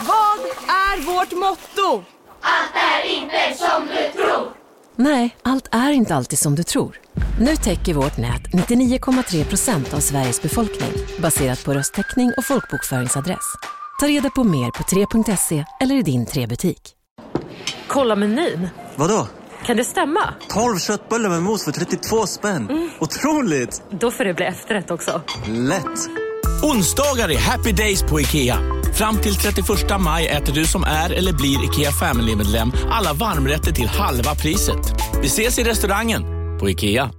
Speaker 18: Vad är vårt motto? Allt är inte som du tror.
Speaker 19: Nej, allt är inte alltid som du tror. Nu täcker vårt nät 99,3 procent av Sveriges befolkning baserat på röstteckning och folkbokföringsadress. Ta reda på mer på 3.se eller i din 3-butik.
Speaker 20: Kolla menyn.
Speaker 21: Vadå?
Speaker 20: Kan det stämma?
Speaker 21: 12 köttbullar med mos för 32 spänn. Otroligt!
Speaker 20: Då får det bli efterrätt också.
Speaker 21: Lätt!
Speaker 22: Onsdagar är happy days på IKEA.
Speaker 9: Fram till 31 maj äter du som är eller blir IKEA Family-medlem alla varmrätter till halva priset. Vi ses i restaurangen på IKEA.